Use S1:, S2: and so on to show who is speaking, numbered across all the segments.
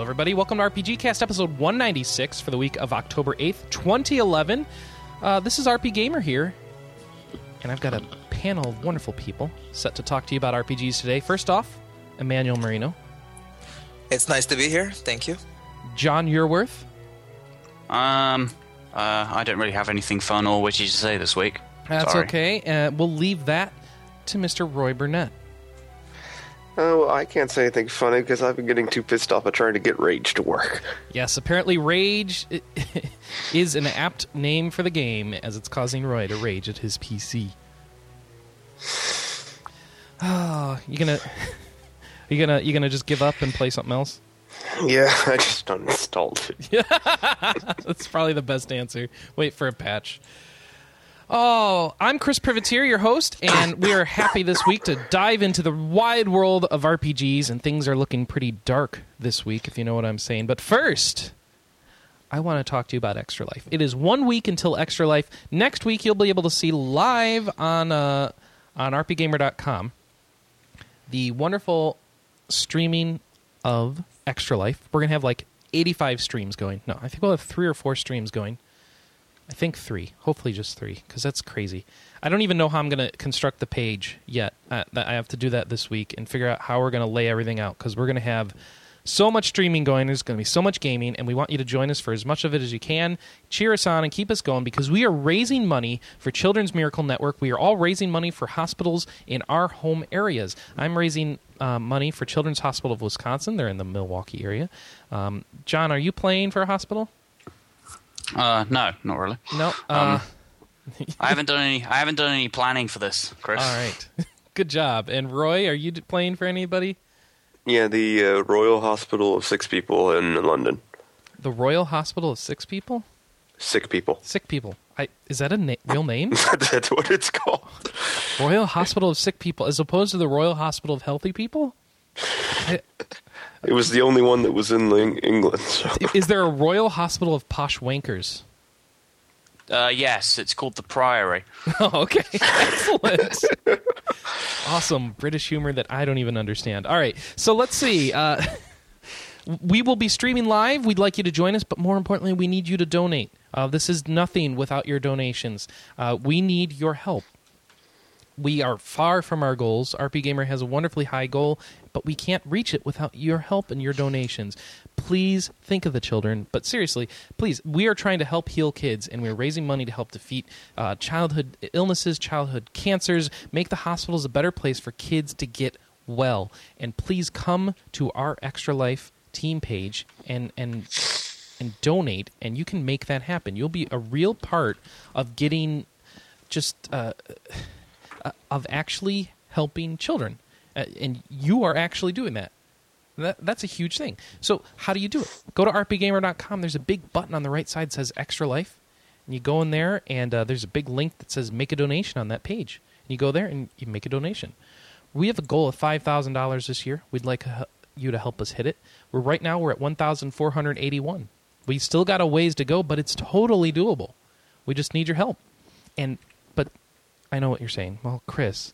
S1: everybody. Welcome to RPG Cast episode 196 for the week of October 8th, 2011. Uh, this is RP Gamer here, and I've got a panel of wonderful people set to talk to you about RPGs today. First off, Emmanuel Marino,
S2: It's nice to be here. Thank you.
S1: John Yearworth.
S3: Um, uh, I don't really have anything fun or witty to say this week.
S1: That's
S3: Sorry.
S1: okay. Uh, we'll leave that to Mr. Roy Burnett.
S4: Oh, well, I can't say anything funny because I've been getting too pissed off at trying to get Rage to work.
S1: Yes, apparently Rage i- is an apt name for the game as it's causing Roy to rage at his PC. Oh, you gonna you gonna you gonna just give up and play something else?
S4: Yeah, I just uninstalled it.
S1: That's probably the best answer. Wait for a patch. Oh, I'm Chris Privateer, your host, and we are happy this week to dive into the wide world of RPGs, and things are looking pretty dark this week, if you know what I'm saying. But first, I want to talk to you about Extra Life. It is one week until Extra Life. Next week, you'll be able to see live on uh, on RPGamer.com the wonderful streaming of Extra Life. We're gonna have like 85 streams going. No, I think we'll have three or four streams going. I think three. Hopefully, just three, because that's crazy. I don't even know how I'm going to construct the page yet. Uh, th- I have to do that this week and figure out how we're going to lay everything out, because we're going to have so much streaming going. There's going to be so much gaming, and we want you to join us for as much of it as you can. Cheer us on and keep us going, because we are raising money for Children's Miracle Network. We are all raising money for hospitals in our home areas. I'm raising uh, money for Children's Hospital of Wisconsin. They're in the Milwaukee area. Um, John, are you playing for a hospital?
S3: Uh, no, not really.
S1: No. Uh,
S3: I haven't done any. I haven't done any planning for this, Chris.
S1: All right. Good job. And Roy, are you d- playing for anybody?
S4: Yeah, the uh, Royal Hospital of Six People in London.
S1: The Royal Hospital of Six People?
S4: Sick people.
S1: Sick People. I, is that a na- real name?
S4: That's what it's called.
S1: Royal Hospital of Sick People, as opposed to the Royal Hospital of Healthy People? I-
S4: It was the only one that was in Ling- England. So.
S1: is there a Royal Hospital of Posh Wankers?
S3: Uh, yes, it's called the Priory.
S1: Oh, okay. Excellent. awesome British humor that I don't even understand. All right. So let's see. Uh, we will be streaming live. We'd like you to join us, but more importantly, we need you to donate. Uh, this is nothing without your donations. Uh, we need your help we are far from our goals. RP Gamer has a wonderfully high goal, but we can't reach it without your help and your donations. Please think of the children, but seriously, please, we are trying to help heal kids, and we're raising money to help defeat uh, childhood illnesses, childhood cancers, make the hospitals a better place for kids to get well. And please come to our Extra Life team page and and and donate, and you can make that happen. You'll be a real part of getting just. Uh, of actually helping children, uh, and you are actually doing that. That, that's a huge thing. So, how do you do it? Go to rpgamer.com. There's a big button on the right side that says Extra Life. And you go in there, and uh, there's a big link that says Make a Donation on that page. And you go there and you make a donation. We have a goal of $5,000 this year. We'd like uh, you to help us hit it. We're Right now, we're at 1,481. We still got a ways to go, but it's totally doable. We just need your help. And, but I know what you're saying. Well, Chris,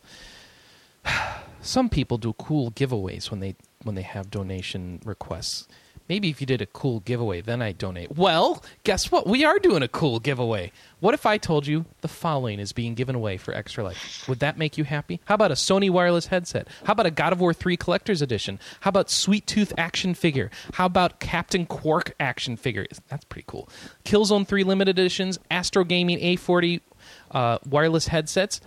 S1: some people do cool giveaways when they when they have donation requests. Maybe if you did a cool giveaway, then I donate. Well, guess what? We are doing a cool giveaway. What if I told you the following is being given away for Extra Life? Would that make you happy? How about a Sony wireless headset? How about a God of War 3 collector's edition? How about Sweet Tooth action figure? How about Captain Quark action figure? That's pretty cool. Killzone 3 limited editions, Astro Gaming A40 uh, wireless headsets.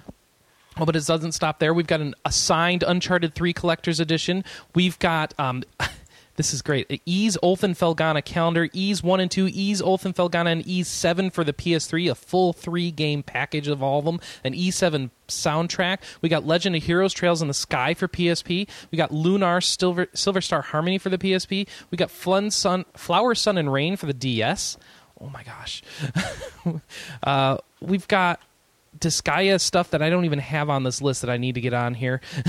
S1: Oh, but it doesn't stop there. We've got an assigned Uncharted 3 Collector's Edition. We've got, um, this is great, Ease Olfenfelgana calendar, Ease 1 and 2, Ease Olfenfelgana, and Ease 7 for the PS3, a full three game package of all of them, an E7 soundtrack. We got Legend of Heroes Trails in the Sky for PSP. We got Lunar Silver, Silver Star Harmony for the PSP. We got Flun Sun, Flower, Sun, and Rain for the DS. Oh my gosh. uh, we've got Disgaea stuff that I don't even have on this list that I need to get on here.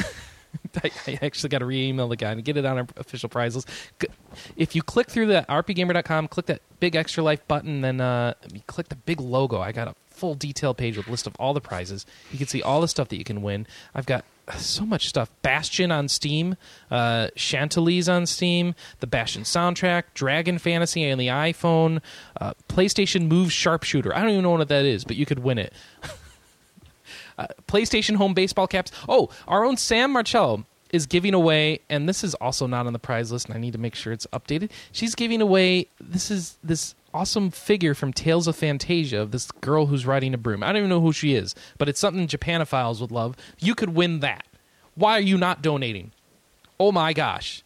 S1: I, I actually got to re-email the guy and get it on our official prize list. G- If you click through the rpgamer.com, click that big extra life button, then uh, you click the big logo. I got a full detail page with a list of all the prizes. You can see all the stuff that you can win. I've got so much stuff: Bastion on Steam, uh, Chantilly's on Steam, the Bastion soundtrack, Dragon Fantasy on the iPhone, uh, PlayStation Move Sharpshooter. I don't even know what that is, but you could win it. Uh, PlayStation Home baseball caps. Oh, our own Sam Marcello is giving away, and this is also not on the prize list, and I need to make sure it's updated. She's giving away this is this awesome figure from Tales of Fantasia of this girl who's riding a broom. I don't even know who she is, but it's something Japanophiles would love. You could win that. Why are you not donating? Oh my gosh!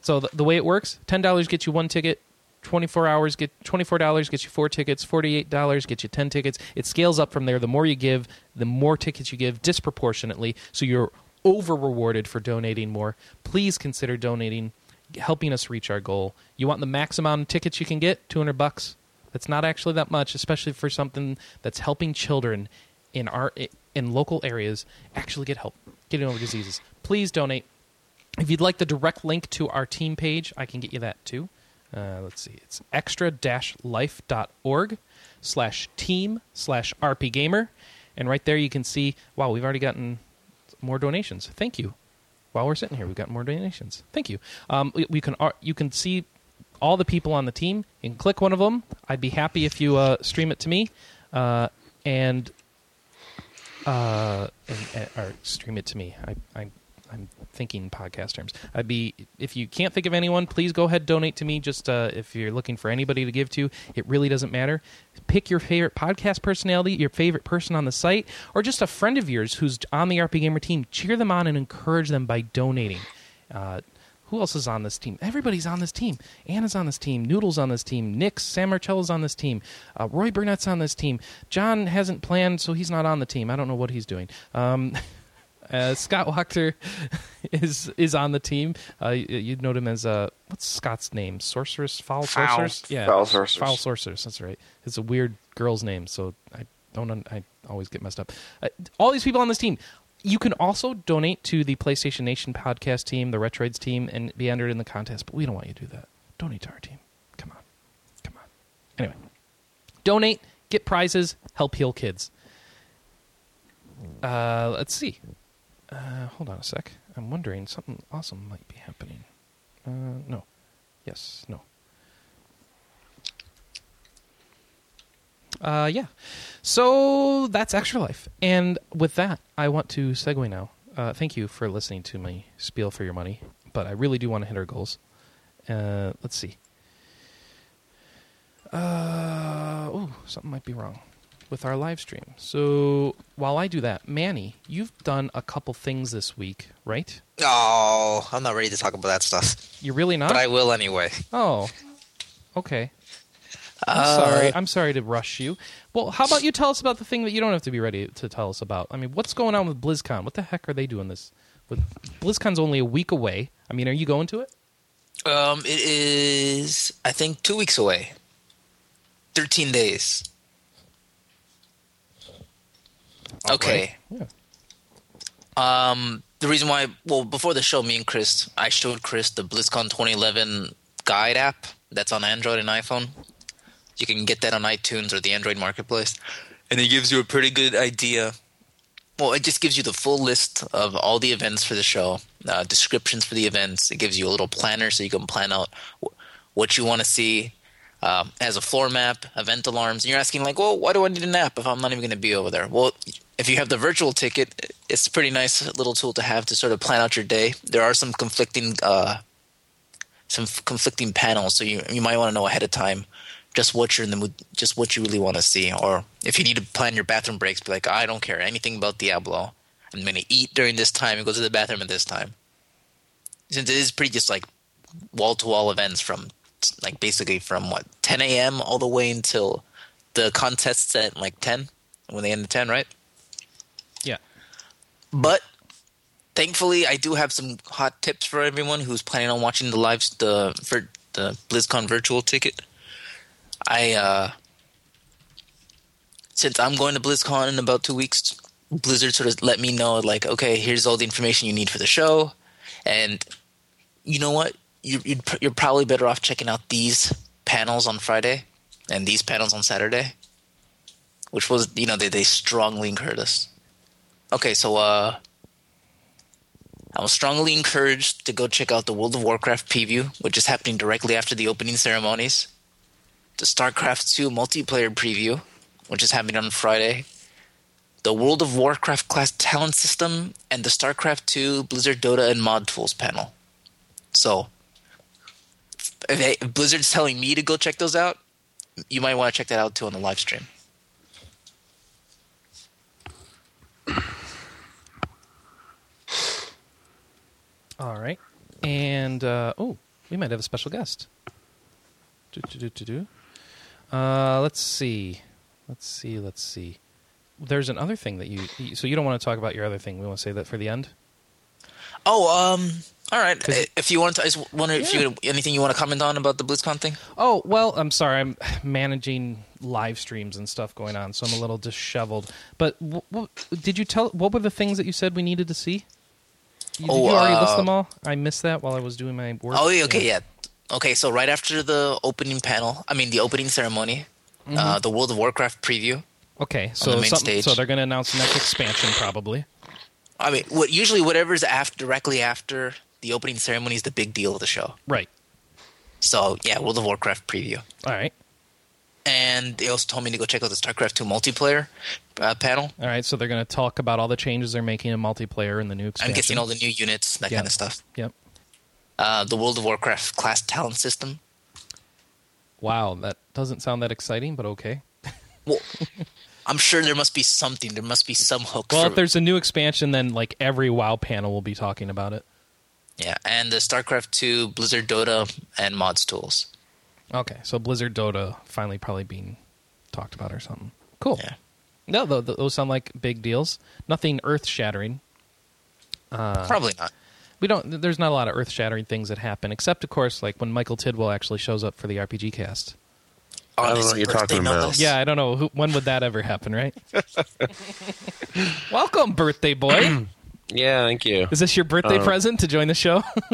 S1: So the, the way it works, ten dollars gets you one ticket. 24 hours get $24 gets you four tickets $48 gets you 10 tickets it scales up from there the more you give the more tickets you give disproportionately so you're over rewarded for donating more please consider donating helping us reach our goal you want the max amount of tickets you can get 200 bucks that's not actually that much especially for something that's helping children in our in local areas actually get help getting over diseases please donate if you'd like the direct link to our team page i can get you that too uh, let's see it's extra-life.org slash team slash rpgamer and right there you can see wow we've already gotten more donations thank you while we're sitting here we've got more donations thank you um, we, we can ar- you can see all the people on the team you can click one of them i'd be happy if you uh, stream it to me uh, and uh, and, and- or stream it to me. I, I, I'm thinking podcast terms. I'd be if you can't think of anyone, please go ahead donate to me. Just uh, if you're looking for anybody to give to, it really doesn't matter. Pick your favorite podcast personality, your favorite person on the site, or just a friend of yours who's on the RP Gamer team. Cheer them on and encourage them by donating. Uh, who else is on this team? Everybody's on this team. Anna's on this team. Noodle's on this team. Nick Sam Marcello's on this team. Uh, Roy Burnett's on this team. John hasn't planned, so he's not on the team. I don't know what he's doing. Um, uh, Scott Wachter is is on the team. Uh, y- you'd know him as uh, what's Scott's name? Sorceress, foul,
S3: Foul.
S1: sorceress. Yeah,
S4: Foul sorceress.
S1: Foul sorceress. That's right. It's a weird girl's name, so I don't. Un- I always get messed up. Uh, all these people on this team. You can also donate to the PlayStation Nation podcast team, the Retroids team, and be entered in the contest. But we don't want you to do that. Donate to our team. Come on, come on. Anyway, donate, get prizes, help heal kids. Uh, let's see. Uh, hold on a sec. I'm wondering something awesome might be happening. Uh, no. Yes. No. Uh, yeah. So that's Extra Life. And with that, I want to segue now. Uh, thank you for listening to my spiel for your money, but I really do want to hit our goals. Uh, let's see. Uh, oh, something might be wrong with our live stream. So while I do that, Manny, you've done a couple things this week, right?
S2: No, Oh, I'm not ready to talk about that stuff,
S1: You're really not.
S2: but I will anyway.
S1: oh, okay. I'm sorry. I'm sorry to rush you. Well, how about you tell us about the thing that you don't have to be ready to tell us about? I mean, what's going on with BlizzCon? What the heck are they doing this? With BlizzCon's only a week away. I mean, are you going to it?
S2: Um, it is, I think, two weeks away. 13 days. okay.
S1: Yeah.
S2: Um, the reason why, well, before the show, me and Chris, I showed Chris the BlizzCon 2011 guide app that's on Android and iPhone. You can get that on iTunes or the Android Marketplace, and it gives you a pretty good idea. Well, it just gives you the full list of all the events for the show, uh, descriptions for the events. It gives you a little planner so you can plan out wh- what you want to see. Um, as a floor map, event alarms, and you're asking like, "Well, why do I need an app if I'm not even going to be over there?" Well, if you have the virtual ticket, it's a pretty nice little tool to have to sort of plan out your day. There are some conflicting, uh, some f- conflicting panels, so you you might want to know ahead of time just what you're in the mood, just what you really want to see, or if you need to plan your bathroom breaks, be like, "I don't care anything about Diablo. I'm going to eat during this time and go to the bathroom at this time." Since it is pretty just like wall to wall events from like basically from what 10 a.m. all the way until the contests at like 10 when they end at 10, right?
S1: Yeah.
S2: But thankfully, I do have some hot tips for everyone who's planning on watching the lives the for the BlizzCon virtual ticket. I uh since I'm going to BlizzCon in about two weeks, Blizzard sort of let me know like, okay, here's all the information you need for the show, and you know what? You, you'd, pr- you're probably better off checking out these panels on Friday and these panels on Saturday which was you know they they strongly encouraged us. Okay, so uh, I was strongly encouraged to go check out the World of Warcraft preview, which is happening directly after the opening ceremonies. The StarCraft 2 multiplayer preview, which is happening on Friday. The World of Warcraft class talent system and the StarCraft 2 Blizzard Dota and mod tools panel. So, if they- if Blizzard's telling me to go check those out, you might want to check that out too on the live stream.
S1: All right. And uh, oh, we might have a special guest. Do, do, do, do, do. Uh, let's see. Let's see. Let's see. There's another thing that you. So you don't want to talk about your other thing. We want to say that for the end.
S2: Oh, um, all right.
S1: 'Cause-
S2: I- If you want to, I just wonder if you anything you want to comment on about the BlizzCon thing.
S1: Oh well, I'm sorry. I'm managing live streams and stuff going on, so I'm a little disheveled. But w- w- did you tell? What were the things that you said we needed to see? You, did
S2: Oh,
S1: you already list
S2: uh,
S1: them all? I missed that while I was doing my work.
S2: Oh, yeah, okay, yeah. Okay, so right after the opening panel, I mean the opening ceremony,
S1: Mm-hmm.
S2: uh, the World of Warcraft preview.
S1: Okay, so
S2: the main
S1: something-
S2: stage.
S1: so they're going to announce the next expansion probably.
S2: I mean, what usually whatever's after directly after the opening ceremony is the big deal of the show.
S1: Right.
S2: So yeah, World of Warcraft preview,
S1: All right.
S2: and they also told me to go check out the StarCraft two multiplayer uh, panel.
S1: All right, so they're going to talk about all the changes they're making in multiplayer and the new expansion.
S2: I'm guessing all the new units, that
S1: Yeah.
S2: kind of stuff.
S1: Yep.
S2: Uh, the World of Warcraft class talent system.
S1: Wow, that doesn't sound that exciting, but okay.
S2: Well, I'm sure there must be something. There must be some hook.
S1: Well,
S2: for
S1: if there's a new expansion, then like every WoW panel will be talking about it.
S2: yeah, and the StarCraft two Blizzard Dota and mods tools.
S1: Okay, so Blizzard Dota finally probably being talked about or something. Cool.
S2: Yeah.
S1: No, tho- tho- those sound like big deals. Nothing earth shattering. Uh,
S2: Probably not.
S1: We don't. There's not a lot of earth shattering things that happen, except of course, like when Michael Tidwell actually shows up for the RPG cast.
S2: I
S5: don't know what you're talking about.
S1: Yeah, I don't know. Who, when would that ever happen, right? Welcome, birthday boy.
S5: Yeah, thank you.
S1: Is this your birthday
S5: Uh,
S1: present to join the show?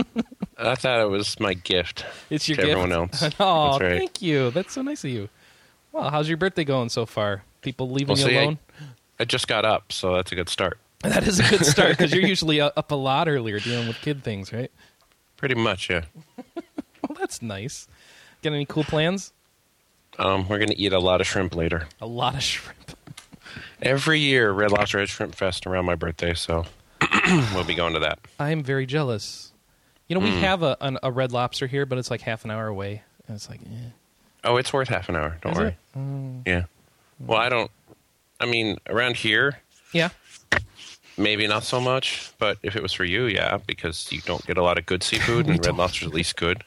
S5: I thought it was my gift.
S1: it's your
S5: to
S1: gift.
S5: everyone else.
S1: Oh,
S5: That's right.
S1: thank you. That's so nice of you. Well, how's your birthday going so far? People leaving
S5: Well,
S1: you
S5: see, I-
S1: alone?
S5: I just got up, so that's a good start.
S1: That is a good start because you're usually uh, up a lot earlier dealing with kid things, right?
S5: Pretty much, yeah.
S1: Well, that's nice. Got any cool plans?
S5: Um, we're gonna eat a lot of shrimp later.
S1: A lot of shrimp.
S5: Every year, Red Lobster has Shrimp Fest around my birthday, so we'll be going to that.
S1: I'm very jealous. You know, we have a, an, a red lobster here, but it's like half an hour away. And it's like, eh.
S5: Oh, it's worth half an hour. Don't
S1: Is
S5: worry.
S1: it? Mm,
S5: Yeah. Well, I don't. I mean, around here,
S1: yeah.
S5: maybe not so much. But if it was for you, yeah, because you don't get a lot of good seafood, and Red Lobster's at least good.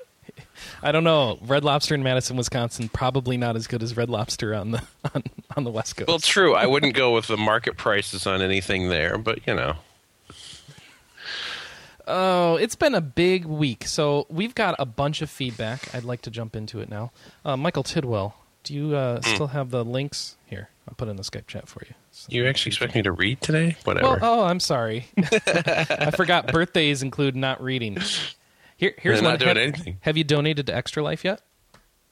S1: I don't know. Red Lobster in Madison, Wisconsin, probably not as good as Red Lobster on the on, on the West Coast.
S5: Well, true. I wouldn't go with the market prices on anything there, but you know.
S1: Oh, it's been a big week. So we've got a bunch of feedback. I'd like to jump into it now. Uh, Michael Tidwell, do you uh, still have the links here? I'll put it in the Skype chat for you. So-
S5: You actually expect me to read today? Whatever.
S1: well, oh, I'm sorry. I forgot birthdays include not reading. Here, here's one.
S5: They're not doing
S1: have,
S5: anything.
S1: have you donated to Extra Life yet?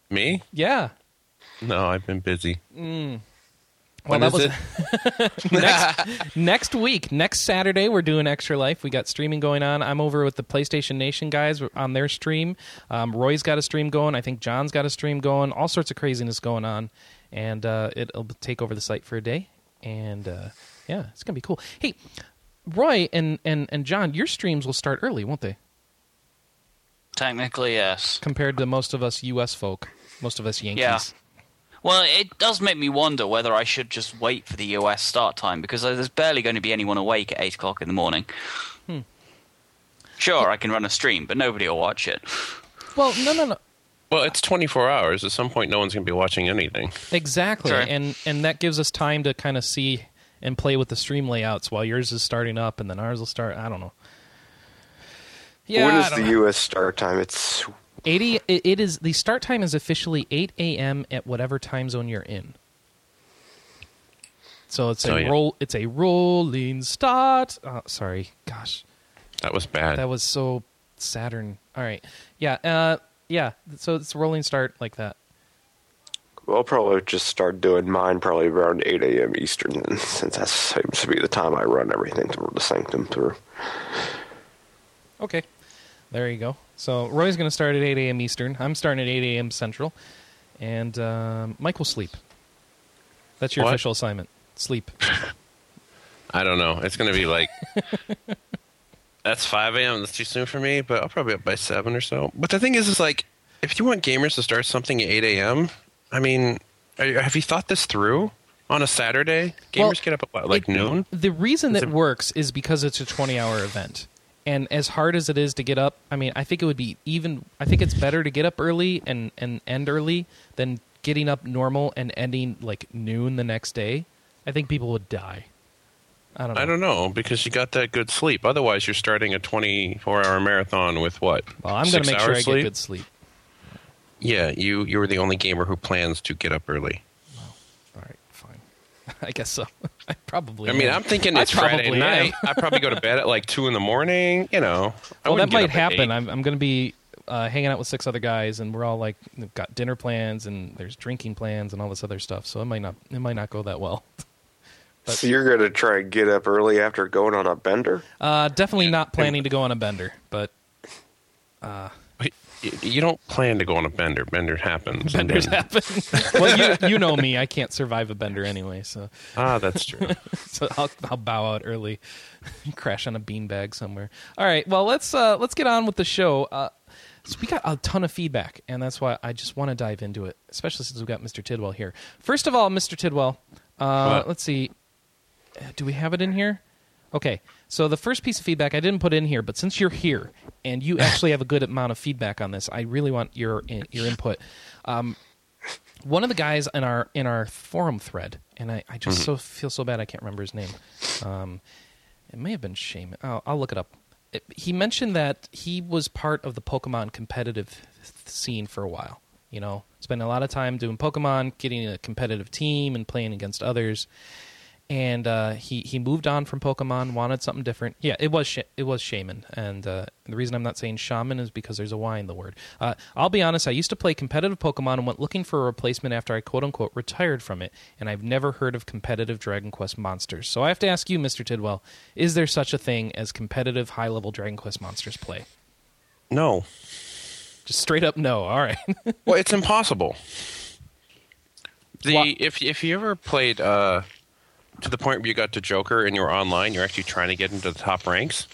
S5: Me?
S1: Yeah.
S5: No, I've been busy.
S1: Well,
S5: When
S1: that
S5: is
S1: was next, next week. Next Saturday, we're doing Extra Life. We got streaming going on. I'm over with the PlayStation Nation guys on their stream. Um, Roy's got a stream going. I think John's got a stream going. All sorts of craziness going on, and uh, it'll take over the site for a day. And uh, yeah, it's gonna be cool. Hey, Roy and and and John, your streams will start early, won't they?
S3: Technically, yes.
S1: Compared to most of us U.S. folk, most of us Yankees.
S3: Yeah. Well, it does make me wonder whether I should just wait for the US start time because there's barely going to be anyone awake at 8 o'clock in the morning.
S1: Hmm.
S3: Sure, I can run a stream, but nobody will watch it.
S1: Well, no, no, no.
S5: Well, it's 24 hours. At some point, no one's going to be watching anything.
S1: Exactly,
S3: Sure.
S1: and and that gives us time to kind of see and play with the stream layouts while yours is starting up, and then ours will start. I don't know. Yeah,
S4: when
S1: I
S4: is
S1: don't
S4: the
S1: know.
S4: U.S. start time? It's
S1: eighty? It, it is the start time is officially eight a.m. at whatever time zone you're in. So it's
S5: So,
S1: a
S5: yeah.
S1: roll. It's a rolling start. Oh, sorry, gosh,
S5: That was bad.
S1: that was so Saturn. All right, yeah, uh, yeah. So it's rolling start like that.
S4: I'll probably just start doing mine probably around 8 a.m. Eastern, then, since that seems to be the time I run everything through the sanctum through.
S1: Okay. There you go. So Roy's going to start at 8 a.m. Eastern. I'm starting at 8 a.m. Central. And um, Mike will sleep. That's your
S5: What?
S1: official assignment. Sleep.
S5: I don't know. It's gonna be like that's five a.m. That's too soon for me, but I'll probably be up by seven or so. But the thing is, is like if you want gamers to start something at eight a.m., I mean, are, you- have you thought this through? On a Saturday, gamers
S1: Well,
S5: get up at what, like
S1: It-
S5: noon.
S1: The reason
S5: Is
S1: that
S5: it-
S1: works is because it's a 20 hour event. And as hard as it is to get up, I mean, I think it would be even, I think it's better to get up early and, and end early than getting up normal and ending like noon the next day. I think people would die. I don't know.
S5: I don't know because you got that good sleep. Otherwise, you're starting a 24-hour marathon with what?
S1: well, I'm going
S5: six
S1: to make sure
S5: hours
S1: I get
S5: sleep?
S1: good sleep.
S5: Yeah, you you were the only gamer who plans to get up early.
S1: All right, fine. I guess so. I probably.
S5: I mean,
S1: am.
S5: I'm thinking
S1: I
S5: it's Friday
S1: probably
S5: night. I probably go to bed at like two in the morning. You know, I
S1: well, that
S5: wouldn't get
S1: might
S5: up at
S1: happen.
S5: eight.
S1: I'm, I'm going to be uh, hanging out with six other guys, and we're all like we've got dinner plans, and there's drinking plans, and all this other stuff. So it might not it might not go that well. But-
S4: so you're going to try and get up early after going on a bender?
S1: Uh, definitely not planning to go on a bender, but
S5: Wait, y- You don't plan to go on a bender. Bender happens. and
S1: benders
S5: then-
S1: happen. well, you you know me. I can't survive a bender anyway, so
S5: Ah, that's true.
S1: so I'll, I'll bow out early, crash on a beanbag somewhere. All right, well let's uh, let's get on with the show. Uh, so we got a ton of feedback, and that's why I just want to dive into it, especially since we've got Mr. Tidwell here. First of all, Mr. Tidwell, uh,
S5: What?
S1: let's see, Uh, do we have it in here? Okay, so the first piece of feedback I didn't put in here, but since you're here and you actually have a good amount of feedback on this, I really want your in, your input one of the guys in our in our forum thread, and I, I just so feel so bad I can't remember his name. Um, it may have been Shame. I'll, I'll look it up. It, he mentioned that he was part of the Pokemon competitive th- scene for a while. You know, spending a lot of time doing Pokemon, getting a competitive team, and playing against others. And uh, he he moved on from Pokemon, wanted something different. Yeah, it was sh- it was Shaman, and uh, the reason I'm not saying Shaman is because there's a Y in the word. Uh, I'll be honest, I used to play competitive Pokemon and went looking for a replacement after I quote unquote retired from it, and I've never heard of competitive Dragon Quest monsters. So I have to ask you, Mr. Tidwell, is there such a thing as competitive high level Dragon Quest monsters play?
S5: No.
S1: Just straight up no. All right.
S5: Well, it's impossible. The
S1: Why-
S5: if if you ever played uh, to the point where you got to Joker and you were online, you're actually trying to get into the top ranks.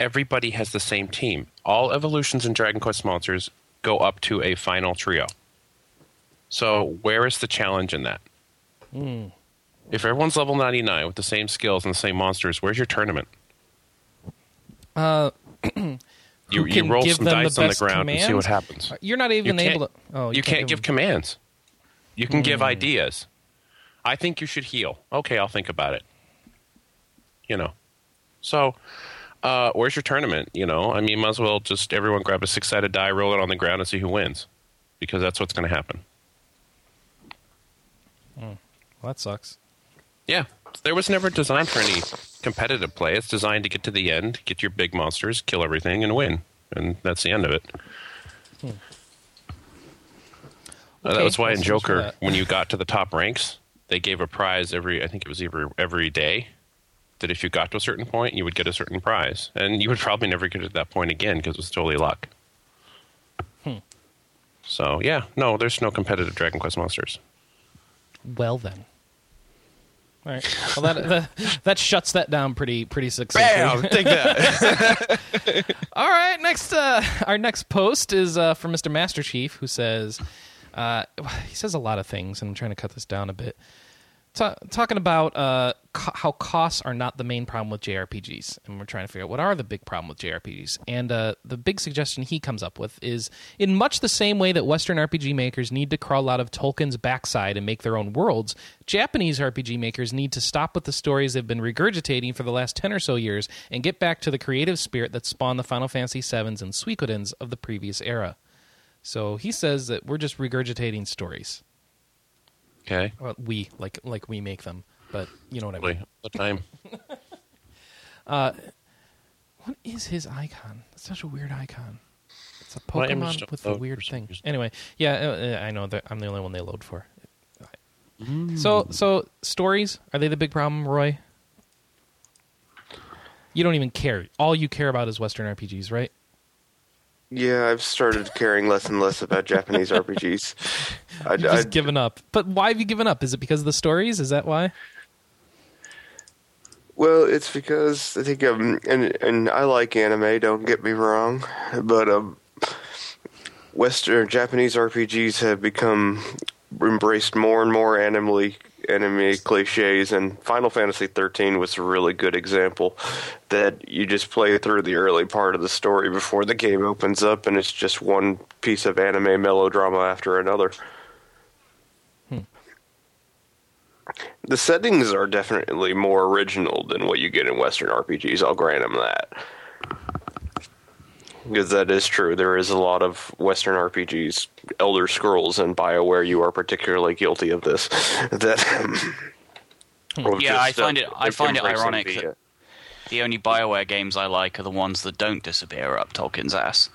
S5: Everybody has the same team. All evolutions in Dragon Quest monsters go up to a final trio. So where is the challenge in that?
S1: Hmm.
S5: If everyone's level 99 with the same skills and the same monsters, where's your tournament? Uh, you,
S1: who
S5: you
S1: can
S5: roll
S1: give
S5: some
S1: them
S5: dice
S1: the
S5: on the
S1: best
S5: ground and see what
S1: commands?
S5: happens
S1: You're not even
S5: can't-
S1: able to. Oh,
S5: you, can't, give
S1: them-
S5: Hmm. commands. You can give ideas. I think you should heal. Okay, I'll think about it. You know. So, uh, where's your tournament? You know, I mean, might as well just everyone grab a six sided die, roll it on the ground, and see who wins, because that's what's going to happen.
S1: Well, that sucks.
S5: Yeah, there was never designed for any competitive play. It's designed to get to the end, get your big monsters, kill everything, and win, and that's the end of it. Uh,
S1: Hmm. Okay,
S5: that was why
S1: well,
S5: in
S1: thanks for
S5: Joker,
S1: that.
S5: when you got to the top ranks, they gave a prize every. I think it was every every day. That if you got to a certain point, you would get a certain prize, and you would probably never get to that point again because it was totally luck.
S1: Hmm.
S5: So yeah, no, there's no competitive Dragon Quest monsters.
S1: Well then. All right. Well, that, that that shuts that down pretty pretty successfully.
S5: take that.
S1: All right, next uh, our next post is uh, from Mr. Master Chief, who says uh, he says a lot of things, and I'm trying to cut this down a bit. Ta talking about uh, co- how costs are not the main problem with JRPGs, and we're trying to figure out what are the big problem with JRPGs. And uh, the big suggestion he comes up with is, in much the same way that Western RPG makers need to crawl out of Tolkien's backside and make their own worlds, Japanese RPG makers need to stop with the stories they've been regurgitating for the last ten or so years and get back to the creative spirit that spawned the Final Fantasy VII's and Suikodens of the previous era. So he says that we're just regurgitating stories.
S5: Okay.
S1: Well, we like like we make them, but you know what I mean.
S5: Probably. What time?
S1: What is his icon? That's such a weird icon. It's a
S5: My image
S1: Pokemon
S5: don't
S1: with a
S5: load
S1: weird
S5: oh, for some
S1: thing.
S5: reason.
S1: Anyway, yeah, uh, uh, I know that I'm the only one they load for. So so stories are they the big problem, Roy? You don't even care. All you care about is Western RPGs, right?
S4: Yeah, I've started caring less and less about Japanese RPGs. I,
S1: You've just
S4: I-
S1: given up. But why have you given up? Is it because of the stories? Is that why?
S4: well, it's because I think um, and and I like anime. Don't get me wrong, but um, Western Japanese RPGs have become embraced more and more anime anime cliches, and Final Fantasy thirteen was a really good example that you just play through the early part of the story before the game opens up, and it's just one piece of anime melodrama after another. The settings are definitely more original than what you get in Western RPGs. I'll grant them that. Because that is true. There is a lot of Western RPGs, Elder Scrolls and Bioware. You are particularly guilty of this. That of
S3: Hmm. Yeah, I find
S4: uh,
S3: it- I find it
S4: embracing
S3: ironic
S4: the,
S3: that-
S4: uh,
S3: The only Bioware games I like are the ones that don't disappear up Tolkien's ass.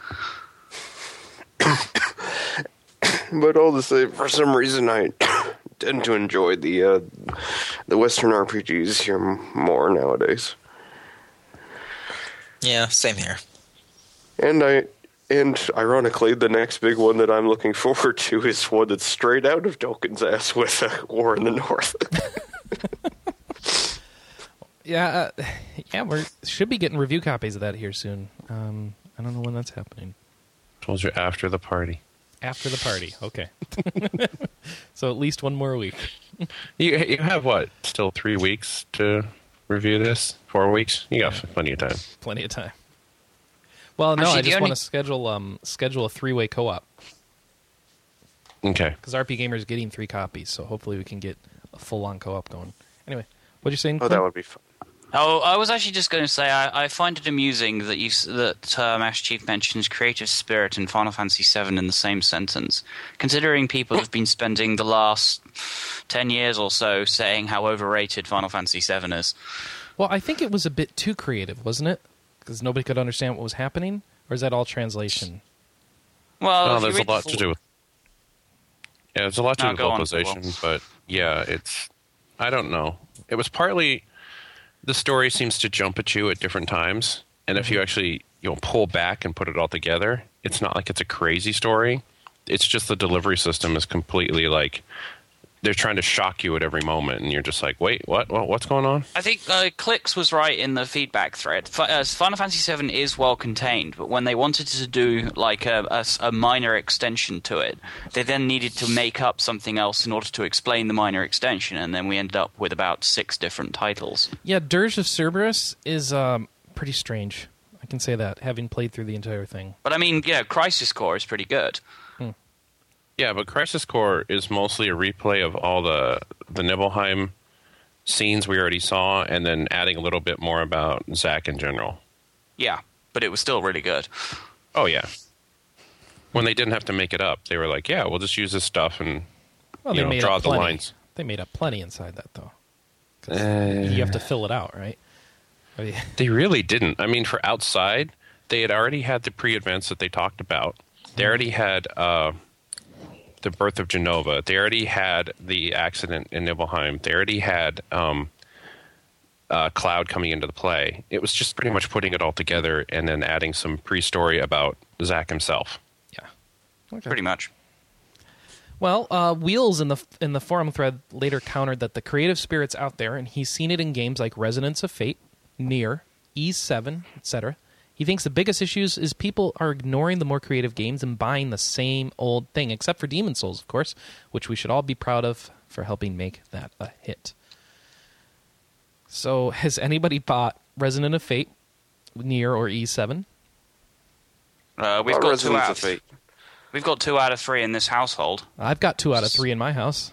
S4: but all the same, for some reason, I tend to enjoy the uh, the Western RPGs here more nowadays.
S2: Yeah, same here.
S4: And I and ironically, the next big one that I'm looking forward to is one that's straight out of Tolkien's ass with uh, War in the North.
S1: Yeah, uh, yeah, we are should be getting review copies of that here soon. Um, I don't know when that's happening.
S5: Told you after the party.
S1: After the party, okay. so at least one more week.
S5: You you have what? Still three weeks to review this? Four weeks? You got plenty of time.
S1: plenty of time. Well, no,
S3: Actually,
S1: I
S3: the
S1: just
S3: only-
S1: want to schedule um schedule a three way co op
S5: Okay.
S1: because RP Gamer is getting three copies, so hopefully we can get a full on co op going. Anyway, what you saying?
S4: oh,
S1: Clint?
S4: that would be fun.
S3: Oh, I was actually just going to say I, I find it amusing that you s- that uh, Master Chief mentions creative spirit and Final Fantasy VII in the same sentence, considering people have been spending the last ten years or so saying how overrated Final Fantasy VII is.
S1: Well, I think it was a bit too creative, wasn't it? Because nobody could understand what was happening, or is that all translation?
S3: Well, if
S5: No,
S3: you
S5: there's a
S3: read the
S5: lot to
S3: full-
S5: do with. Yeah, there's a lot to
S3: No,
S5: do with
S3: go on,
S5: localization,
S3: Paul.
S5: but yeah, it's. I don't know. It was partly the story seems to jump at you at different times, and
S3: Mm-hmm.
S5: if you actually you know pull back and put it all together, it's not like it's a crazy story. It's just the delivery system is completely like they're trying to shock you at every moment, and you're just like, wait, what? what what's going on?
S3: I think uh, Clicks was right in the feedback thread. F- uh, Final Fantasy VII is well contained, but when they wanted to do like a, a s- a minor extension to it, they then needed to make up something else in order to explain the minor extension, and then we ended up with about six different titles.
S1: Yeah, Dirge of Cerberus is um, pretty strange. I can say that, having played through the entire thing.
S3: But I mean, you know, Crisis Core is pretty good.
S5: Yeah, but Crisis Core is mostly a replay of all the the Nibelheim scenes we already saw, and then adding a little bit more about Zack in general.
S3: Yeah, but it was still really good.
S5: Oh yeah, when they didn't have to make it up, they were like, "Yeah, we'll just use this stuff." And
S1: Well,
S5: You
S1: they
S5: know,
S1: made
S5: draw
S1: up
S5: the
S1: plenty.
S5: lines. Eh.
S1: They made up plenty inside that, though. 'Cause you have to fill it out, right? I mean,
S5: they really didn't. I mean, for outside, they had already had the pre-events that they talked about. They
S1: Mm-hmm.
S5: already had uh, the birth of Genova. They already had the accident in Nibelheim. They already had um, uh, Cloud coming into the play. It was just pretty much putting it all together and then adding some pre-story about Zack himself.
S1: yeah. Okay.
S3: Pretty much.
S1: Well, uh, Wheels in the in the forum thread later countered that the creative spirit's out there, and he's seen it in games like Resonance of Fate, Near, E E7, etc. He thinks the biggest issues is people are ignoring the more creative games and buying the same old thing, except for Demon Souls, of course, which we should all be proud of for helping make that a hit. So, has anybody bought Resonance of Fate, Near, or E E7?
S3: Uh, we've got
S4: Well,
S3: two
S4: Resonance
S3: out.
S4: of Fate.
S3: We've got two out of three in this household.
S1: I've got two out of three in my house.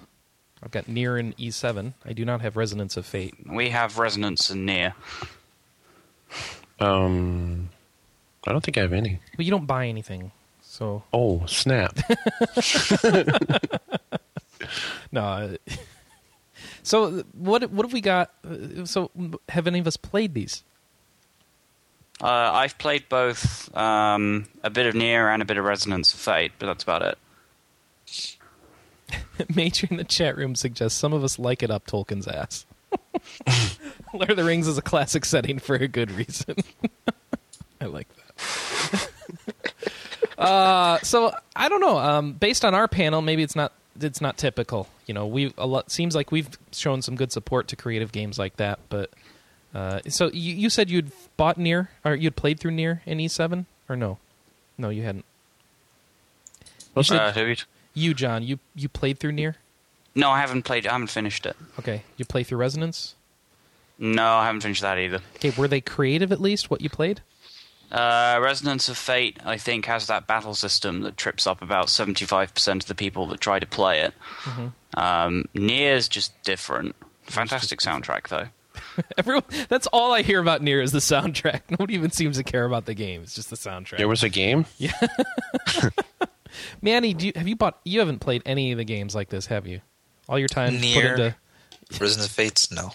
S1: I've got Near and E7. I do not have Resonance of Fate.
S3: We have Resonance and Near.
S5: Um, I don't think I have any.
S1: But you don't buy anything. So,
S5: Oh snap!
S1: no. uh, so what what have we got uh, so have any of us played these?
S3: Uh, I've played both um, a bit of Near and a bit of Resonance of Fate, but that's about it.
S1: Major in the chat room suggests some of us like it up Tolkien's ass. Lord of the Rings is a classic setting for a good reason. I like that. uh, so I don't know. Um, based on our panel, maybe it's not it's not typical. You know, we a lot seems like we've shown some good support to creative games like that. But uh, so you, you said you'd bought near or you'd played through near in E seven or no? No, you hadn't. You, said-
S3: Uh, dude.
S1: you John, you you played through near.
S3: No, I haven't played. I haven't finished it.
S1: Okay, you play through Resonance.
S3: No, I haven't finished that either.
S1: Okay, were they creative at least? What you played?
S3: Uh, Resonance of Fate, I think, has that battle system that trips up about seventy-five percent of the people that try to play it.
S1: Mm-hmm.
S3: Um, Nier's just different. Fantastic soundtrack, though.
S1: Everyone, that's all I hear about Near is the soundtrack. Nobody even seems to care about the game. It's just the soundtrack.
S5: There was a game.
S1: Manny, do you, have you bought? You haven't played any of the games like this, have you? All your time put
S2: Nier.
S1: into
S2: Risen of Fates? No.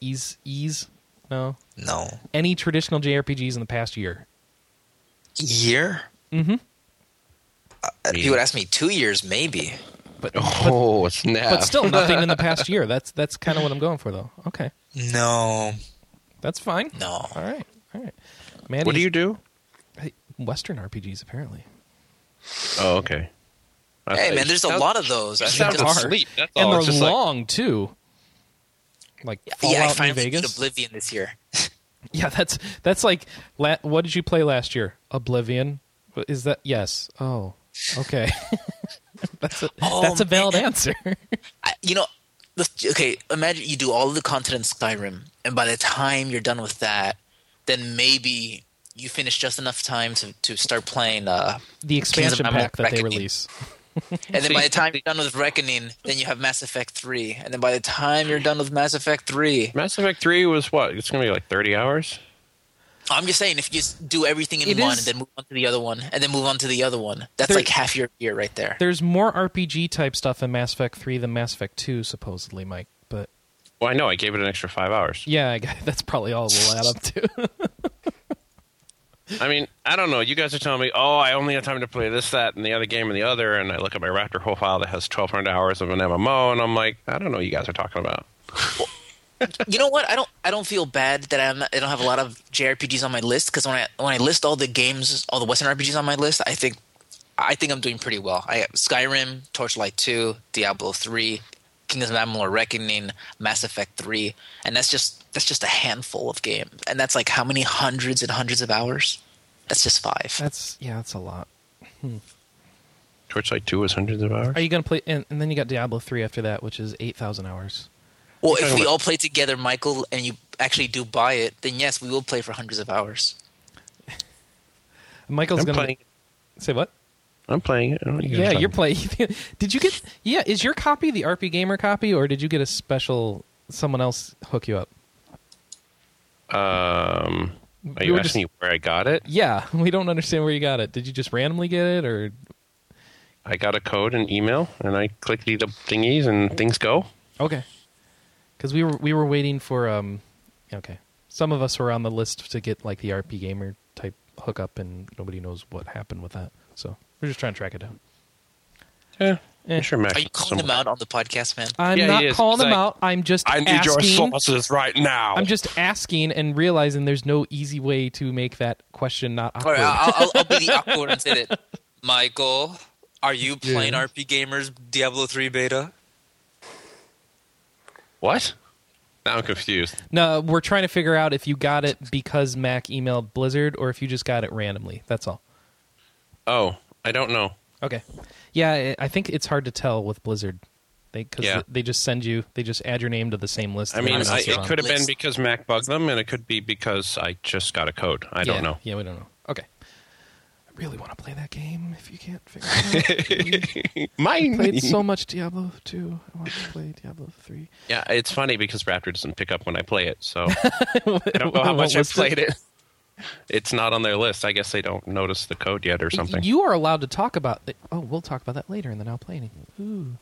S1: ease, ease. No,
S2: No.
S1: any traditional JRPGs in the past year?
S2: Year? Mm-hmm. you would ask me two years, maybe.
S1: But
S5: Oh snap!
S1: but still nothing in the past year. That's that's kind of what I'm going for, though. Okay,
S2: No.
S1: that's fine.
S2: No.
S1: All right, all right. Manny,
S5: what do you do?
S1: Western RPGs apparently.
S5: Oh, okay. I
S2: Hey,
S5: thought
S2: man,
S5: you
S2: there's a
S5: sound-
S2: lot of those. I
S5: you
S2: think
S5: sounded
S2: it's-
S5: asleep. That's
S1: and
S5: all.
S1: they're
S5: It's just like-
S1: long too. Like Fallout
S2: yeah, I
S1: New
S2: finally beat
S1: Vegas.
S2: Oblivion this year.
S1: Yeah, that's that's like la- what did you play last year? Oblivion. Is that yes? Oh, okay. that's a
S2: Oh,
S1: that's a valid
S2: man.
S1: answer.
S2: I, you know, let's, okay, imagine you do all the content in Skyrim, and by the time you're done with that, then maybe you finish just enough time to, to start playing. Uh,
S1: the expansion
S2: Amalur
S1: pack that they
S2: Reckoning.
S1: release.
S2: and then by the time you're done with Reckoning, then you have Mass Effect 3. And then by the time you're done with Mass Effect 3,
S5: Mass Effect Three was what? It's gonna be like thirty hours.
S2: I'm just saying, if you just do everything in
S1: It
S2: one
S1: is-
S2: and then move on to the other one and then move on to the other one, that's
S1: There-
S2: like half your year right there.
S1: There's more RPG type stuff in Mass Effect Three than Mass Effect Two, supposedly, Mike. But
S5: Well, I know. I gave it an extra five hours.
S1: yeah, I guess that's probably all it'll add up to.
S5: I mean, I don't know. You guys are telling me, oh, I only have time to play this, that, and the other game and the other, and I look at my Raptor profile that has 1,200 hours of an MMO, and I'm like, I don't know what you guys are talking about.
S2: you know what? I don't. I don't feel bad that I'm. I don't have a lot of JRPGs on my list because when I when I list all the games, all the Western RPGs on my list, I think, I think I'm doing pretty well. I have Skyrim, Torchlight Two, Diablo Three, Kingdoms of Amalur: Reckoning, Mass Effect Three, and that's just that's just a handful of games, and that's like how many hundreds and hundreds of hours? That's just five.
S1: That's yeah, that's a lot.
S5: Torchlight 2 is hundreds of hours?
S1: Are you gonna play? And, and then you got Diablo Three after that, which is eight thousand hours.
S2: Well, if we all play together, Michael, and you actually do buy it, then yes, we will play for hundreds of hours.
S1: Michael's
S5: I'm
S1: gonna
S5: playing,
S1: say what?
S5: I'm playing it. I don't know what you guys are
S1: Yeah,
S5: talking
S1: you're
S5: about.
S1: playing. did you get? Yeah, is your copy the RP Gamer copy, or did you get a special? Someone else hook you up?
S5: Um, are
S1: You
S5: you
S1: were
S5: asking
S1: just-
S5: me where I got it?
S1: Yeah, we don't understand where you got it. Did you just randomly get it, or
S5: I got a code and email, and I click the thingies, and things go.
S1: okay? Because we were we were waiting for um, okay. Some of us were on the list to get like the RP Gamer type hookup, and nobody knows what happened with that. So we're just trying to track it down.
S5: Yeah.
S1: Eh.
S5: I'm sure Max
S2: Are you calling them out on the podcast, man?
S1: I'm
S5: Yeah,
S1: not
S5: it is,
S1: calling them
S5: 'cause I-
S1: out. I'm just
S5: I need
S1: asking.
S5: your sources right now.
S1: I'm just asking and realizing there's no easy way to make that question not
S2: All
S5: Oh,
S1: awkward.
S2: right, I'll, I'll, I'll be the awkward and say it. Michael, are you playing RP Gamers Diablo 3 beta?
S5: What? Now I'm confused.
S1: No, we're trying to figure out if you got it because Mac emailed Blizzard or if you just got it randomly. That's all.
S5: Oh, I don't know.
S1: Okay. Yeah, I I think it's hard to tell with Blizzard. They cuz
S5: Yeah.
S1: they just send you they just add your name to the same list.
S5: I
S1: that
S5: mean,
S1: everyone
S5: I,
S1: else is
S5: it
S1: on.
S5: could have been because Mac bugged them, and it could be because I just got a code. I
S1: Yeah,
S5: don't know.
S1: Yeah, we don't know. Okay. I really want to play that game if you can't figure it out. I
S5: Mine.
S1: played so much Diablo 2. I want to play Diablo 3.
S5: yeah, it's funny because Raptor doesn't pick up when I play it, so I don't know how much I
S1: What's the-
S5: played it. It's not on their list. I guess they don't notice the code yet or something.
S1: You are allowed to talk about it. Oh, we'll talk about that later in the now planning. Ooh.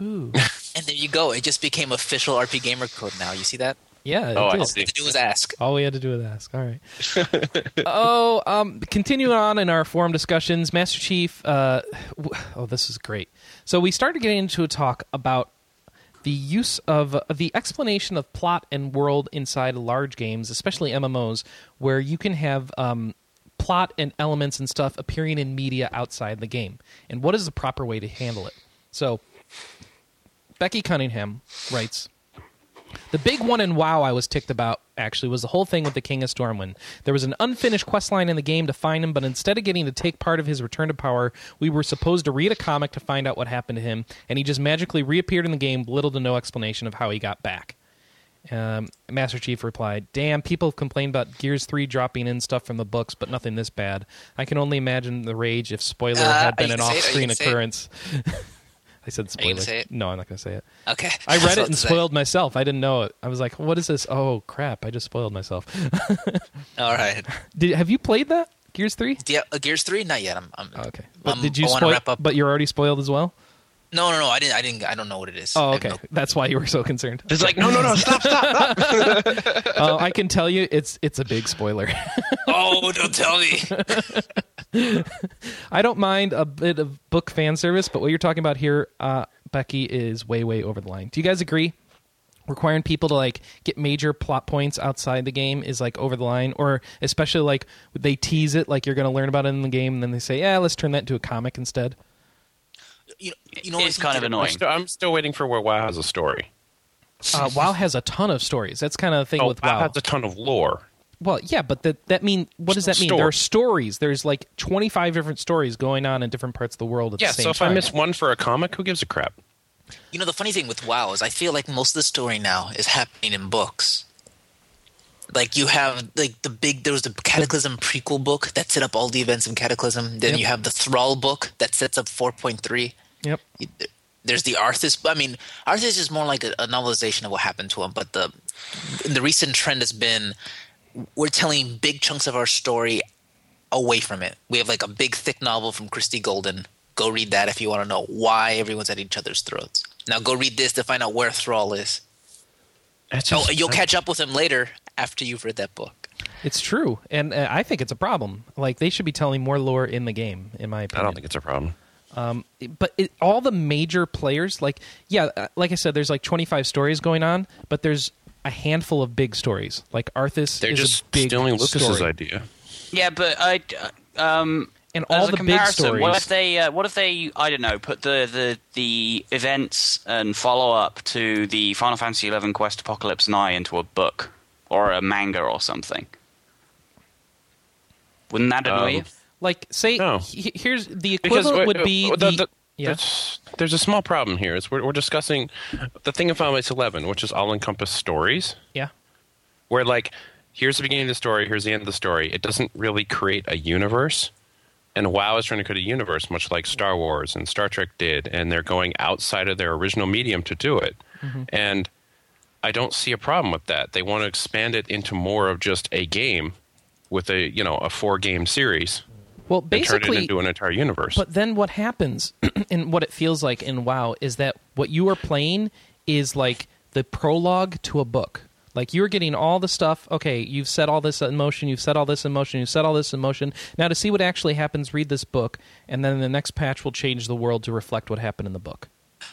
S1: Ooh.
S2: And there you go. It just became official RP Gamer code now. You see that?
S1: Yeah. it
S5: Oh, I
S1: did.
S5: see.
S2: To do is ask.
S1: All we had to do was ask. All right. oh, um, continuing on in our forum discussions, Master Chief. Uh, w- oh, this is great. So we started getting into a talk about the use of the explanation of plot and world inside large games, especially MMOs, where you can have um, plot and elements and stuff appearing in media outside the game, and what is the proper way to handle it. So Becky Cunningham writes. The big one in WoW I was ticked about actually was the whole thing with the King of Stormwind. There was an unfinished quest line in the game to find him, but instead of getting to take part of his return to power, we were supposed to read a comic to find out what happened to him, and he just magically reappeared in the game, little to no explanation of how he got back. Um, Master Chief replied, "Damn, people have complained about Gears Three dropping in stuff from the books, but nothing this bad. I can only imagine the rage if spoiler
S2: Uh,
S1: had
S2: are
S1: been
S2: you
S1: an
S2: gonna say it? Are you
S1: off-screen
S2: gonna say it?
S1: occurrence." I said
S2: Are you
S1: spoiler.
S2: gonna say it?
S1: No, I'm not going to say it.
S2: Okay.
S1: I
S2: That's
S1: read
S2: what
S1: it and
S2: to say.
S1: spoiled myself. I didn't know it. I was like, "What is this? Oh crap! I just spoiled myself."
S2: All right.
S1: Did have you played that Gears Three?
S2: Yeah, uh, Gears three? Not yet. I'm. I'm
S1: Oh, okay, but
S2: I'm,
S1: did you
S2: Um, I want
S1: spoil?
S2: to wrap up.
S1: But you're already spoiled as well.
S2: no, no, no. I didn't. I didn't. I don't know what it is. I
S1: Oh,
S2: have
S1: okay.
S2: no-
S1: That's why you were so concerned.
S5: It's like, no, no, no, stop, stop.
S1: Uh, I can tell you, it's it's a big spoiler.
S2: oh, don't tell me.
S1: I don't mind a bit of book fan service, but what you're talking about here, uh, Becky, is way way over the line. Do you guys agree? Requiring people to like get major plot points outside the game is like over the line, or especially like they tease it, like you're going to learn about it in the game, and then they say, "Yeah, let's turn that into a comic instead."
S2: You, you know,
S3: it's
S2: I
S3: kind of
S2: think
S5: I'm
S3: annoying.
S5: still, I'm still waiting for where WoW has a story.
S1: uh, WoW has a ton of stories. That's kind of the thing
S5: Oh,
S1: with
S5: WoW
S1: WoW.
S5: has a ton of lore.
S1: well, yeah, but that that mean what does that mean?
S5: Story.
S1: There are stories. There's like 25 different stories going on in different parts of the world at
S5: Yeah,
S1: the same
S5: so if
S1: time.
S5: I miss one for a comic, who gives a crap?
S2: You know, the funny thing with WoW is I feel like most of the story now is happening in books. Like you have like the big there was the Cataclysm prequel book that set up all the events in Cataclysm. Then
S1: Yep.
S2: you have the Thrall book that sets up four point three.
S1: yep.
S2: There's the Arthas. I mean, Arthas is more like a, a novelization of what happened to him. But the the recent trend has been we're telling big chunks of our story away from it. We have like a big thick novel from Christy Golden. Go read that if you want to know why everyone's at each other's throats. Now go read this to find out where Thrall is.
S5: That's
S2: Oh, you'll catch up with him later after you've read that book.
S1: It's true, and uh, I think it's a problem. Like they should be telling more lore in the game, in my
S5: I
S1: opinion.
S5: don't think it's a problem.
S1: but it, all the major players, like yeah, uh, like I said, there's like 25 stories going on, but there's a handful of big stories. Like Arthas
S5: They're
S1: is
S5: just
S1: a big
S5: stealing Lucas's
S1: story.
S5: idea.
S3: Yeah, but I. Um,
S1: And
S3: as
S1: all
S3: a
S1: the big
S3: comparison, What
S1: stories-
S3: if they? Uh, what if they? I don't know. Put the the the events and follow up to the Final Fantasy XI Quest Apocalypse Nine into a book or a manga or something. Wouldn't that annoy
S5: Um,
S3: you?
S1: Like say,
S5: No.
S1: he- here's the
S5: Because
S1: equivalent
S5: uh,
S1: would be the,
S5: uh, the- the-
S1: yeah.
S5: that's- there's a small problem here. Is we're, we're discussing the thing in Final Fantasy 11, which is all encompass stories,
S1: yeah.
S5: where like here's the beginning of the story, here's the end of the story. It doesn't really create a universe. And WoW is trying to create a universe, much like Star Wars and Star Trek did, and they're going outside of their original medium to do it.
S1: Mm-hmm.
S5: And I don't see a problem with that. They want to expand it into more of just a game with a you know a four game series
S1: Well,
S5: and turn it
S1: basically,
S5: into an entire universe.
S1: But then what happens, and what it feels like in WoW, is that what you are playing is like the prologue to a book. Like you're getting all the stuff. Okay, you've set all this in motion. You've set all this in motion. You've set all this in motion. Now to see what actually happens, read this book, and then the next patch will change the world to reflect what happened in the book.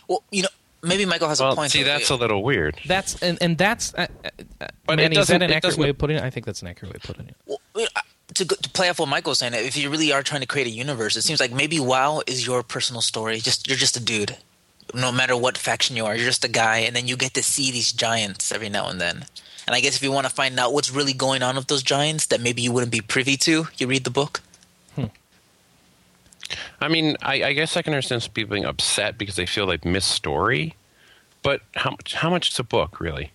S2: Well, you know, maybe Michael has a
S5: well,
S2: point.
S5: see,
S2: though.
S5: that's a little weird.
S1: That's and, and that's. Uh, uh,
S5: But
S1: Manny,
S5: it
S1: is that
S5: doesn't-
S1: an
S5: it
S1: accurate
S5: doesn't-
S1: way of putting it? I think that's an accurate way of putting it.
S2: Well, I- to, go, to play off what Michael's saying, if you really are trying to create a universe, it seems like maybe WoW is your personal story. Just you're just a dude, no matter what faction you are. You're just a guy, and then you get to see these giants every now and then. And I guess if you want to find out what's really going on with those giants that maybe you wouldn't be privy to, you read the book.
S5: I mean, I, I guess I can understand some people being upset because they feel they've missed story. But how much? How much is a book really?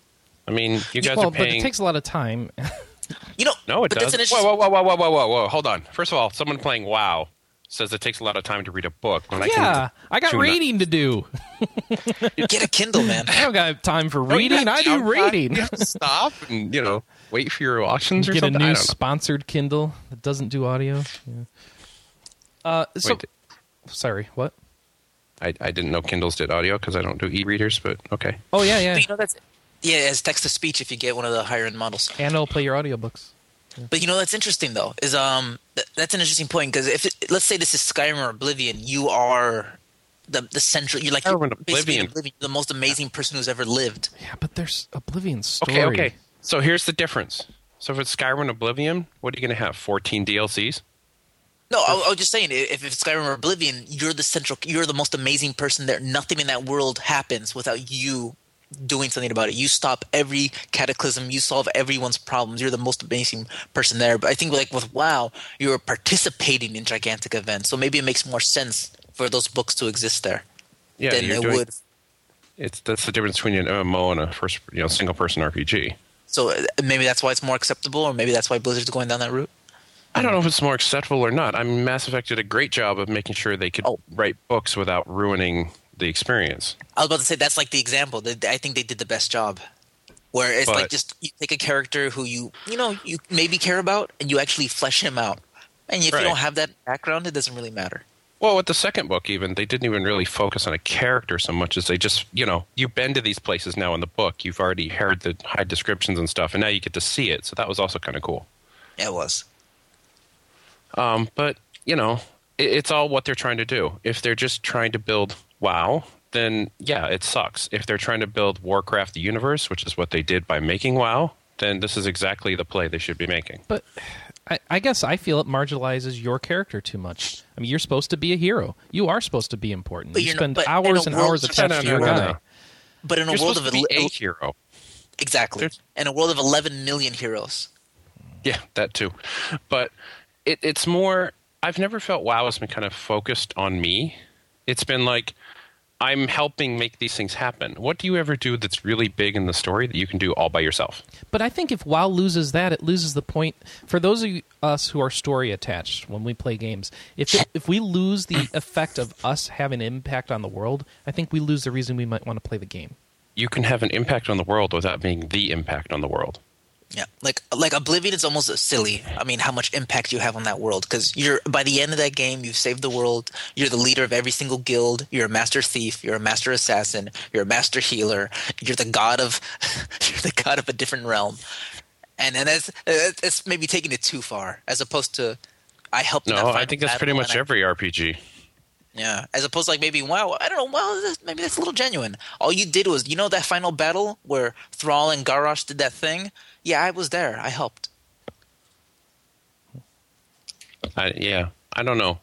S5: I mean, you guys
S1: well,
S5: are
S1: but it
S5: paying.
S1: takes a lot of time.
S2: You know,
S5: no, it
S2: but
S5: does.
S2: That's an
S5: whoa,
S2: interesting,
S5: whoa, whoa, whoa, whoa, whoa, whoa, whoa! Hold on. First of all, someone playing WoW says it takes a lot of time to read a book. When I can
S1: yeah, I got
S5: tune up-
S1: reading to do.
S2: Get a Kindle, man.
S1: I don't got time
S5: Oh,
S1: for reading. I do reading.
S5: You have to stop and you know wait for your auctions or
S1: get a
S5: something. I
S1: new
S5: don't know.
S1: sponsored Kindle that doesn't do audio. Yeah. Uh, so,
S5: Wait,
S1: sorry, what?
S5: I, I didn't know Kindles did audio because I don't do e-readers. But okay,
S1: Oh yeah, yeah.
S2: But, you know, that's yeah, as text to speech if you get one of the higher end models.
S1: And it'll play your audiobooks.
S2: But you know that's interesting though. Is um th- that's an interesting point because if it, let's say this is Skyrim or Oblivion, you are the the central. You're like
S5: Skyrim and
S2: basically
S5: Oblivion.
S2: the most amazing person who's ever lived.
S1: Yeah, but there's Oblivion's story.
S5: Okay, okay. So here's the difference. So if it's Skyrim and Oblivion, what are you going to have? 14 DLCs?
S2: No, I, I was just saying, i- if it's Skyrim or Oblivion, you're the central, you're the most amazing person there. Nothing in that world happens without you doing something about it. You stop every cataclysm, you solve everyone's problems. You're the most amazing person there. But I think like with WoW, you're participating in gigantic events, so maybe it makes more sense for those books to exist there
S5: Yeah,
S2: than
S5: you're
S2: it
S5: doing,
S2: would.
S5: It's that's the difference between an MMO and a first, you know, single person RPG.
S2: So uh, maybe that's why it's more acceptable, or maybe that's why Blizzard's going down that route.
S5: I don't know if it's more acceptable or not. I mean, Mass Effect did a great job of making sure they could
S2: Oh.
S5: write books without ruining the experience.
S2: I was about to say that's like the example. They- I think they did the best job, where it's
S5: But-
S2: like just you take a character who you you know you maybe care about and you actually flesh him out, and if
S5: Right.
S2: you don't have that background, it doesn't really matter.
S5: Well, with the second book, even they didn't even really focus on a character so much as they just, you know, you've been to these places now in the book. You've already heard the high descriptions and stuff, and now you get to see it. So that was also kind of cool.
S2: It was
S5: Um, but you know, it, it's all what they're trying to do. If they're just trying to build WoW, then yeah, it sucks. If they're trying to build Warcraft the universe, which is what they did by making WoW, then this is exactly the play they should be making.
S1: But I, I guess I feel it marginalizes your character too much. I mean, you're supposed to be a hero. You are supposed to be important.
S2: But
S1: you
S2: you're not-
S1: spend
S2: but in
S1: hours
S2: a
S1: and
S2: world-
S1: hours
S2: No,
S1: attached
S5: no,
S1: to
S5: no,
S1: your
S5: no,
S1: guy.
S5: no.
S2: but in a
S5: You're
S2: world
S5: supposed
S2: of
S5: to be
S2: ele-
S5: a hero.
S2: exactly
S5: There's-
S2: in a world of eleven million heroes.
S5: Yeah, that too. But it, it's more. I've never felt WoW has been kind of focused on me. It's been like I'm helping make these things happen. What do you ever do that's really big in the story that you can do all by yourself?
S1: But I think if WoW loses that, it loses the point for those of you- us who are story attached when we play games. If it, if we lose the effect of us having an impact on the world, I think we lose the reason we might want to play the game.
S5: you can have an impact on the world without being the impact on the world.
S2: Yeah, like like Oblivion is almost silly. I mean, how much impact you have on that world because you're by the end of that game, you've saved the world. You're the leader of every single guild. You're a master thief. You're a master assassin. You're a master healer. You're the god of you're the god of a different realm. And and that's that's maybe taking it too far as opposed to I helped. in
S5: No,
S2: that
S5: I
S2: final
S5: think that's
S2: battle
S5: pretty
S2: and
S5: much
S2: I-
S5: every RPG.
S2: yeah, as opposed to like maybe wow, I don't know. Well, this, maybe that's a little genuine. All you did was you know that final battle where Thrall and Garrosh did that thing. Yeah, I was there. I helped.
S5: I, yeah, I don't know.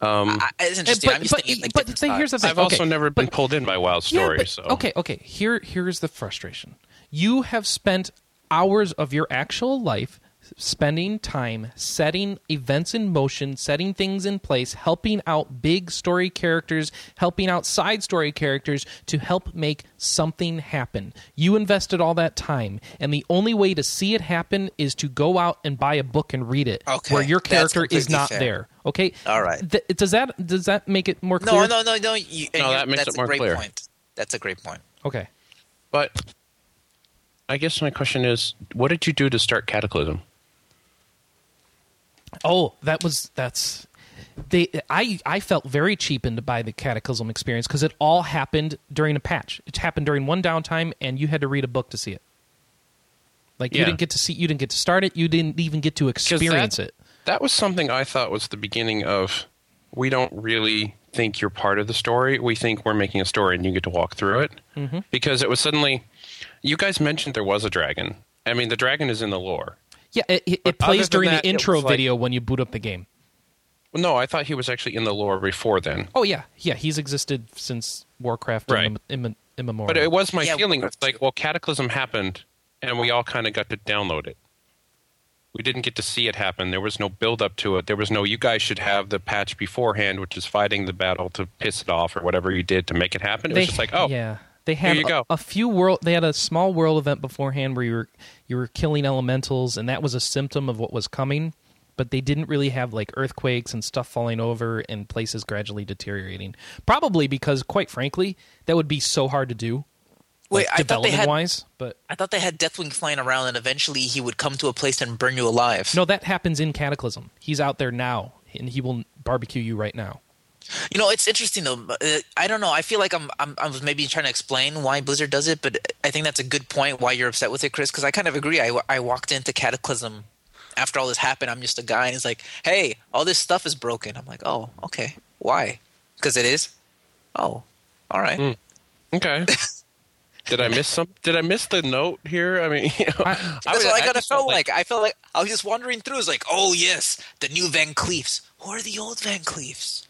S2: I, it's
S1: Eh,
S2: interesting. I'm just thinking, like,
S1: but
S2: different
S1: the- here's the
S2: styles.
S1: thing.
S5: I've also
S1: Okay,
S5: never been
S1: but-
S5: pulled in by WoW story.
S1: Yeah, but-
S5: so
S1: Okay, okay. Here, here's the frustration. You have spent hours of your actual life spending time setting events in motion, setting things in place, helping out big story characters, helping out side story characters to help make something happen. You invested all that time, and the only way to see it happen is to go out and buy a book and read it,
S2: Okay,
S1: where your
S2: that's
S1: character is
S2: completely
S1: not
S2: fair.
S1: there. Okay,
S2: All right.
S1: Th- does that does that make it more clear?
S2: No, no, no, no. You, and
S5: No,
S2: you're-
S5: that makes
S2: that's
S5: it more
S2: a great
S5: clear.
S2: Point. That's a great point.
S1: Okay.
S5: but I guess my question is, what did you do to start Cataclysm?
S1: Oh, that was that's they I I felt very cheapened by the Cataclysm experience because it all happened during a patch. It happened during one downtime and you had to read a book to see it. Like you
S5: Yeah.
S1: didn't get to see you didn't get to start it, you didn't even get to
S5: 'Cause
S1: experience
S5: that,
S1: it.
S5: That was something I thought was the beginning of. We don't really think you're part of the story. We think we're making a story, and you get to walk through it. Mm-hmm. Because it was suddenly, you guys mentioned there was a dragon. I mean, the dragon is in the lore.
S1: Yeah, it, it,
S5: But
S1: it plays
S5: other than
S1: during
S5: that,
S1: the
S5: it
S1: intro
S5: was like-
S1: video when you boot up the game.
S5: Well, no, I thought he was actually in the lore before then.
S1: Oh yeah, yeah, he's existed since Warcraft
S5: Right.
S1: and Immem- Immem- immemorial.
S5: But it was my
S2: Yeah,
S5: feeling. It's like, well, Cataclysm happened, and we all kind of got to download it. We didn't get to see it happen. There was no build up to it. There was no, you guys should have the patch beforehand, which is fighting the battle to piss it off or whatever you did to make it happen. It was just like, oh,
S1: yeah. They had
S5: you
S1: a,
S5: go.
S1: a few world. They had a small world event beforehand where you were you were killing elementals, and that was a symptom of what was coming. But they didn't really have like earthquakes and stuff falling over and places gradually deteriorating. Probably because, quite frankly, that would be so hard to do.
S2: Wait,
S1: like,
S2: I thought they
S1: development
S2: had.
S1: wise, but
S2: I thought they had Deathwing flying around, and eventually he would come to a place and burn you alive.
S1: no, that happens in Cataclysm. He's out there now, and he will barbecue you right now.
S2: You know, it's interesting though. but, uh, I don't know. I feel like I'm, I'm I'm maybe trying to explain why Blizzard does it, but I think that's a good point why you're upset with it, Chris. Because I kind of agree. I I walked into Cataclysm after all this happened. I'm just a guy, and it's like, hey, all this stuff is broken. I'm like, oh, okay. Why? Because it is. Oh, all right.
S5: Okay. Did I miss some? Did I miss the note here? I mean, you know, I,
S2: That's
S5: was-
S2: what I, gotta
S5: just felt
S2: felt like. I felt like I was just wandering through. It's like, oh yes, the new Van Cleefs. Who are the old Van Cleefs?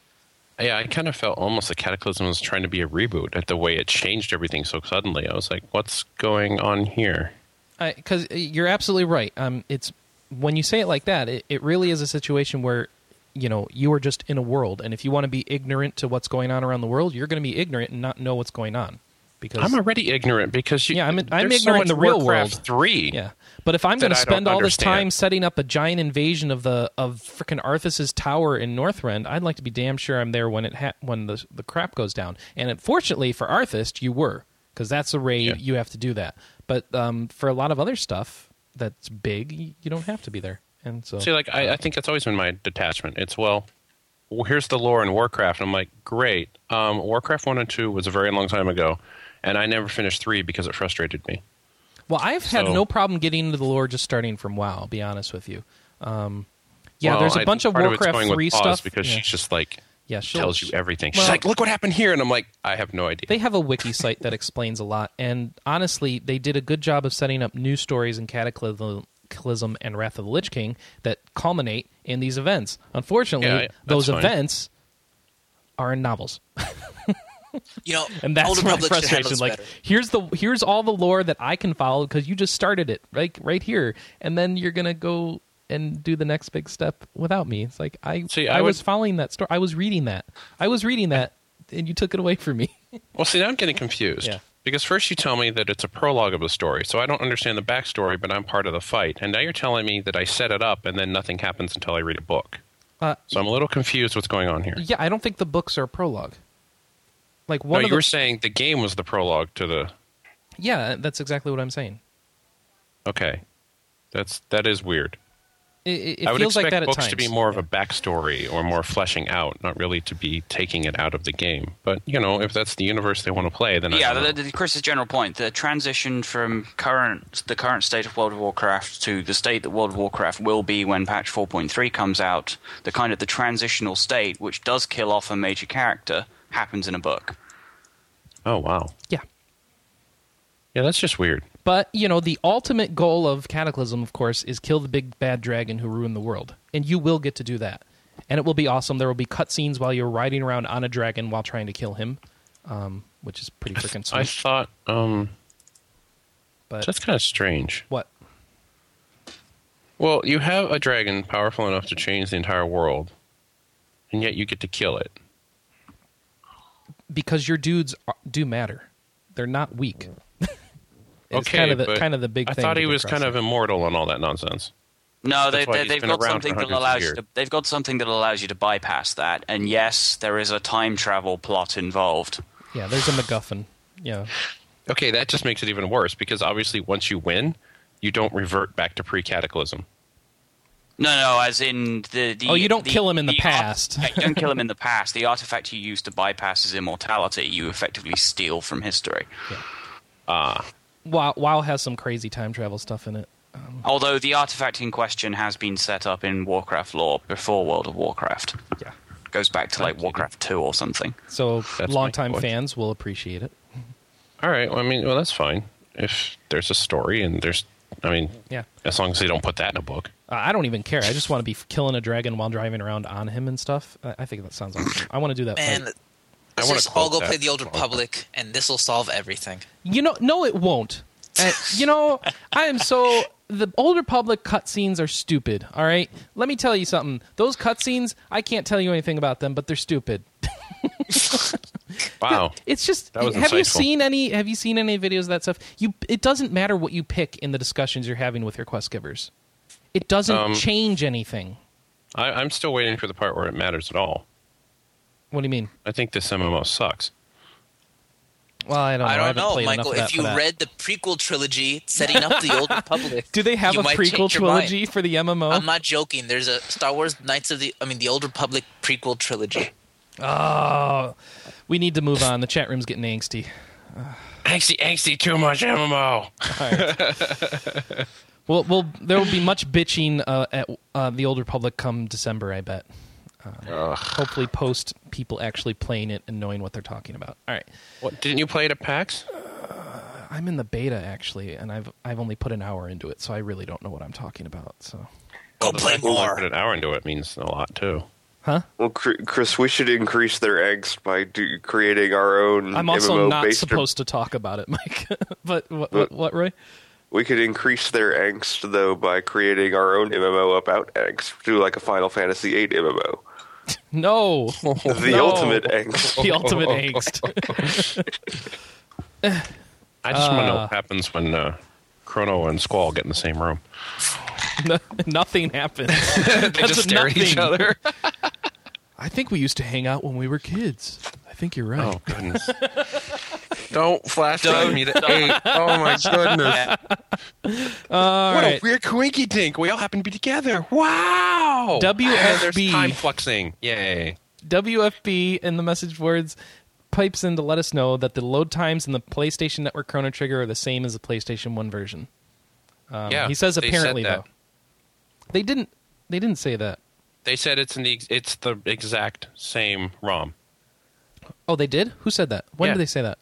S5: Yeah, I kind of felt almost like Cataclysm was trying to be a reboot at the way it changed everything so suddenly. I was like, what's going on here?
S1: because you're absolutely right. Um, it's when you say it like that, it, it really is a situation where you know you are just in a world, and if you want to be ignorant to what's going on around the world, you're going to be ignorant and not know what's going on. Because
S5: I'm already ignorant because you,
S1: Yeah, I'm- I'm
S5: there's so
S1: ignorant in the
S5: much
S1: real
S5: Warcraft
S1: world.
S5: Three.
S1: yeah, but if I'm
S5: That
S1: going to
S5: I don't
S1: spend all this
S5: understand.
S1: time setting up a giant invasion of the of frickin' Arthas's tower in Northrend, I'd like to be damn sure I'm there when it ha- when the the crap goes down. And unfortunately for Arthas, you were because that's a raid
S5: Yeah.
S1: you have to do that. But um, for a lot of other stuff that's big, y- you don't have to be there. And so
S5: See, like I, I think that's always been my detachment. It's well, well, here's the lore in Warcraft. And I'm like, great. Um, Warcraft one and two was a very long time ago, and I never finished three because it frustrated me.
S1: Well, I've had
S5: So-
S1: no problem getting into the lore just starting from WoW. I'll be honest with you. Um, yeah,
S5: Well,
S1: there's
S5: I
S1: a bunch
S5: think
S1: of
S5: part it's
S1: Warcraft
S5: going with
S1: three
S5: Oz
S1: stuff
S5: because
S1: yeah.
S5: she's just like
S1: Yeah, she'll-
S5: tells you everything.
S1: well-
S5: she's like, look what happened here, and I'm like, I have no idea.
S1: they have a wiki site that explains a lot, and honestly, they did a good job of setting up new stories in Cataclysm and Wrath of the Lich King that culminate in these events. Unfortunately,
S5: Yeah, yeah,
S1: those
S5: that's fine.
S1: events are in novels.
S2: You know,
S1: and that's
S2: Old
S1: my
S2: Republic should handle
S1: frustration.
S2: this
S1: Like,
S2: better.
S1: here's the here's all the lore that I can follow because you just started it like right here, and then you're gonna go and do the next big step without me. It's like I
S5: See,
S1: I,
S5: I
S1: was
S5: would-
S1: following that story. I was reading that. I was reading that, and you took it away from me.
S5: Well, see, now I'm getting confused.
S1: Yeah.
S5: Because first you tell me that it's a prologue of the story, so I don't understand the backstory, but I'm part of the fight. And now you're telling me that I set it up and then nothing happens until I read a book.
S1: Uh,
S5: So I'm a little confused what's going on here.
S1: yeah, I don't think the books are a prologue. Like
S5: No,
S1: one
S5: you
S1: of the,
S5: were saying the game was the prologue to the.
S1: yeah, that's exactly what I'm saying.
S5: Okay, that's that is weird.
S1: It, it, it
S5: I would
S1: feels
S5: expect
S1: like that at
S5: books
S1: times.
S5: to be more of a backstory or more fleshing out, not really to be taking it out of the game. But you know, if that's the universe they want to play, then I
S3: Yeah,
S5: don't know.
S3: the, the, Chris's general point: the transition from current the current state of World of Warcraft to the state that World of Warcraft will be when patch 4.3 comes out, the kind of the transitional state which does kill off a major character happens in a book.
S5: oh wow,
S1: yeah.
S5: yeah, that's just weird.
S1: But you know, the ultimate goal of Cataclysm, of course, is kill the big bad dragon who ruined the world, and you will get to do that, and it will be awesome. There will be cutscenes while you're riding around on a dragon while trying to kill him, um, which is pretty freaking
S5: I
S1: sweet.
S5: thought um,
S1: But
S5: that's kind of strange.
S1: what?
S5: Well, you have a dragon powerful enough to change the entire world, and yet you get to kill it.
S1: Because your dudes are, do matter; they're not weak. it's
S5: okay,
S1: kind of the
S5: but
S1: kind of the big.
S5: I
S1: thing
S5: thought
S1: to
S5: he
S1: get
S5: was
S1: across
S5: kind
S1: there.
S5: of immortal and all that nonsense.
S3: No, they,
S5: why
S3: they,
S5: he's
S3: they've
S5: been
S3: got
S5: around
S3: something
S5: for
S3: that
S5: hundreds of
S3: allows you
S5: years.
S3: to, they've got something that allows you to bypass that. And yes, there is a time travel plot involved.
S1: yeah. There's a MacGuffin. Yeah,
S5: Okay, that just makes it even worse because obviously once you win, you don't revert back to pre-cataclysm.
S3: No, no, as in the. the
S1: Oh, you don't
S3: the-
S1: kill him in the
S3: art-
S1: past.
S3: yeah, you don't kill him in the past. The artifact you use to bypass his immortality, you effectively steal from history.
S1: WoW, WoW has some crazy time travel stuff in it.
S3: Although the artifact in question has been set up in Warcraft lore before World of Warcraft.
S1: Yeah.
S3: Goes back to like Warcraft 2 or something.
S1: So
S5: That's my
S1: longtime
S5: point.
S1: fans will appreciate it.
S5: All right, well, I mean, well, that's fine if there's a story and there's, I mean,
S1: Yeah.
S5: as long as they don't put that in a book.
S1: Uh, I don't even care. I just want to be f- killing a dragon while driving around on him and stuff. I, I think that sounds awesome. I want to do that.
S2: Man,
S1: fight.
S5: I
S2: let's
S5: wanna
S2: just all
S5: quote
S2: go
S5: that.
S2: play the Old Republic, and this will solve everything.
S1: You know, no, it won't. Uh, you know, I am so. The Old Republic cutscenes are stupid. All right, let me tell you something. Those cutscenes, I can't tell you anything about them, but they're stupid.
S5: Wow,
S1: It's just
S5: That was
S1: have you
S5: insightful.
S1: seen any have you seen any videos of that stuff? You it doesn't matter what you pick in the discussions you're having with your quest givers. It doesn't
S5: Um,
S1: change anything.
S5: I, I'm still waiting for the part where it matters at all.
S1: What do you mean?
S5: I think this MMO sucks.
S1: Well, I don't know.
S2: I don't
S1: haven't
S2: know,
S1: played enough
S2: Michael.
S1: of that
S2: If
S1: for
S2: you
S1: that.
S2: read the prequel trilogy setting up the Old Republic,
S1: Do they have
S2: you
S1: a
S2: might
S1: prequel
S2: change your mind.
S1: trilogy for the MMO?
S2: I'm not joking. There's a Star Wars Knights of the, I mean, the Old Republic prequel trilogy.
S1: Oh, we need to move on. The chat room's getting angsty.
S5: Angsty, angsty, too much MMO.
S1: Well, well, there will be much bitching uh, at uh, the Old Republic come December, I bet. Uh, hopefully, post people actually playing it and knowing what they're talking about. All right,
S5: What, didn't you play it at PAX?
S1: I'm in the beta actually, and I've I've only put an hour into it, so I really don't know what I'm talking about. So,
S2: Go
S5: Oh, The
S2: play
S5: fact that you
S2: more.
S5: Put an hour into it means a lot too.
S1: huh?
S4: Well, Cr- Chris, we should increase their angst by do- creating our own.
S1: I'm also
S4: MMO
S1: not
S4: based-
S1: supposed to talk about it, Mike. but what, what, what, Roy?
S4: We could increase their angst though by creating our own MMO about angst, do like a Final Fantasy VIII MMO.
S1: No,
S4: The
S1: Oh, No.
S4: ultimate angst.
S1: the ultimate angst.
S5: I just want to know what happens when uh, Chrono and Squall get in the same room.
S1: No- nothing happens.
S5: they
S1: That's
S5: just stare at each
S1: nothing.
S5: other.
S1: I think we used to hang out when we were kids. I think you're right.
S5: Oh goodness! Don't flashlight me to eight. Oh my goodness!
S1: All
S5: what
S1: right.
S5: a weird coinky dink. We all happen to be together. Wow!
S1: WFB.
S5: There's time fluxing. Yay!
S1: WFB in the message boards pipes in to let us know that the load times in the PlayStation Network Chrono Trigger are the same as the PlayStation One version. Um,
S5: Yeah,
S1: he says
S5: they said
S1: apparently though
S5: that.
S1: they didn't they didn't say that.
S5: They said it's in the ex- it's the exact same ROM.
S1: Oh, they did. Who said that? When
S5: Yeah.
S1: did they say that?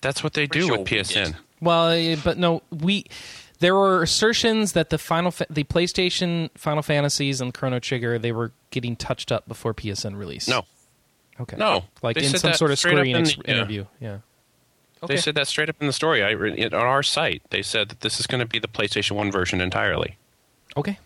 S5: That's what they do
S2: sure
S5: with
S2: we
S5: PSN.
S2: did.
S1: Well, eh, but no, we there were assertions that the final fa- the PlayStation Final Fantasies and Chrono Trigger they were getting touched up before PSN release.
S5: No,
S1: Okay.
S5: No.
S1: Like
S5: They
S1: in
S5: said
S1: some
S5: that
S1: sort of
S5: straight
S1: Square
S5: up in
S1: Enix
S5: the- yeah.
S1: interview. Yeah.
S5: They said that straight up in the story. I re- it- on our site, they said that this is going to be the PlayStation One version entirely.
S1: Okay.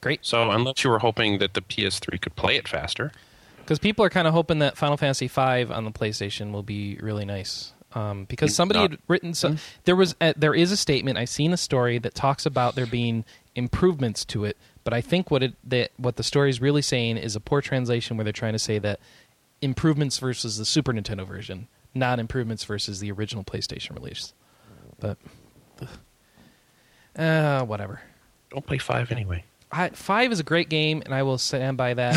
S1: Great.
S5: So unless you were hoping that the PS3 could play it faster,
S1: Because people are kind of hoping that Final Fantasy V on the PlayStation will be really nice. Um, because
S5: It's
S1: somebody
S5: not.
S1: had written so there was a, there is a statement I've seen a story that talks about there being improvements to it, but I think what it that what the story is really saying is a poor translation where they're trying to say that improvements versus the Super Nintendo version, not improvements versus the original PlayStation release. But ugh. uh, whatever.
S5: don't play five anyway.
S1: I, five is a great game, and I will stand by that.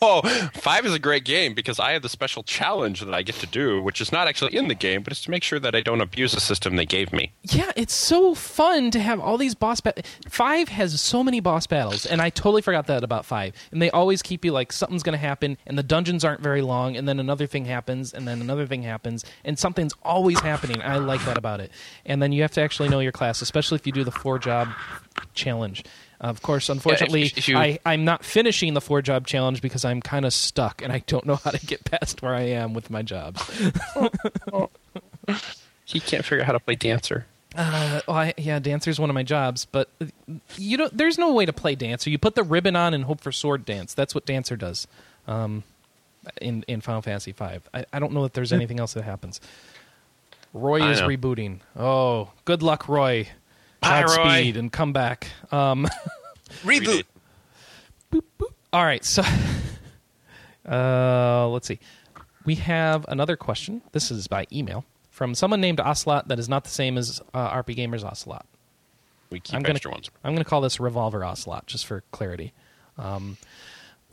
S5: Oh, five is a great game because I have the special challenge that I get to do, which is not actually in the game, but it's to make sure that I don't abuse the system they gave me.
S1: yeah, it's so fun to have all these boss battles. Five has so many boss battles, and I totally forgot that about five. And they always keep you like something's going to happen, and the dungeons aren't very long, and then another thing happens, and then another thing happens, and something's always happening. I like that about it. And then you have to actually know your class, especially if you do the four job challenge. Of course, unfortunately,
S5: if you-
S1: I, I'm not finishing the four job challenge because I'm kind of stuck and I don't know how to get past where I am with my jobs.
S5: He can't figure out how to play dancer.
S1: Oh, I, yeah, dancer's one of my jobs, but you don't. There's no way to play dancer. You put the ribbon on and hope for sword dance. That's what dancer does. Um, in in Final Fantasy V, I, I don't know that there's anything else that happens. Roy
S5: Hmm. I
S1: is
S5: know.
S1: rebooting. Oh, good luck, Roy.
S5: Bye, Roy.
S1: Godspeed and come back. Um,
S2: Reboot.
S1: all right, so uh, let's see. We have another question. This is by email from someone named Ocelot that is not the same as uh, RP Gamers Ocelot.
S5: We keep
S1: I'm gonna,
S5: extra ones.
S1: I'm going to call this Revolver Ocelot just for clarity. Um,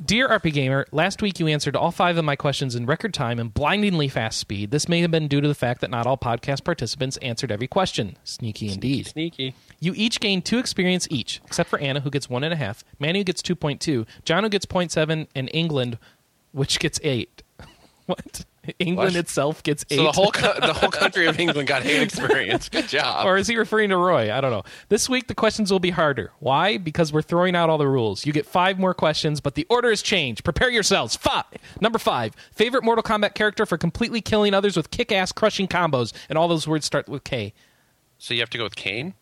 S1: Dear RP Gamer, last week you answered all five of my questions in record time and blindingly fast speed. This may have been due to the fact that not all podcast participants answered every question. Sneaky indeed.
S5: Sneaky.
S1: You each gain two experience each, except for Anna, who gets one and a half, Manu gets 2.2, John, who gets 0.7, and England, which gets eight. what? England
S5: What?
S1: itself gets eight.
S5: So the whole co- the whole country of England got hate experience. Good job.
S1: or is he referring to Roy? I don't know. This week the questions will be harder. Why? Because we're throwing out all the rules. You get five more questions, but the order has changed. Prepare yourselves. Five. Number five. Favorite Mortal Kombat character for completely killing others with kick-ass crushing combos, and all those words start with K.
S5: so you have to go with Kane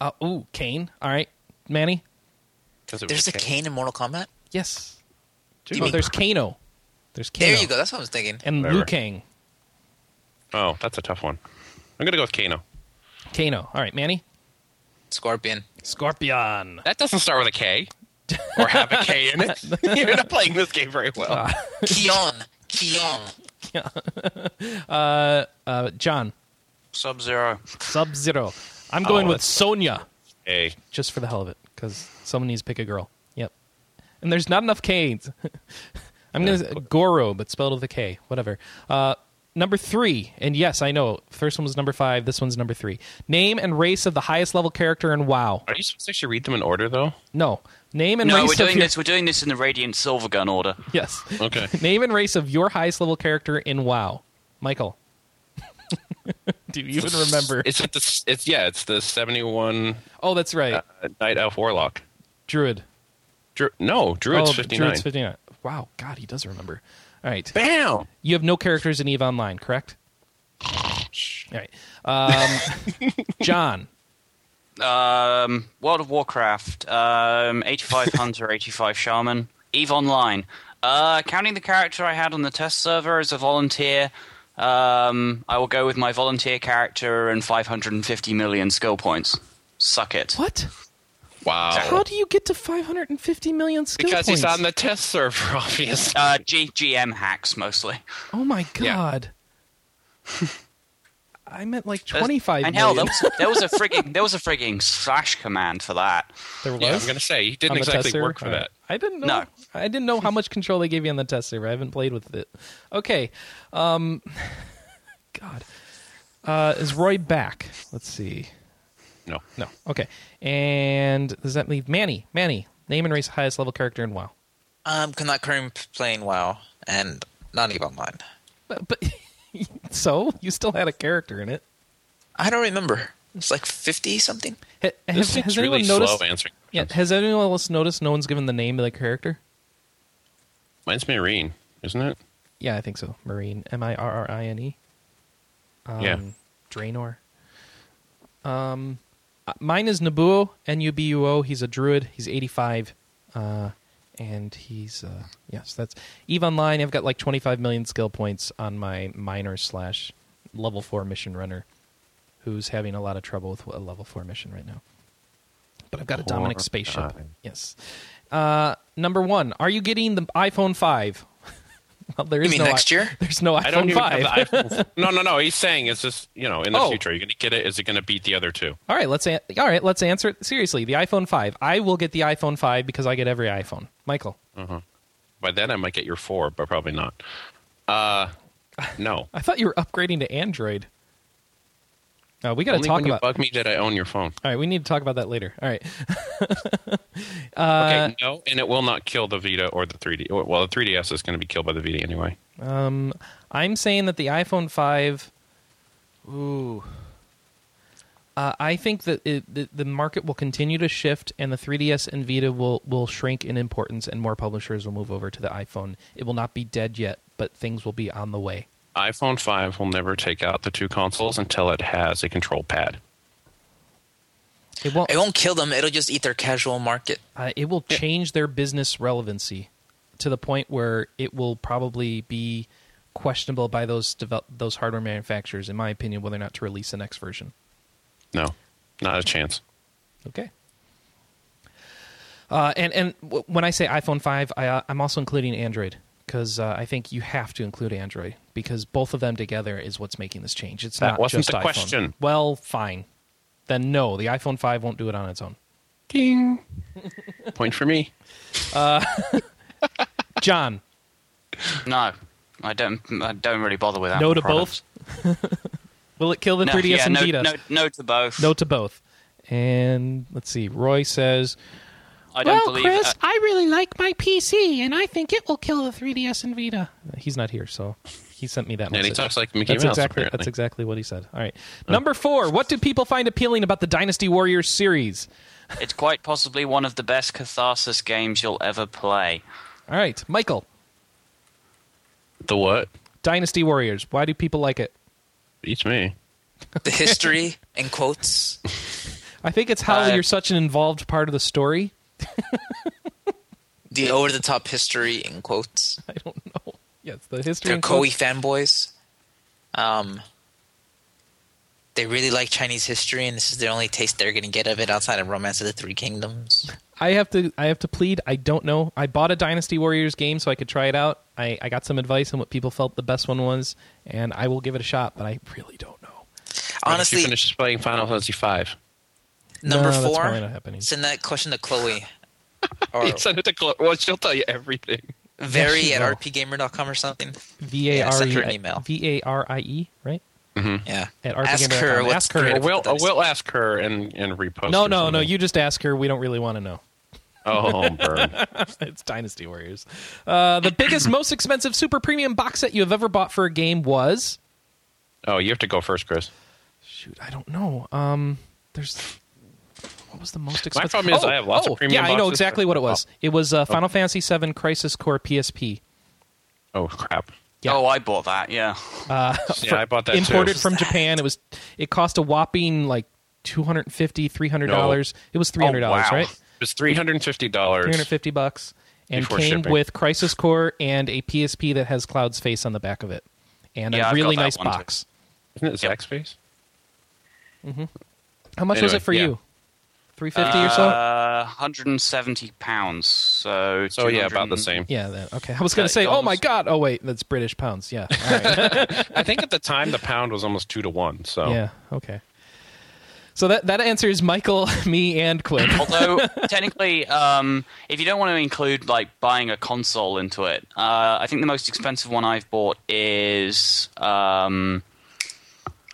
S1: Uh, ooh, Kane. All right, Manny.
S5: because
S2: There's a cane in Mortal Kombat.
S1: Yes.
S5: Do
S1: Oh,
S2: you-
S1: there's Kano. There's Kano.
S2: There you go. That's what I was thinking.
S1: And Liu
S5: Whatever.
S1: Kang.
S5: Oh, that's a tough one. I'm gonna go with Kano.
S1: Kano. All right, Manny.
S2: Scorpion.
S1: Scorpion.
S5: That doesn't start with a K or have a K in it. Uh, You're not playing this game very well.
S2: Kion. Kion.
S1: Uh, John.
S3: Sub Zero.
S1: Sub Zero. I'm going with
S5: that's-
S1: Sonya.
S5: A.
S1: just for the hell of it, because someone needs to pick a girl. Yep. And there's not enough Canes. I'm going to Goro, but spelled with a K. Whatever. Uh, number three, and yes, I know. First one was number five. This one's number three. Name and race of the highest level character in WoW.
S5: Are you supposed to actually read them in order, though?
S1: No, name and
S3: No,
S1: race.
S3: we're
S1: of
S3: doing
S1: your-
S3: this. We're doing this in the Radiant Silver Gun order.
S1: Yes.
S5: Okay.
S1: name and race of your highest level character in WoW. Michael. Do you even remember?
S5: It's at the s- it's yeah, it's the seventy one
S1: Oh, that's right.
S5: uh, Night Elf Warlock.
S1: Druid.
S5: Dru- no, Druid's
S1: oh,
S5: fifty nine.
S1: Druid's 59. Wow, God, he does remember. All right.
S5: Bam!
S1: You have no characters in EVE Online, correct? All right. Um, John.
S3: Um, World of Warcraft. Um, 85 Hunter, 85 Shaman. Eve Online. Uh, counting the character I had on the test server as a volunteer, um, I will go with my volunteer character and 550 million skill points. Suck it.
S1: What? How
S5: Wow.
S1: do you get to 550 million skill
S5: Because
S1: points?
S5: he's on the test server, obviously.
S3: Uh, GGM hacks mostly.
S1: Oh my
S5: Yeah.
S1: God. I meant like
S3: That's-
S1: 25
S3: And hell, there
S1: million.
S3: was, there was a frigging there was a frigging slash command for that.
S1: There was?
S5: yeah, I'm gonna say he
S1: on
S5: didn't
S1: the test
S5: exactly
S1: server?
S5: work for
S1: All right.
S5: that.
S1: I didn't know.
S3: No.
S1: I didn't know how much control they gave you on the test server. I haven't played with it. Okay. Um, God. Uh, is Roy back? Let's see.
S5: No,
S1: No. Okay. And does that leave Manny? Manny, name and race highest level character in WoW.
S2: I'm not currently playing WoW and not even online.
S1: But, but so you still had a character in it.
S2: I don't remember. It's like 50 something.
S1: Ha-
S5: this
S1: Has,
S5: thing's
S1: has anyone
S5: really
S1: noticed?
S5: slow answering.
S1: Yeah, has anyone else noticed no one's given the name of the character?
S5: Mine's Marine, isn't it?
S1: Yeah, I think so. Marine, M I R R I N E. Um,
S5: Yeah.
S1: Draenor. Um, uh, mine is Nabuo, N U B U O. He's a druid. He's 85. Uh, and he's, uh, yes, that's Eve Online. I've got like 25 million skill points on my minor slash level 4 mission runner who's having a lot of trouble with a level 4 mission right now. But I've got a Dominic
S5: Poor
S1: spaceship.
S5: guy.
S1: Yes. Uh, number one, are you getting the iPhone 5? well, there is
S2: You mean
S1: no
S2: next
S1: i-
S2: year?
S1: There's no iPhone
S5: I don't even
S1: 5.
S5: have the iPhone. no, no, no. He's saying it's just you know in the
S1: Oh.
S5: future you're gonna get it. Is it gonna beat the other two?
S1: All right, let's an- all right, let's answer it seriously. The iPhone 5. I will get the iPhone 5 because I get every iPhone. Michael,
S5: Hmm. By then I might get your four, but probably not. Uh, no.
S1: I thought you were upgrading to Android. Uh, we got to
S5: Only
S1: talk
S5: when you
S1: about.
S5: bug me did I own your phone.
S1: all right, we need to talk about that later. All right, Uh,
S5: okay, no, and it will not kill the Vita or the 3D. or- Well, the 3DS is going to be killed by the Vita anyway.
S1: I'm saying that the iPhone 5. Ooh. Uh, I think that it, the, the market will continue to shift, and the 3DS and Vita will, will shrink in importance, and more publishers will move over to the iPhone. It will not be dead yet, but things will be on the way.
S5: iPhone 5 will never take out the two consoles until it has a control pad.
S1: It won't.
S2: It won't kill them. It'll just eat their casual market.
S1: uh, it will change their business relevancy to the point where it will probably be questionable by those develop- those hardware manufacturers, in my opinion, whether or not to release the next version.
S5: No, not a chance.
S1: Okay. Uh, and and w- when I say iPhone five, I, uh, I'm also including Android because uh, I think you have to include Android because both of them together is what's making this change. It's
S5: That
S1: not
S5: wasn't
S1: just
S5: the
S1: iPhone.
S5: question.
S1: Well, fine. Then no, the iPhone five won't do it on its own.
S5: Ding. Point for me.
S1: John,
S3: No, I don't. I don't really bother with that.
S1: no to both. will it kill the
S3: No,
S1: 3ds
S3: yeah,
S1: and
S3: no,
S1: Vita?
S3: no, no to both.
S1: No to both. And let's see. Roy says,
S3: I don't believe. uh,
S1: I really like my PC, and I think it will kill the 3DS and Vita." He's not here, so he sent me that.
S5: he
S1: message.
S5: talks like Mickey
S1: that's
S5: Mouse,
S1: Exactly, that's
S5: apparently.
S1: exactly what he said. All right, number four. What do people find appealing about the Dynasty Warriors series?
S3: It's quite possibly one of the best catharsis games you'll ever play.
S1: All right, Michael.
S5: The what?
S1: Dynasty Warriors. Why do people like it?
S5: Beats me.
S2: The history, in quotes.
S1: I think it's how
S3: Uh,
S1: you're such an involved part of the story.
S2: The over the top history, in quotes.
S1: I don't know. Oh, Yes, the history.
S2: They're
S1: and stuff.
S2: Koei fanboys. Um, they really like Chinese history, and this is the only taste they're going to get of it outside of Romance of the Three Kingdoms.
S1: I have to I have to plead I don't know. I bought a Dynasty Warriors game so I could try it out. I, I got some advice on what people felt the best one was, and I will give it a shot, but I really don't know.
S5: Honestly,
S2: Honestly,
S5: you finish playing Final Fantasy V.
S2: number
S1: No, that's
S2: four.
S1: probably not happening.
S2: Send that question to Chloe. Or-
S5: Send it to Chloe. Well, she'll tell you everything.
S2: Very
S1: Yes, you
S2: at
S1: will.
S2: rpgamer.com or something.
S1: V A
S2: Yeah,
S1: R
S2: send her an
S1: E
S2: email.
S1: V A R I E, right?
S2: Yeah.
S1: At
S2: ask
S1: rpgamer.com.
S2: her. What's
S1: Ask
S2: the
S1: her.
S5: Or
S2: creative
S5: we'll, or
S2: difficulties.
S5: we'll ask her and, and repost.
S1: No, no,
S5: or
S1: no.
S5: something.
S1: You just ask her. We don't really want to know.
S5: Oh, burn.
S1: it's Dynasty Warriors. Uh, the biggest, most expensive super premium box set you have ever bought for a game was.
S5: Oh, you have to go first, Chris.
S1: Shoot, I don't know. Um, there's. What was the most expensive? Oh,
S5: problem is I have lots of premium
S1: Yeah, I know
S5: boxes.
S1: exactly what it was. It was uh, Final Fantasy VII Crisis Core PSP.
S5: Oh crap!
S1: Yeah.
S3: Oh, I bought that. Yeah.
S5: Yeah, I bought that
S1: imported
S5: too.
S1: from Japan. It was it cost a whopping like 250 300 dollars. It was
S5: Oh,
S1: $300,
S5: wow.
S1: right?
S5: It was three hundred and fifty dollars.
S1: 350 bucks and
S5: Before
S1: came
S5: shipping.
S1: with Crisis Core and a PSP that has Cloud's face on the back of it. And
S3: Yeah,
S1: a
S3: I've
S1: really
S3: got that
S1: nice
S3: one, too.
S1: box.
S5: Isn't it Zach's face?
S1: How much was
S5: Anyway,
S1: it for
S5: yeah.
S1: you? 350 or so?
S3: Uh, 170 pounds. So.
S5: So Oh, yeah, about the
S3: 200
S5: same.
S1: Yeah, that, okay. I was going
S3: uh,
S1: to say, "Oh my
S3: almost-
S1: god. Oh wait, that's British pounds." Yeah. All right.
S5: I think at the time the pound was almost two to one. So
S1: yeah, okay. So that that answers Michael, me and Quinn.
S3: Although technically, um, if you don't want to include like buying a console into it, uh, I think the most expensive one I've bought is um,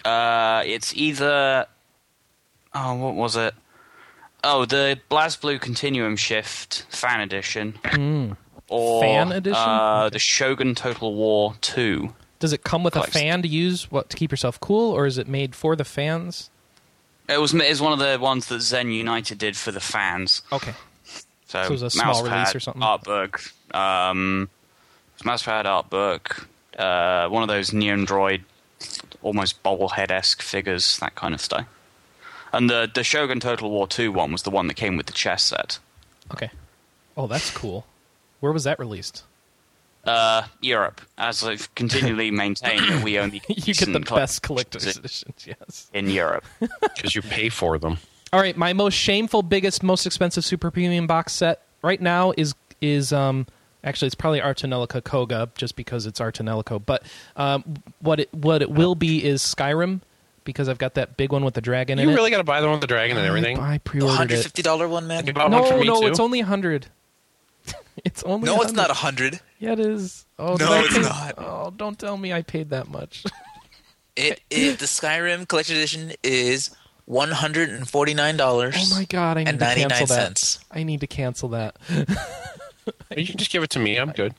S3: uh, it's either oh what was it? Oh, the BlazBlue Continuum Shift Fan Edition, or
S1: Hmm. Fan edition?
S3: Uh, the Shogun Total War Two.
S1: Does it come with a
S3: Close.
S1: fan to use what to keep yourself cool or is it made for the fans?
S3: It was it was one of the ones that Zen United did for the fans.
S1: Okay.
S3: So,
S1: So it was a small
S3: mousepad,
S1: release or something?
S3: Art book, um, it was mousepad art book, uh, one of those neon droid, almost bobblehead esque figures, that kind of stuff. And the the Shogun Total War Two one was the one that came with the chess set.
S1: Okay. Oh, that's cool. Where was that released?
S3: Uh, Europe, as I've continually maintained that we only
S1: You get the
S3: decent collect-
S1: best collector's editions, yes.
S3: in Europe.
S5: because you pay for them.
S1: All right, my most shameful, biggest, most expensive super premium box set right now is is um actually it's probably Artanelica Koga just because it's Artanelico, but um what it what it will be is Skyrim because I've got that big one with the dragon in
S5: You
S1: it.
S5: really got to buy the one with the dragon and everything.
S1: I
S2: The
S1: pre-ordered it.
S2: $150 one, man?
S5: You bought one for
S1: No,
S5: me
S1: no,
S5: too?
S1: it's only 100. it's only
S2: No, it's
S1: 100.
S2: not 100
S1: Yeah, it is. Oh,
S2: No,
S1: did I
S2: it's
S1: pay-
S2: not.
S1: Oh, don't tell me I paid that much.
S2: It, it, the Skyrim Collector's Edition is $149.
S1: Oh my god, I need
S2: And
S1: to cancel
S2: 99
S1: that.
S2: cents.
S1: I need to cancel that.
S5: You can just give it to me. I'm good.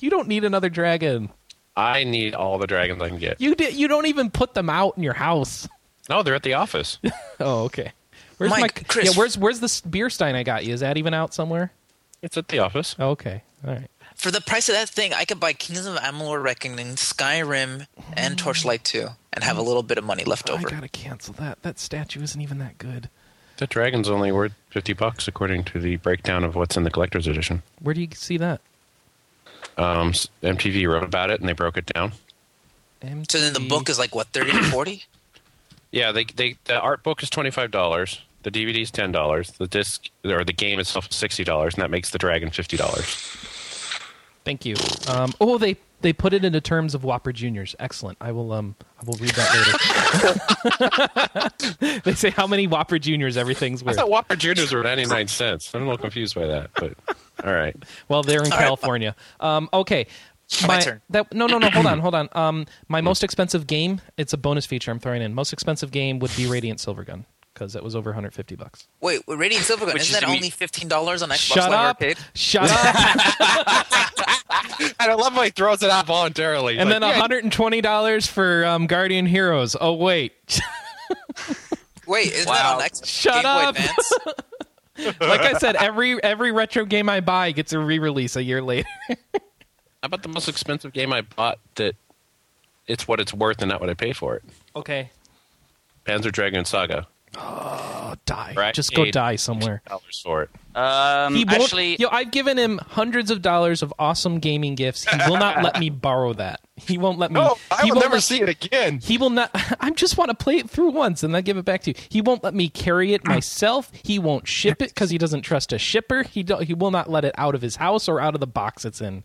S1: You don't need another dragon.
S5: I need all the dragons I can get.
S1: You di- you don't even put them out in your house.
S5: No, they're at the office.
S1: Oh, okay. Where's
S2: Mike,
S1: my
S2: Chris-
S1: Yeah, where's where's this beer stein I got you? Is that even out somewhere?
S5: It's at the office.
S1: Oh, okay. All right.
S2: For the price of that thing, I could buy Kingdoms of Amalur Reckoning, Skyrim, and Torchlight 2 and have a little bit of money left
S1: Mm. I
S2: over.
S1: got to cancel that. That statue isn't even that good.
S5: The dragon's only worth fifty bucks, according to the breakdown of what's in the collector's edition.
S1: Where do you see that?
S5: Um, s- MTV wrote about it and they broke it down.
S2: So then the
S1: MTV.
S2: book is like, what, 30 to 40?
S5: Yeah, they they the art book is twenty five dollars. The DVD is ten dollars. The disc or the game itself is sixty dollars, and that makes the dragon fifty dollars.
S1: Thank you. Um, oh, they they put it into terms of Whopper Juniors. Excellent. I will um I will read that later. they say how many Whopper Juniors everything's
S5: I
S1: worth.
S5: thought Whopper Juniors were ninety nine cents. I'm a little confused by that, but all right.
S1: Well, they're in
S2: right,
S1: California. Um, okay.
S2: My turn.
S1: That, no, no, no. Hold on, hold on. Um, my most expensive game. It's a bonus feature I'm throwing in. Most expensive game would be Radiant Silvergun because that was over 150 bucks.
S2: Wait, wait, Radiant Silvergun,
S3: Which
S2: isn't
S3: is
S2: that
S3: imme-
S2: only $15 on Xbox
S1: Shut
S2: Live
S1: up!
S2: Arcade?
S1: Shut up!
S5: And I love how he throws it out voluntarily.
S1: and then 120 dollars for um, Guardian Heroes. Oh wait,
S2: Wait, isn't that
S3: Wow.
S2: on Xbox?
S1: Shut
S2: Game
S1: up.
S2: Boy Advance?
S1: like I said, every every retro game I buy gets a re-release a year later.
S5: how about the most expensive game I bought that it's what it's worth and not what I paid for it?
S1: Okay.
S5: Panzer Dragoon Saga.
S1: die.
S5: Right.
S1: Just go
S5: Eight.
S1: die somewhere.
S5: Dollars for it.
S3: Um,
S1: He won't,
S3: actually,
S1: yo, I've given him hundreds of dollars of awesome gaming gifts. He will not let me borrow that. He won't let me.
S5: Oh,
S1: he won't let-
S5: it again.
S1: He will not. I just want to play it through once and then give it back to you. He won't let me carry it myself. He won't ship it because he doesn't trust a shipper. He don't, he will not let it out of his house or out of the box it's in.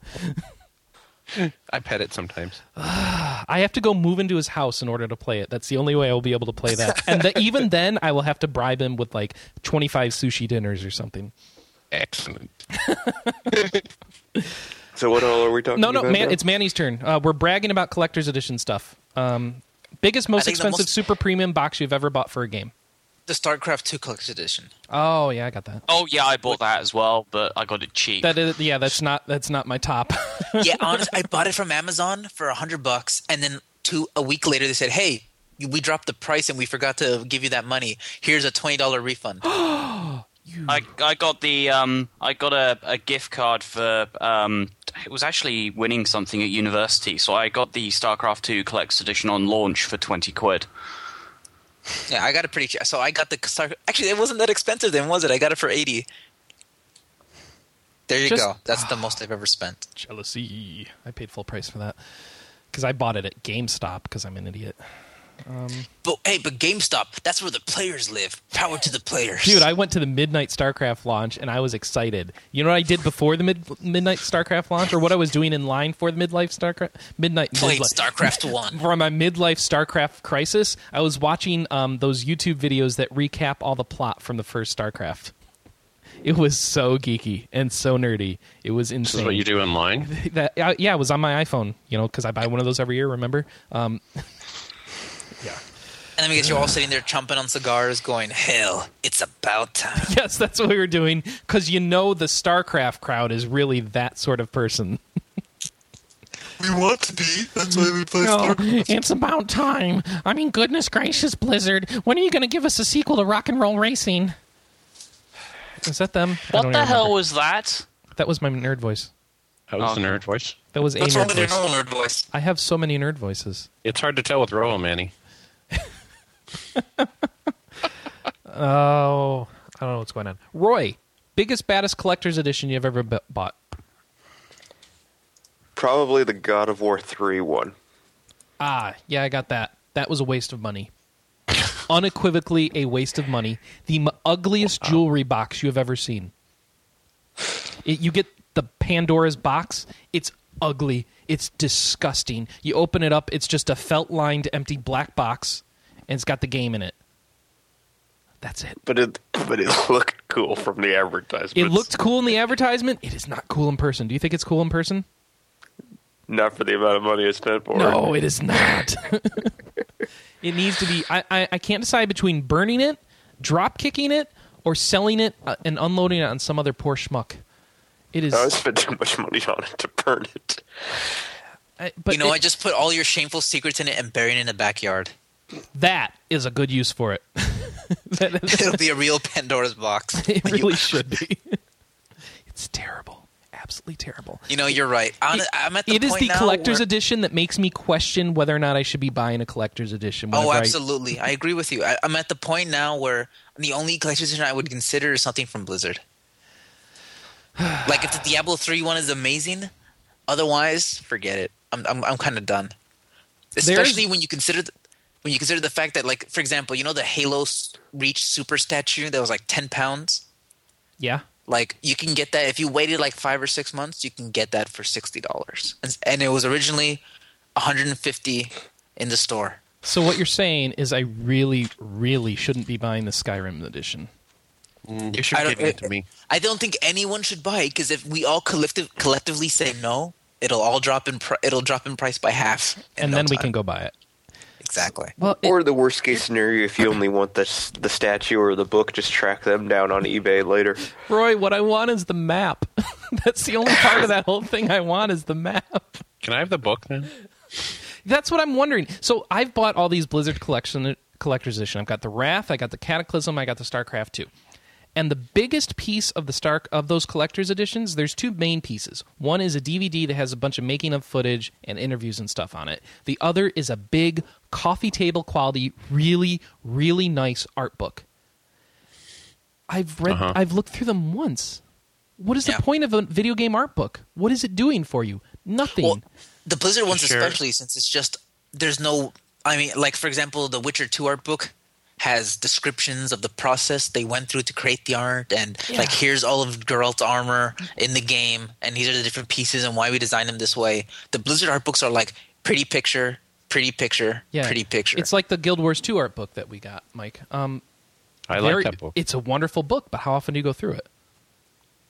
S5: I pet it sometimes.
S1: I have to go move into his house in order to play it. That's the only way I will be able to play that. And the, even then, I will have to bribe him with like twenty five sushi dinners or something.
S5: Excellent.
S4: So what all are we talking
S1: No, no,
S4: about?
S1: man,
S4: now?
S1: it's Manny's turn. Uh, we're bragging about collector's edition stuff. Um, biggest, most
S2: think the
S1: expensive
S2: most-
S1: super premium box you've ever bought for a game.
S2: The StarCraft 2 Collector's Edition.
S1: Oh yeah, I got that.
S3: Oh yeah, I bought that as well, but I got it cheap.
S1: That is, yeah, that's not that's not my top.
S2: yeah, honest, I bought it from Amazon for a hundred bucks, and then two a week later they said, "Hey, you- we dropped the price and we forgot to give you that money. Here's a twenty dollar refund."
S3: I, I got the um I got a, a gift card for um it was actually winning something at university, so I got the StarCraft Two Collector's Edition on launch for twenty quid.
S2: yeah, I got it pretty. cheap. So I got the Star- actually it wasn't that expensive then, was it? I got it for eighty. There you
S1: Just-
S2: go. That's the most I've ever spent.
S1: Jealousy. I paid full price for that because I bought it at GameStop because I'm an idiot.
S2: But hey, but GameStop, that's where the players live. Power to the players,
S1: Dude, I went to the midnight StarCraft launch and I was excited. You know what I did before the mid- midnight StarCraft launch, or what I was doing in line for the midlife StarCraft midnight
S2: played
S1: midlife-
S2: StarCraft One.
S1: for my midlife StarCraft crisis, I was watching um, those YouTube videos that recap all the plot from the first StarCraft. It was so geeky and so nerdy. It was
S5: This
S1: insane.
S5: is what you do in line.
S1: That, uh, yeah, it was on my iPhone, you know, because I buy one of those every year, remember? Um,
S2: And then we get you all sitting there chomping on cigars, going, "Hell, it's about time."
S1: yes, that's what we were doing, because you know the StarCraft crowd is really that sort of person.
S2: We want to be. That's why we play
S1: No, it's about time. I mean, goodness gracious, Blizzard, when are you going to give us a sequel to Rock and Roll Racing? Is that them? I
S3: What
S1: don't
S3: the
S1: even
S3: hell
S1: remember.
S3: was that?
S1: That was my nerd voice.
S5: That was
S3: Oh,
S5: the
S3: okay.
S5: nerd voice.
S1: That was a
S2: What's wrong
S1: nerd
S2: with your
S1: voice.
S2: normal nerd voice?
S1: I have so many nerd voices.
S5: It's hard to tell with Roa, Manny.
S1: Oh, I don't know what's going on. Roy, biggest baddest collector's edition you've ever bu- bought.
S4: Probably the God of War three one.
S1: Ah, yeah, I got that. That was a waste of money. Unequivocally a waste of money. The m- ugliest jewelry box you have ever seen. It, you get the Pandora's box. It's ugly. It's disgusting. You open it up, it's just a felt lined empty black box, and it's got the game in it. That's it.
S4: But it but it looked cool from the advertisement.
S1: It looked cool in the advertisement. It is not cool in person. Do you think it's cool in person?
S4: not for the amount of money I spent for
S1: No,
S4: it.
S1: it is not. it needs to be. I, I, I can't decide between burning it, drop kicking it, or selling it uh, and unloading it on some other poor schmuck. It is.
S4: I spent too much money on it to burn it.
S1: I- but
S2: you know,
S1: it-
S2: I just put all your shameful secrets in it and bury it in the backyard.
S1: that is a good use for it. That-
S2: It'll be a real Pandora's box.
S1: it really should be. it's terrible. Absolutely terrible.
S2: You know, you're right. I'm, I'm at the
S1: it is
S2: point
S1: the
S2: now
S1: collector's
S2: where-
S1: edition that makes me question whether or not I should be buying a collector's edition.
S2: Oh,
S1: whenever I-
S2: absolutely. I agree with you. I, I'm at the point now where the only collector's edition I would consider is something from Blizzard. like if the Diablo 3 one is amazing, otherwise, forget it. I'm I'm, I'm kind of done. Especially when you consider the, when you consider the fact that like for example, you know the Halo s- Reach super statue that was like 10 pounds?
S1: yeah.
S2: Like you can get that if you waited like five or six months, you can get that for sixty dollars, and, and it was originally one hundred and fifty in the store.
S1: So what you're saying is I really, really shouldn't be buying the Skyrim edition.
S5: You
S2: Mm,
S5: should
S2: I
S5: give
S2: don't-
S5: it to me.
S2: I don't think anyone should buy it because if we all collective collectively say no, it'll all drop in pri- it'll drop in price by half, in
S1: and
S2: no
S1: then we
S2: time.
S1: can go buy it.
S2: exactly.
S1: Well,
S4: Or the worst case scenario, if you only want the s- the statue or the book, just track them down on eBay later.
S1: Roy, what I want is the map. That's the only part of that whole thing I want is the map.
S5: Can I have the book now?
S1: That's what I'm wondering. So I've bought all these Blizzard collection collector's edition. I've got the Wrath, I got the Cataclysm, I got the StarCraft 2. And the biggest piece of the Star of those collector's editions, there's two main pieces. One is a DVD that has a bunch of making of footage and interviews and stuff on it. The other is a big coffee table quality, really, really nice art book. I've read
S5: Uh-huh.
S1: I've looked through them once. What is
S2: Yeah.
S1: the point of a video game art book? What is it doing for you? Nothing.
S2: Well, the Blizzard ones
S5: Sure.
S2: especially, since it's just there's no. I mean, like for example, the Witcher Two art book has descriptions of the process they went through to create the art, and like here's all of Geralt's armor in the game, and these are the different pieces and why we designed them this way. The Blizzard art books are like pretty picture, pretty picture, pretty picture.
S1: It's like the Guild Wars 2 art book that we got, Mike. Um,
S5: I
S1: very-
S5: like that book.
S1: It's a wonderful book, but how often do you go through it?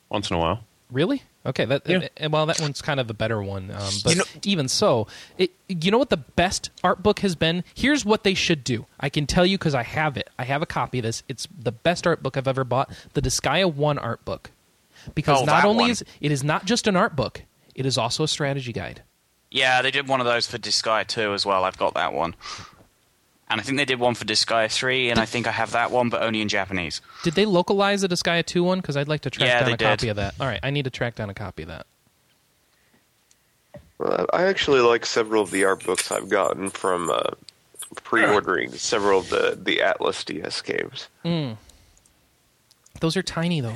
S5: once in a while.
S1: Really? Okay. That
S5: Yeah.
S1: and- and well, that one's kind of the better one. Um, but
S2: know-
S1: even so, it, you know what the best art book has been? Here's what they should do. I can tell you because I have it. I have a copy of this. It's the best art book I've ever bought. The Disgaea One art book, because
S5: Oh,
S1: not
S5: that
S1: only
S5: one.
S1: is it is not just an art book, it is also a strategy guide.
S3: Yeah, they did one of those for Disgaea 2 as well. I've got that one. And I think they did one for Disgaea 3, and I think I have that one, but only in Japanese.
S1: Did they localize the Disgaea Two one? Because I'd like to track
S3: Yeah,
S1: down
S3: they
S1: a
S3: did.
S1: copy of that. All right, I need to track down a copy of that.
S4: Uh, I actually like several of the art books I've gotten from uh, pre-ordering several of the, the Atlas DS games.
S1: Those are tiny though.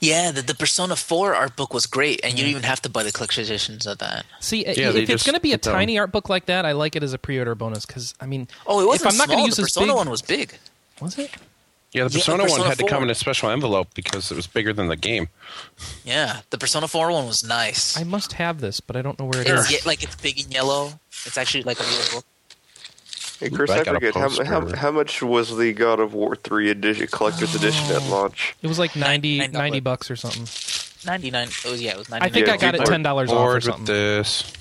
S2: Yeah, the, the Persona 4 art book was great, and you don't even have to buy the collector's editions of that.
S1: See,
S5: Yeah,
S1: if
S5: they
S1: it's
S5: just
S1: going to be a
S5: put that one-
S1: tiny art book like that, I like it as a pre-order bonus because I mean,
S2: Oh, it wasn't
S1: if I'm not gonna
S2: small.
S1: use
S2: the
S1: this
S2: Persona
S1: big-
S2: one was big.
S1: was it?
S5: Yeah, the
S2: Yeah,
S5: Persona,
S2: Persona
S5: one had to come
S2: 4.
S5: in a special envelope because it was bigger than the game.
S2: Yeah, the Persona 4 one was nice.
S1: I must have this, but I don't know where it is.
S2: It's ye- like it's big and yellow. It's actually like a real book.
S4: Hey,
S5: Ooh,
S4: Chris,
S5: I
S4: I
S5: got a
S4: forget how, how
S5: post-order.
S4: how much was the God of War three edition collector's edition at launch?
S1: It was like 90,
S2: nine
S1: 90
S2: dollars.
S1: bucks or something.
S2: 99. Oh, yeah, it was 99.
S1: I think
S4: Yeah,
S1: I got it
S4: people are
S1: ten dollars off or
S5: Bored
S1: something.
S5: with this.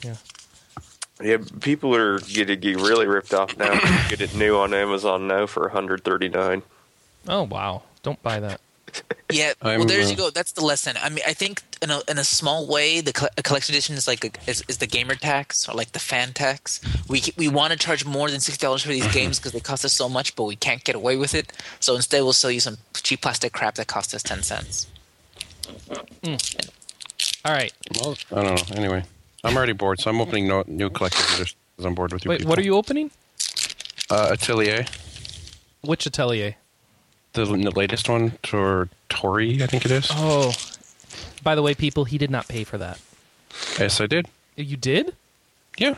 S4: Yeah, people are getting getting really ripped off now. You Get it new on Amazon now for 139.
S1: Oh wow! Don't buy that.
S2: Yeah, well,
S5: I'm,
S2: there
S5: uh,
S2: you go. That's the lesson. I mean, I think in a, in a small way, the col- a collection edition is like a, is, is the gamer tax or like the fan tax. We c- we want to charge more than sixty dollars for these games because they cost us so much, but we can't get away with it. So instead, we'll sell you some cheap plastic crap that costs us ten cents.
S1: All right.
S5: Well, I don't know. Anyway, I'm already bored, so I'm opening no, new collector's editions. I'm bored with you.
S1: Wait, what are
S5: people.
S1: you opening?
S5: Uh, Atelier,
S1: Which atelier?
S5: the, the latest one, or Tori, I think it is.
S1: Oh, by the way, people, he did not pay for that.
S5: Yes, I did.
S1: You did?
S5: Yeah.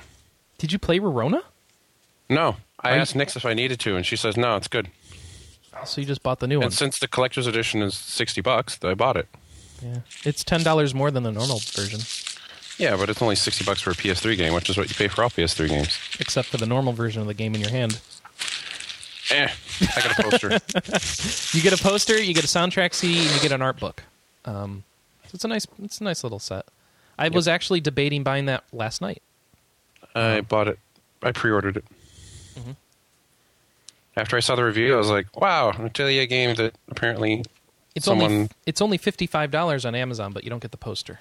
S1: Did you play Rorona?
S5: No, I
S1: Are you-
S5: asked Nix if I needed to, and she says no, it's good.
S1: Oh, so you just bought the new one?
S5: And since the collector's edition is sixty bucks, I bought it.
S1: Yeah. It's ten dollars more than the normal version,
S5: Yeah, but it's only sixty bucks for a PS3 game, which is what you pay for all PS3 games.
S1: except for the normal version of the game in your hand.
S5: Eh, I got a poster.
S1: You get a poster, you get a soundtrack CD, and you get an art book. Um, so it's a nice, it's a nice little set. I was actually debating buying that last night.
S5: I bought it. I pre-ordered it. Mm-hmm. After I saw the review, I was like, "Wow, Atelier game that apparently
S1: It's only
S5: Someone-
S1: it's only fifty five dollars on Amazon, but you don't get the poster.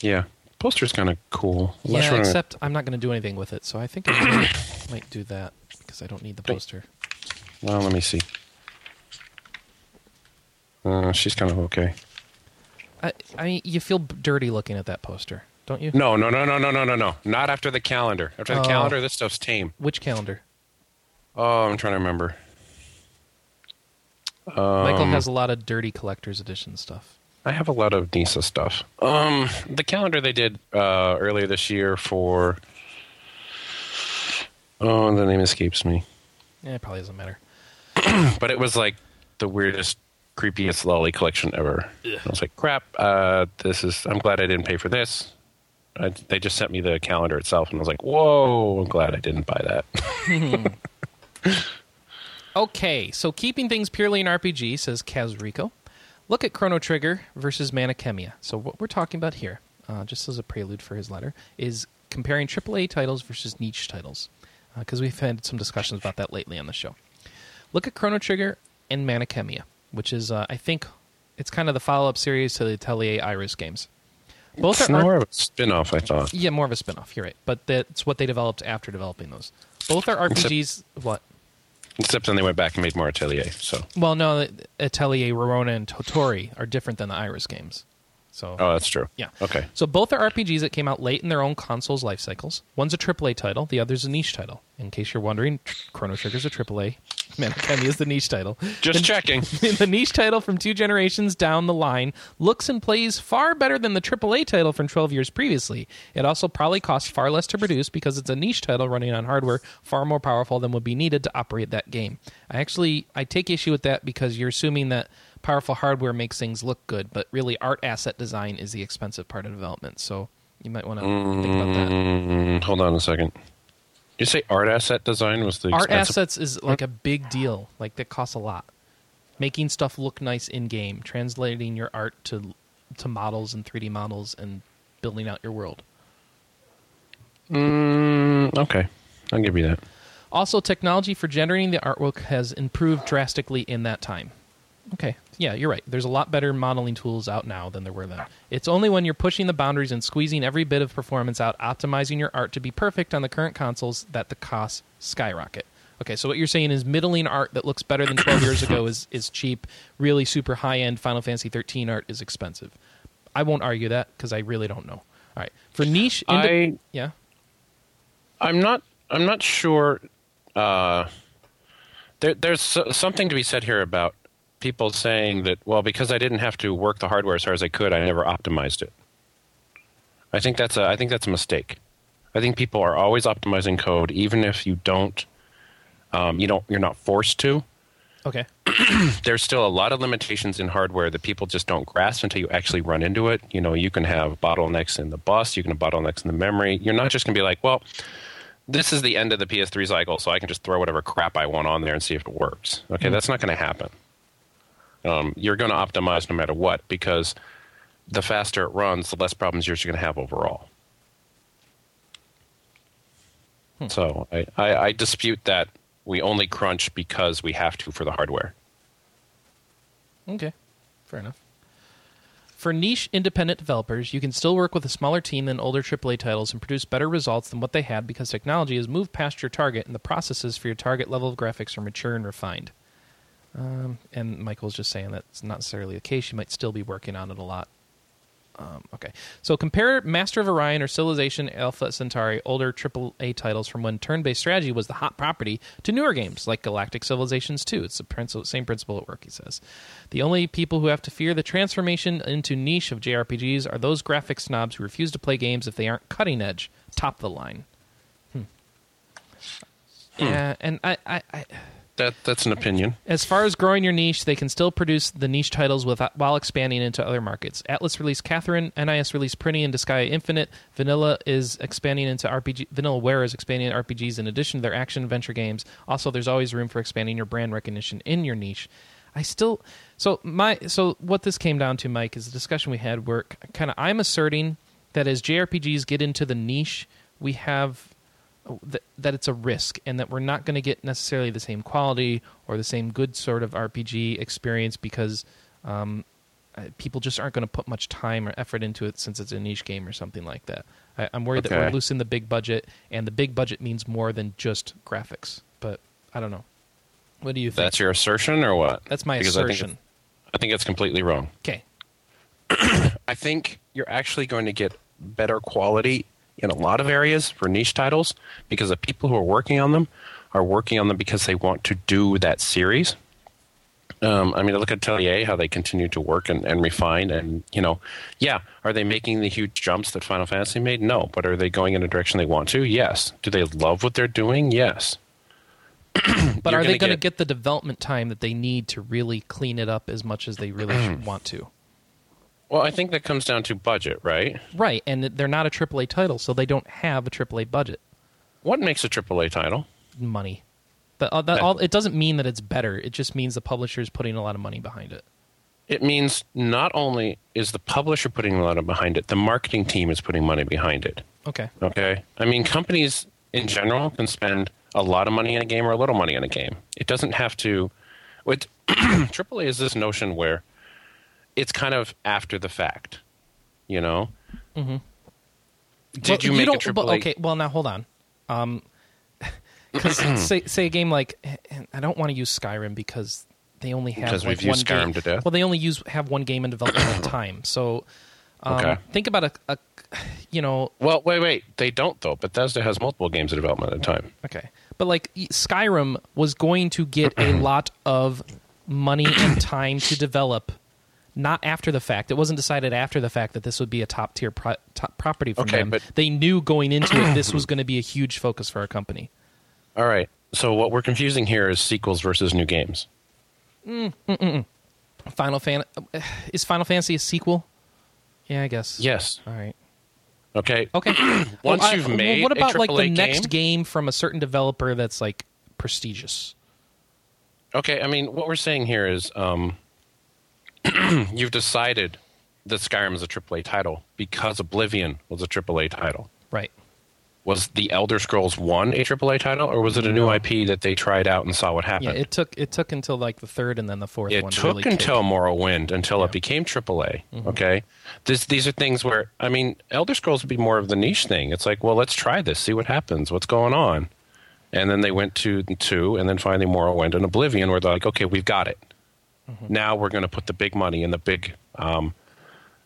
S5: Yeah. Poster's kind of cool. I'm not
S1: yeah,
S5: sure I'm gonna-
S1: except I'm not going to do anything with it, so I think I might, might do that because I don't need the poster.
S5: Well, let me see. Uh, she's kind of okay.
S1: I, I mean, you feel b- dirty looking at that poster, don't you?
S5: No, no, no, no, no, no, no, no. Not after the calendar. After the
S1: Oh.
S5: calendar, this stuff's tame.
S1: Which calendar?
S5: Oh, I'm trying to remember.
S1: Michael
S5: Um,
S1: has a lot of dirty collector's edition stuff.
S5: I have a lot of Nisa stuff. Um, the calendar they did uh, earlier this year for. Oh, the name escapes me.
S1: Yeah, Eh, it probably doesn't matter.
S5: But it was like the weirdest, creepiest lolly collection ever. I was like, crap, uh, this is. I'm glad I didn't pay for this. I, they just sent me the calendar itself, and I was like, whoa, I'm glad I didn't buy that.
S1: Okay, so keeping things purely in RPG, says Kazrico. Look at Chrono Trigger versus Manichemia. So, what we're talking about here, uh, just as a prelude for his letter, is comparing AAA titles versus niche titles, because we've had some discussions about that lately on the show. Look at Chrono Trigger and Manichemia, which is, uh, I think, it's kind of the follow up series to the Atelier Iris games. Both
S5: it's
S1: are
S5: more of a spin off, I thought.
S1: yeah, more of a spin off, you're right. But that's what they developed after developing those. Both are
S5: Except-
S1: RPGs. What?
S5: Except then they went back and made more Atelier. So,
S1: Well, no, Atelier, Rorona, and Totori are different than the Iris games. So,
S5: oh, that's true.
S1: yeah.
S5: Okay.
S1: So both are RPGs that came out late in their own consoles' life cycles. One's a AAA title, the other's a niche title. In case you're wondering, Tr- Chrono Trigger's a AAA. Manakami is the niche title.
S5: Just checking.
S1: the niche title from two generations down the line looks and plays far better than the AAA title from 12 years previously. It also probably costs far less to produce because it's a niche title running on hardware far more powerful than would be needed to operate that game. I actually I take issue with that because you're assuming that powerful hardware makes things look good, but really art asset design is the expensive part of development. So you might want to think about that.
S5: Mm, hold on a second. Did you say art asset design was the
S1: art
S5: expensive-
S1: assets is like a big deal. Like that costs a lot. making stuff look nice in game, translating your art to to models and 3D models, and building out your world.
S5: Mm, okay, I'll give you that.
S1: Also, technology for generating the artwork has improved drastically in that time. Okay. Yeah, you're right. There's a lot better modeling tools out now than there were then. It's only when you're pushing the boundaries and squeezing every bit of performance out, optimizing your art to be perfect on the current consoles, that the costs skyrocket. Okay, so what you're saying is middling art that looks better than 12 years ago is, is cheap. Really super high end Final Fantasy 13 art is expensive. I won't argue that because I really don't know. All right. For niche. indi-
S5: I-
S1: yeah.
S5: I'm not. I'm not sure. Uh, there, there's so- something to be said here about people saying that. Well, because I didn't have to work the hardware as hard as I could, I never optimized it. I think that's a. I think that's a mistake. I think people are always optimizing code, even if you don't. Um, you don't. You're not forced to.
S1: Okay.
S5: There's still a lot of limitations in hardware that people just don't grasp until you actually run into it. You know, you can have bottlenecks in the bus, you can have bottlenecks in the memory. You're not just going to be like, well, this is the end of the PS3 cycle, so I can just throw whatever crap I want on there and see if it works. Okay, that's not going to happen. Um, you're going to optimize no matter what because the faster it runs, the less problems you're going to have overall. So I, I, I dispute that we only crunch because we have to for the hardware.
S1: Okay, fair enough. For niche independent developers, you can still work with a smaller team than older AAA titles and produce better results than what they had because technology has moved past your target and the processes for your target level of graphics are mature and refined. Um, and Michael's just saying that's not necessarily the case. You might still be working on it a lot. Um, okay, so compare Master of Orion or Civilization Alpha Centauri, older AAA titles from when turn-based strategy was the hot property, to newer games like Galactic Civilizations 2. It's the princi- same principle at work, he says. The only people who have to fear the transformation into niche of JRPGs are those graphic snobs who refuse to play games if they aren't cutting edge, top the line. Hmm. Yeah, and I, I, I
S5: That that's an opinion.
S1: as far as growing your niche, they can still produce the niche titles with, while expanding into other markets. Atlas released Catherine, NIS released Pretty and Disgaea Infinite. Vanilla is expanding into RPG. Vanillaware is expanding into RPGs in addition to their action adventure games. Also, there's always room for expanding your brand recognition in your niche. I still so my so what this came down to, Mike, is the discussion we had where kind of I'm asserting that as JRPGs get into the niche, we have that, that it's a risk and that we're not going to get necessarily the same quality or the same good sort of RPG experience because um, uh, people just aren't going to put much time or effort into it since it's a niche game or something like that. I, I'm worried that we're
S5: Okay.
S1: losing the big budget, and the big budget means more than just graphics. But I don't know. What do you think?
S5: That's your assertion or what?
S1: That's my
S5: Because I think it's-
S1: assertion.
S5: I think it's completely wrong.
S1: Okay.
S5: I think you're actually going to get better quality in a lot of areas for niche titles because the people who are working on them are working on them because they want to do that series. Um, I mean, look at Atelier, how they continue to work and, and refine. And, you know, yeah, are they making the huge jumps that Final Fantasy made? No. But are they going in a direction they want to? Yes. Do they love what they're doing? Yes.
S1: But
S5: You're
S1: are they
S5: gonna
S1: going to
S5: get-
S1: get the development time that they need to really clean it up as much as they really should want to?
S5: Well, I think that comes down to budget, right?
S1: Right, and they're not a AAA title, so they don't have a AAA budget.
S5: What makes a AAA title?
S1: money. The, uh, that, all, it doesn't mean that it's better. It just means the publisher is putting a lot of money behind it.
S5: it means not only is the publisher putting a lot of behind it, the marketing team is putting money behind it.
S1: Okay.
S5: Okay. I mean, companies in general can spend a lot of money in a game or a little money in a game. It doesn't have to. With AAA is this notion where it's kind of after the fact, you know. Mm-hmm. Did
S1: Well,
S5: you make a
S1: don't-
S5: AAA?
S1: but- okay. Well, now hold on. Um, 'cause say say a game like I don't want to use Skyrim because they only have
S5: Because
S1: like
S5: we've used
S1: one game.
S5: Skyrim to death?
S1: Well, they only use have one game in development at a time. So um,
S5: Okay.
S1: think about a, a you know
S5: Well, wait, wait. They don't though. Bethesda has multiple games in development at a time.
S1: Okay. But like y- Skyrim was going to get a lot of money and time to develop not after the fact. It wasn't decided after the fact that this would be a top tier pro- top property for
S5: Okay,
S1: them.
S5: but-
S1: they knew going into it this was going to be a huge focus for our company.
S5: All right. So what we're confusing here is sequels versus new games.
S1: Final Fan uh, is Final Fantasy a sequel? Yeah, I guess.
S5: Yes.
S1: All right.
S5: Okay.
S1: Okay.
S5: Once
S1: Well, I-
S5: you've
S1: well,
S5: made
S1: what
S5: a
S1: about like the
S5: AAA
S1: next
S5: game-
S1: game from a certain developer that's like prestigious?
S5: Okay, I mean, what we're saying here is um, you've decided that Skyrim is a AAA title because Oblivion was a AAA title.
S1: Right.
S5: Was The Elder Scrolls 1 a AAA title, or was it a new IP that they tried out and saw what
S1: Yeah,
S5: happened?
S1: it took it took until like the third and then the fourth
S5: It
S1: one. to
S5: took
S1: really kick. Mm-hmm.
S5: until Morrowind until it became AAA. Okay, this, these are things where I mean, Elder Scrolls would be more of the niche thing. It's like, well, let's try this, see what happens, what's going on, and then they went to two, and then finally Morrowind and Oblivion, where they're like, okay, we've got it.
S1: Mm-hmm.
S5: Now we're going to put the big money and the big um,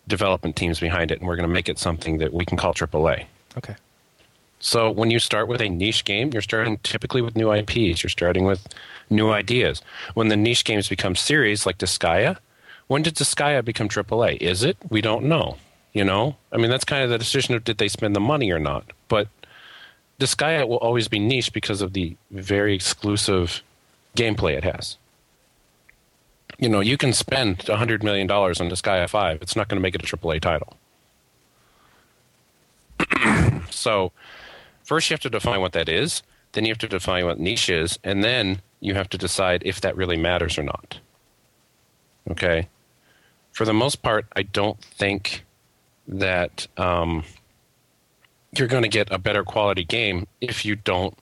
S5: development teams behind it, and we're going to make it something that we can call AAA.
S1: Okay.
S5: So when you start with a niche game, you're starting typically with new IPs. You're starting with new ideas. When the niche games become series, like Disgaea, when did Disgaea become AAA? Is it? We don't know. You know, I mean, that's kind of the decision of did they spend the money or not. But Disgaea will always be niche because of the very exclusive gameplay it has. You know, you can spend $100 million on Disgaea 5. It's not going to make it a AAA title. so first you have to define what that is then you have to define what niche is and then you have to decide if that really matters or not okay for the most part i don't think that um, you're going to get a better quality game if you don't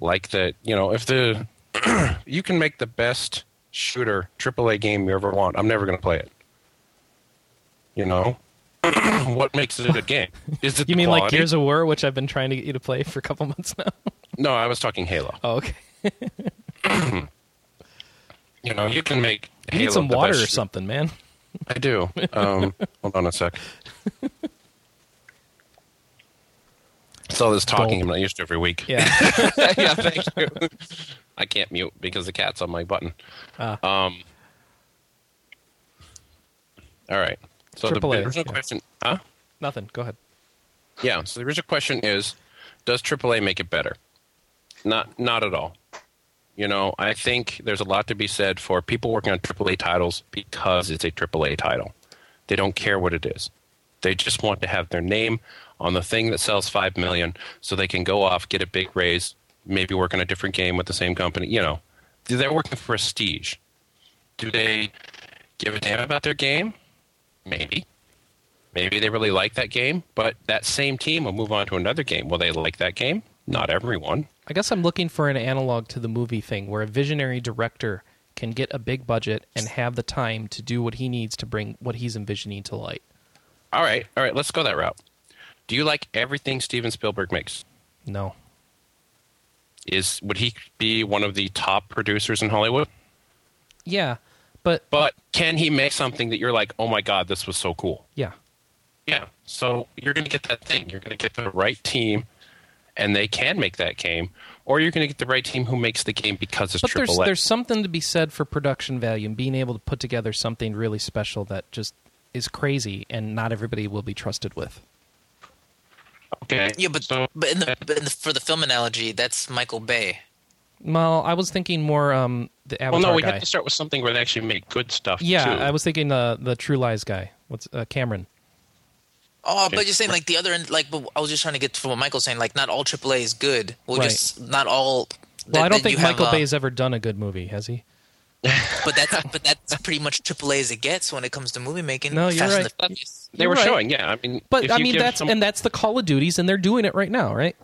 S5: like that you know if the you can make the best shooter aaa game you ever want i'm never going to play it you know what makes it a good game is it
S1: You
S5: the
S1: mean like
S5: quality?
S1: Gears of War, which I've been trying to get you to play for a couple months now?
S5: No, I was talking Halo.
S1: Oh, okay.
S5: You know, you can make
S1: You
S5: Halo
S1: need some
S5: the
S1: water
S5: best
S1: or
S5: shoot-
S1: something, man.
S5: I do. Um, hold on a sec. It's all this talking I'm not used to every week.
S1: Yeah.
S5: yeah, thank you. I can't mute because the cat's on my button.
S1: Ah.
S5: Um, all right. So
S1: AAA,
S5: the, the original
S1: yeah.
S5: question, huh?
S1: Nothing. Go ahead.
S5: Yeah. So the original question is, does AAA make it better? Not, not at all. You know, I think there's a lot to be said for people working on AAA titles because it's a AAA title. They don't care what it is. They just want to have their name on the thing that sells five million, so they can go off, get a big raise, maybe work on a different game with the same company. You know, they're working for prestige. Do they give a damn about their game? Maybe. Maybe they really like that game, but that same team will move on to another game. Will they like that game? Not everyone.
S1: I guess I'm looking for an analog to the movie thing where a visionary director can get a big budget and have the time to do what he needs to bring what he's envisioning to light.
S5: All right, all right, let's go that route. Do you like everything Steven Spielberg makes?
S1: No.
S5: Is would he be one of the top producers in Hollywood?
S1: Yeah. But
S5: But can he make something that you're like, "Oh my god, this was so cool."
S1: yeah.
S5: Yeah. So you're going to get that thing. You're going to get the right team and they can make that game or you're going to get the right team who makes the game because it's
S1: But
S5: triple
S1: there's
S5: A.
S1: there's something to be said for production value and being able to put together something really special that just is crazy and not everybody will be trusted with.
S5: okay.
S2: Yeah, but
S5: So-
S2: but, in the, but in the, for the film analogy, that's Michael Bay.
S1: Well, I was thinking more um the Avatar
S5: well, no, we
S1: guy.
S5: have to start with something where they actually make good stuff.
S1: yeah,
S5: too.
S1: I was thinking the the True Lies guy. What's uh, Cameron?
S2: Oh,
S5: Okay.
S2: but you're saying like the other end, like but I was just trying to get from what Michael's saying. Like not all AAA is good. Well,
S1: Right.
S2: just not all.
S1: Well, I don't
S2: that you
S1: think Michael
S2: have, uh,
S1: Bay's ever done a good movie, has he?
S2: But that's but that's pretty much AAA as it gets when it comes to movie making.
S1: No, you're
S2: Fast
S1: right.
S2: And the Furious.
S5: They
S1: You're
S5: were
S1: right.
S5: showing, yeah. I mean,
S1: But
S5: if
S1: I
S5: you
S1: mean,
S5: give
S1: that's
S5: some-
S1: and that's the Call of Duties, and they're doing it right now, right?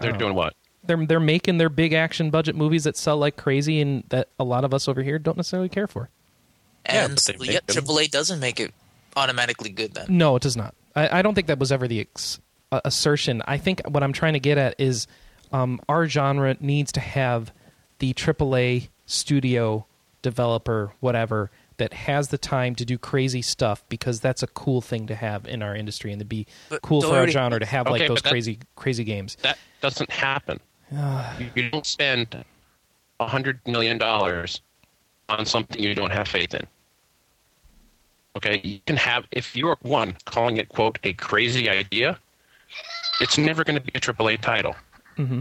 S5: they're doing what?
S1: They're they're making their big action budget movies that sell like crazy, and that a lot of us over here don't necessarily care for.
S5: Yeah,
S2: And
S5: but they
S2: so,
S5: make
S2: yet
S5: them.
S2: AAA doesn't make it automatically good then.
S1: No, it does not. I, I don't think that was ever the ex- uh, assertion. I think what I'm trying to get at is um, our genre needs to have the AAA studio developer, whatever, that has the time to do crazy stuff because that's a cool thing to have in our industry and to be
S2: But
S1: cool for our
S2: already-
S1: genre to have like
S5: Okay,
S1: those
S5: but that-
S1: crazy crazy games.
S5: That doesn't happen. You- you don't spend a hundred million dollars on something you don't have faith in. Okay, you can have if you're one calling it quote a crazy idea, it's never going to be a AAA title.
S1: Mm-hmm.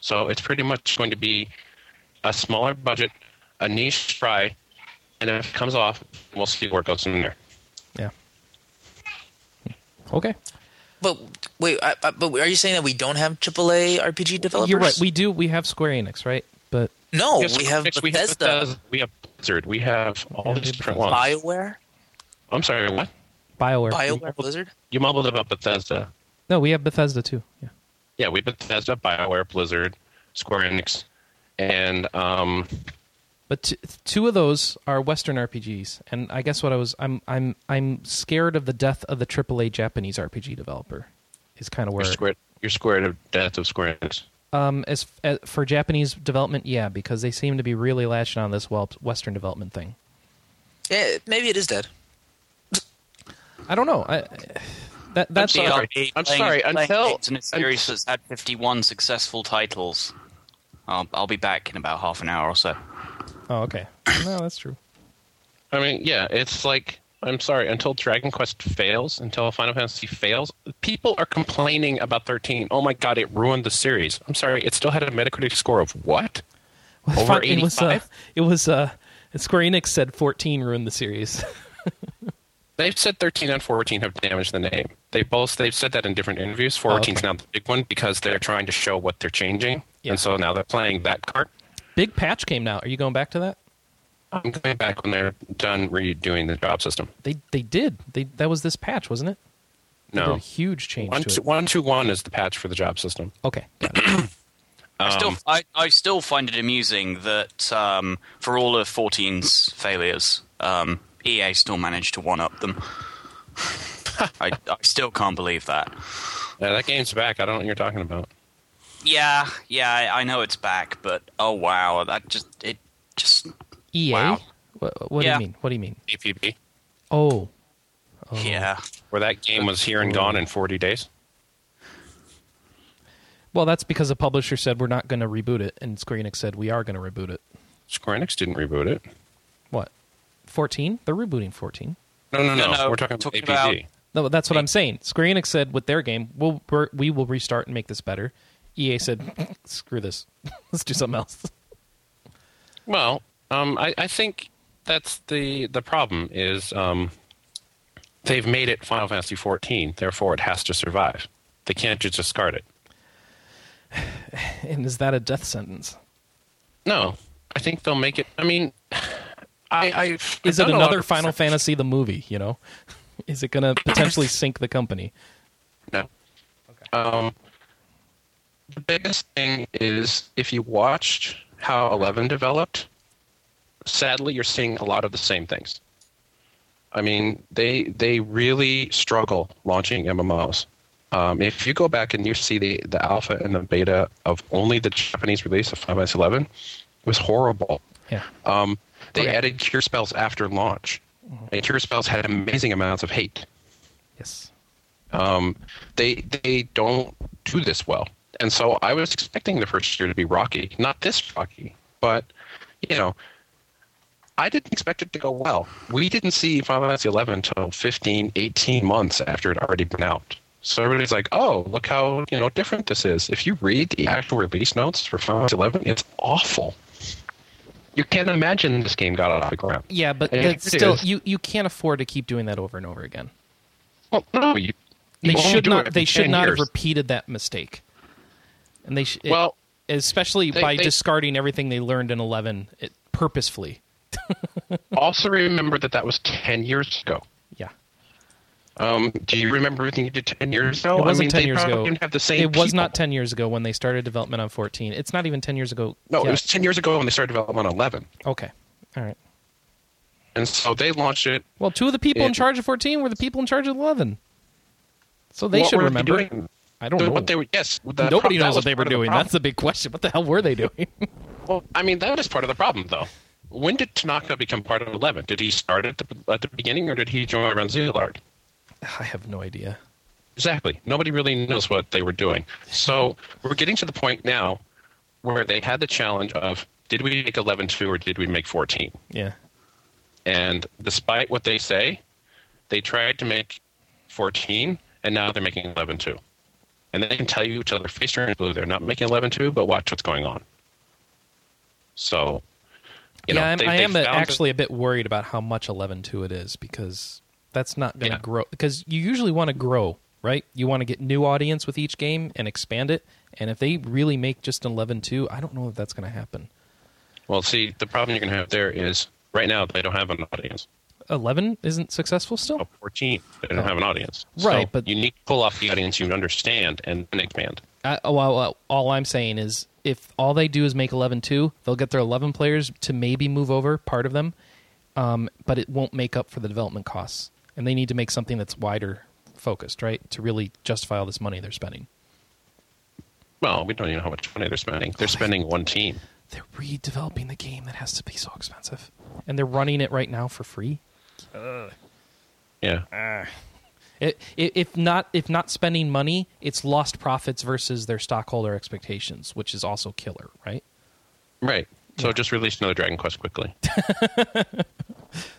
S5: So it's pretty much going to be a smaller budget, a niche try, and if it comes off, we'll see where it goes from there.
S1: Yeah. Okay.
S2: But wait, I, I, but are you saying that we don't have AAA RPG developers?
S1: You're right. We do. We have Square Enix, right? but
S2: No,
S5: Yes,
S2: Oh, we have
S5: next
S2: Bethesda,
S5: we have Blizzard, we have all these different ones.
S2: BioWare,
S5: I'm sorry, what?
S1: BioWare.
S2: BioWare Blizzard.
S5: You mumbled about Bethesda.
S1: No, we have Bethesda too. Yeah.
S5: Yeah, we have Bethesda, Bioware, Blizzard, Square Enix, and um,
S1: But t- two of those are Western RPGs, and I guess what I was I'm I'm I'm scared of the death of the AAA Japanese RPG developer. Is kind of
S5: your
S1: where
S5: Square, your Square of Death of Square Enix.
S1: um as, as for Japanese development, yeah, because they seem to be really latching on this well Western development thing.
S2: Yeah, maybe it is dead.
S1: I don't know. I, that that's
S3: But DLA
S5: all right. I'm
S3: playing-
S5: sorry,
S3: playing
S5: until-
S3: games in a series that's had 51 successful titles. I'll, I'll be back in about half an hour or so.
S1: oh okay. No, that's true.
S5: I mean, yeah, it's like I'm sorry. Until Dragon Quest fails, until Final Fantasy fails, people are complaining about 13. Oh my god, it ruined the series. I'm sorry, it still had a Metacritic score of what? Over
S1: Fuck, It was uh,
S5: 85?
S1: it was uh, Square Enix said 14 ruined the series.
S5: They've said 13 and 14 have damaged the name. They both they've said that in different interviews.
S1: Oh,
S5: 14's now the big one because they're trying to show what they're changing,
S1: Yeah.
S5: and so now they're playing that card.
S1: Big patch came out. Are you going back to that?
S5: I'm going back when they're done redoing the job system.
S1: They they did. They that was this patch, wasn't it? They did a
S5: No,
S1: huge change
S5: one
S1: to
S5: two,
S1: it.
S5: one two one is the patch for the job system.
S1: Okay.
S3: I still, I, I still find it amusing that um, for all of 14's failures, um, EA still managed to one up them. I, I still can't believe that.
S5: Yeah, that game's back. I don't know what you're talking about.
S3: Yeah, yeah, I, I know it's back, but oh wow, that just it just
S1: EA.
S3: Wow.
S1: What, E what
S3: Yeah.
S1: do you mean? What do you mean?
S5: APB,
S1: Oh,
S3: yeah.
S5: where that game was here and gone in 40 days.
S1: well, that's because the publisher said we're not going to reboot it, and Square Enix said we are going to reboot it.
S5: Square Enix didn't reboot it.
S1: What? 14? They're rebooting 14.
S5: No, no, no.
S3: no,
S5: We're talking,
S3: talking
S5: about APB.
S3: about-
S1: No, that's what I'm saying. Square Enix said with their game, we'll, we're, we will restart and make this better. EA said, screw this. Let's do something else.
S5: Well, um, I, I think that's the the problem is um, they've made it Final Fantasy 14, therefore it has to survive. They can't just discard it.
S1: And is that a death sentence?
S5: No, I think they'll make it. I mean, I, I
S1: Is it another Final Fantasy the movie, you know? Is it going to potentially sink the company?
S5: No. Um, the biggest thing is if you watched how 11 developed, sadly, you're seeing a lot of the same things. I mean, they they really struggle launching MMOs. Um, if you go back and you see the, the alpha and the beta of only the Japanese release of Final Fantasy 11, it was horrible.
S1: Yeah.
S5: Um, they
S1: Okay.
S5: added cure spells after launch, and cure spells had amazing amounts of hate
S1: Yes.
S5: um, they they don't do this well. And so I was expecting the first year to be rocky, not this rocky, but you know, I didn't expect it to go well. We didn't see Final Fantasy XI until 15, 18 months after it had already been out. So everybody's like, "Oh, look how you know different this is." If you read the actual release notes for Final Fantasy XI, it's awful. You can't imagine this game got out of the ground.
S1: Yeah, but
S5: And
S1: that's
S5: it
S1: still,
S5: is-
S1: you, you can't afford to keep doing that over and over again.
S5: Well, no, you,
S1: They
S5: you only
S1: should
S5: do it
S1: not.
S5: every
S1: They should
S5: 10
S1: not have
S5: years.
S1: repeated that mistake. And they sh- it-
S5: Well,
S1: especially
S5: they-
S1: by
S5: they-
S1: discarding everything they learned in eleven it, purposefully.
S5: also remember that that was 10 years ago.
S1: Yeah,
S5: Um, do you remember everything you did 10 years ago?
S1: it wasn't
S5: Oh, I mean,
S1: ten
S5: they
S1: years
S5: probably
S1: ago.
S5: didn't have the same
S1: it was
S5: people.
S1: not ten years ago when they started development on fourteen. It's not even ten years ago.
S5: No,
S1: yet.
S5: it was 10 years ago when they started development on 11.
S1: okay. All right.
S5: And so they launched it.
S1: Well, two of the people in
S5: It-
S1: charge of fourteen were the people in charge of eleven, so they
S5: What
S1: should
S5: were
S1: remember.
S5: They doing?
S1: I don't
S5: The-
S1: know.
S5: What they were, yes, the
S1: Nobody
S5: prob- that
S1: knows what
S5: was
S1: they were
S5: part of the
S1: doing.
S5: problem.
S1: That's the big question. What the hell were they doing?
S5: well, I mean, that is part of the problem, though. When did Tanaka become part of 11? Did he start at the, at the beginning or did he join around Zealard?
S1: I have no idea.
S5: Exactly. Nobody really knows what they were doing. So we're getting to the point now where they had the challenge of did we make 11 2 or did we make 14?
S1: Yeah.
S5: And despite what they say, they tried to make 14, and now they're making 11 too. And they can tell you till their face turns blue they're not making 11 too, but watch what's going on. So, you know,
S1: yeah, I'm,
S5: they,
S1: I
S5: they
S1: am a-
S5: found
S1: actually a bit worried about how much 11.2 it is because that's not going to
S5: Yeah.
S1: grow. Because you usually want to grow, right? You want to get new audience with each game and expand it. And if they really make just an 11.2, I don't know if that's going to happen.
S5: Well, see, the problem you're going to have there is right now they don't have an audience.
S1: 11 isn't successful still?
S5: Oh, 14, they don't have an audience.
S1: Right,
S5: So
S1: but-
S5: you need to pull off the audience you understand and then expand.
S1: I, oh, well, well, all I'm saying is if all they do is make 11 2, they'll get their 11 players to maybe move over part of them, um, but it won't make up for the development costs. And they need to make something that's wider focused, right? To really justify all this money they're spending.
S5: Well, we don't even know how much money they're spending.
S1: Oh
S5: They're spending one team.
S1: They're redeveloping the game that has to be so expensive. And they're running it right now for free.
S5: Yeah.
S1: Ah. I- i- if not if not spending money, it's lost profits versus their stockholder expectations, which is also killer, right?
S5: Right. So just release another Dragon Quest quickly.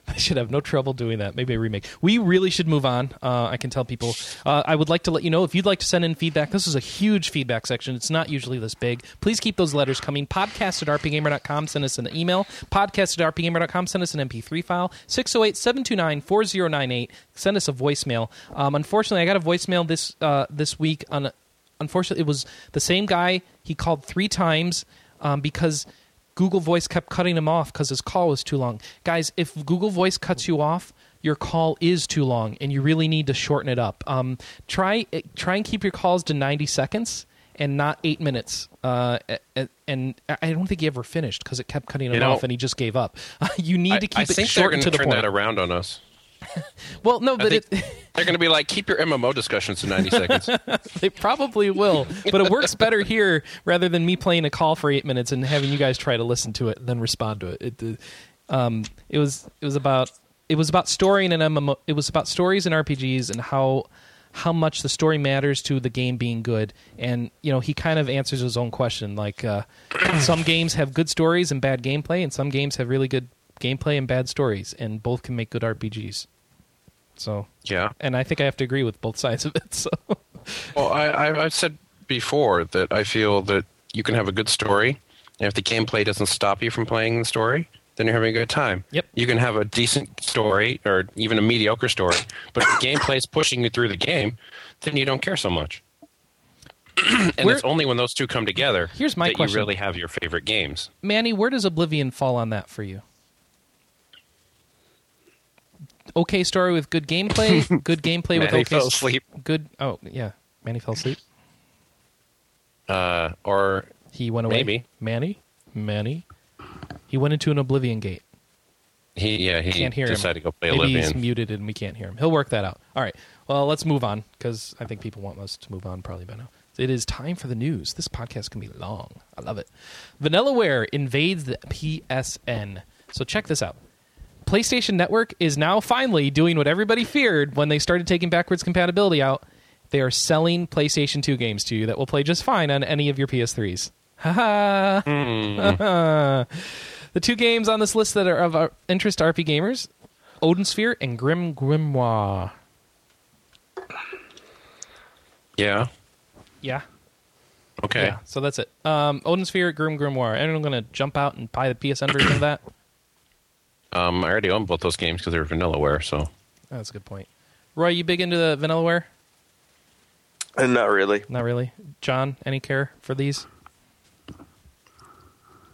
S1: I should have no trouble doing that. Maybe a remake. We really should move on. Uh, I can tell people. Uh, I would like to let you know if you'd like to send in feedback. This is a huge feedback section. It's not usually this big. Please keep those letters coming. Podcast at rpgamer.com. Send us an email. Podcast at rpgamer.com. Send us an MP3 file. 608 729 4098. Send us a voicemail. Um, unfortunately, I got a voicemail this uh, this week. On Unfortunately, it was the same guy. He called three times um, because. Google Voice kept cutting him off because his call was too long. Guys, if Google Voice cuts you off, your call is too long, and you really need to shorten it up. Um, try eh, try and keep your calls to ninety seconds and not eight minutes. Uh, eh, eh, and I I don't think he ever finished because it kept cutting him
S5: You know,
S1: off, and he just gave up. you need
S5: I,
S1: to keep
S5: I
S1: it
S5: think they're
S1: short and
S5: going
S1: to
S5: to
S1: the
S5: turn
S1: point.
S5: that around on us.
S1: Well, no,
S5: I
S1: but
S5: think
S1: it,
S5: they're going to be like, keep your MMO discussions to 90 seconds.
S1: they probably will, but it works better here rather than me playing a call for eight minutes and having you guys try to listen to it and then respond to it. It, uh, um, it was it was about it was about story and MMO. It was about stories and RPGs and how how much the story matters to the game being good. And you know, he kind of answers his own question. Like uh, some games have good stories and bad gameplay, and some games have really good gameplay and bad stories, and both can make good RPGs. So.
S5: Yeah.
S1: And I think I have to agree with both sides of it. So,
S5: Well, I, I, I've said before that I feel that you can have a good story, and if the gameplay doesn't stop you from playing the story, then you're having a good time.
S1: Yep.
S5: You can have a decent story or even a mediocre story, but if the gameplay is pushing you through the game, then you don't care so much. and
S1: Where-
S5: it's only when those two come together
S1: Here's my
S5: that
S1: question.
S5: you really have your favorite games.
S1: Manny, where does Oblivion fall on that for you? Okay, story with good gameplay. Good gameplay with
S5: Manny
S1: okay.
S5: fell asleep.
S1: Good. Oh yeah, Manny fell asleep.
S5: Uh, or
S1: He went away.
S5: Maybe.
S1: Manny. Manny. He went into an Oblivion gate.
S5: he, yeah, he
S1: Can't hear
S5: decided
S1: him.
S5: to go play
S1: Maybe he's
S5: Oblivion.
S1: muted and we can't hear him. He'll work that out. All right. Well, let's move on because I think people want us to move on probably by now. It is time for the news. This podcast can be long. I love it. Vanillaware invades the PSN. So check this out. PlayStation Network is now finally doing what everybody feared when they started taking backwards compatibility out. They are selling PlayStation 2 games to you that will play just fine on any of your PS3s. Ha ha! The two games on this list that are of uh, interest to RP gamers Odin Sphere and Grim Grimoire.
S5: Yeah.
S1: Yeah.
S5: Okay.
S1: Yeah. So that's it. Um, Odin Sphere, Grim Grimoire. Anyone going to jump out and buy the PSN version of that?
S5: Um, I already own both those games because they were vanillaware, so
S1: That's a good point. Roy, you big into the vanillaware?
S4: And not really.
S1: Not really. John, any care for these?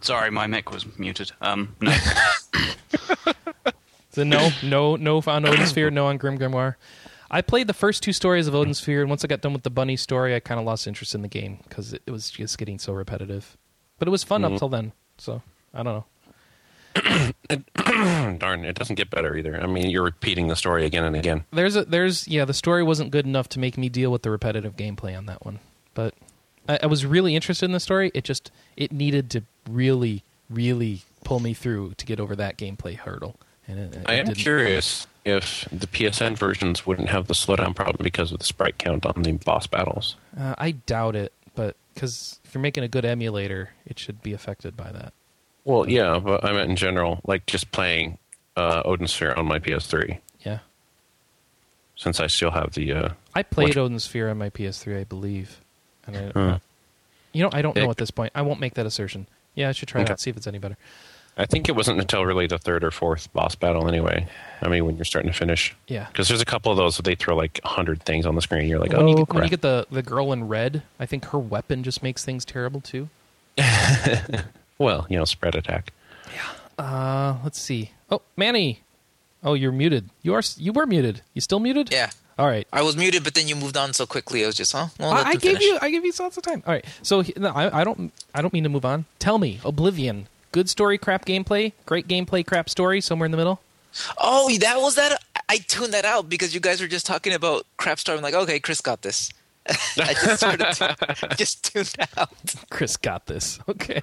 S3: Sorry, my mic was muted. Um, no.
S1: So no, no, no on Odin Sphere, no on Grim Grimoire. I played the first two stories of Odin Sphere, and once I got done with the bunny story, I kind of lost interest in the game because it, it was just getting so repetitive. But it was fun up till then, so I don't know. Hmm.
S5: darn, it doesn't get better either. I mean, you're repeating the story again and again.
S1: there's a there's yeah the story wasn't good enough to make me deal with the repetitive gameplay on that one but I, I was really interested in the story it just it needed to really really pull me through to get over that gameplay hurdle and it, it
S5: I am
S1: didn't.
S5: curious if the PSN versions wouldn't have the slowdown problem because of the sprite count on the boss battles.
S1: uh, I doubt it but because if you're making a good emulator it should be affected by that
S5: Well,
S1: Hmm.
S5: yeah, but I meant in general, like just playing uh, Odin Sphere on my PS3,
S1: yeah
S5: since I still have the. Uh,
S1: I played
S5: Which-
S1: Odin Sphere on my PS3 I believe and I,
S5: Hmm.
S1: you know I don't know
S5: It-
S1: at this point I won't make that assertion yeah I should try it
S5: Okay.
S1: out see if it's any better
S5: I think it wasn't until really the third or fourth boss battle, anyway. I mean, when you're starting to finish.
S1: Yeah.
S5: Because there's a couple of those where they throw like 100 things on the screen. You're like,
S1: when,
S5: oh,
S1: you get, when
S5: crap.
S1: you get the, the girl in red, I think her weapon just makes things terrible too.
S5: Well, you know, spread attack.
S1: Uh, let's see. Oh, Manny. Oh, you're muted. You are. s- You were muted. You still muted?
S2: Yeah.
S1: All right.
S2: I was muted, but then you moved on so quickly. I was just, huh? Well, let
S1: I, I
S2: them
S1: gave
S2: finish.
S1: you. I gave you lots of time. All right. So he- no, I, I don't. I don't mean to move on. Tell me, Oblivion. Good story, crap gameplay. Great gameplay, crap story. Somewhere in the middle.
S2: Oh, that was that. I tuned that out because you guys were just talking about crap star. I'm like, okay, Chris got this. I just sort of tu- just tuned out.
S1: Chris got this. Okay.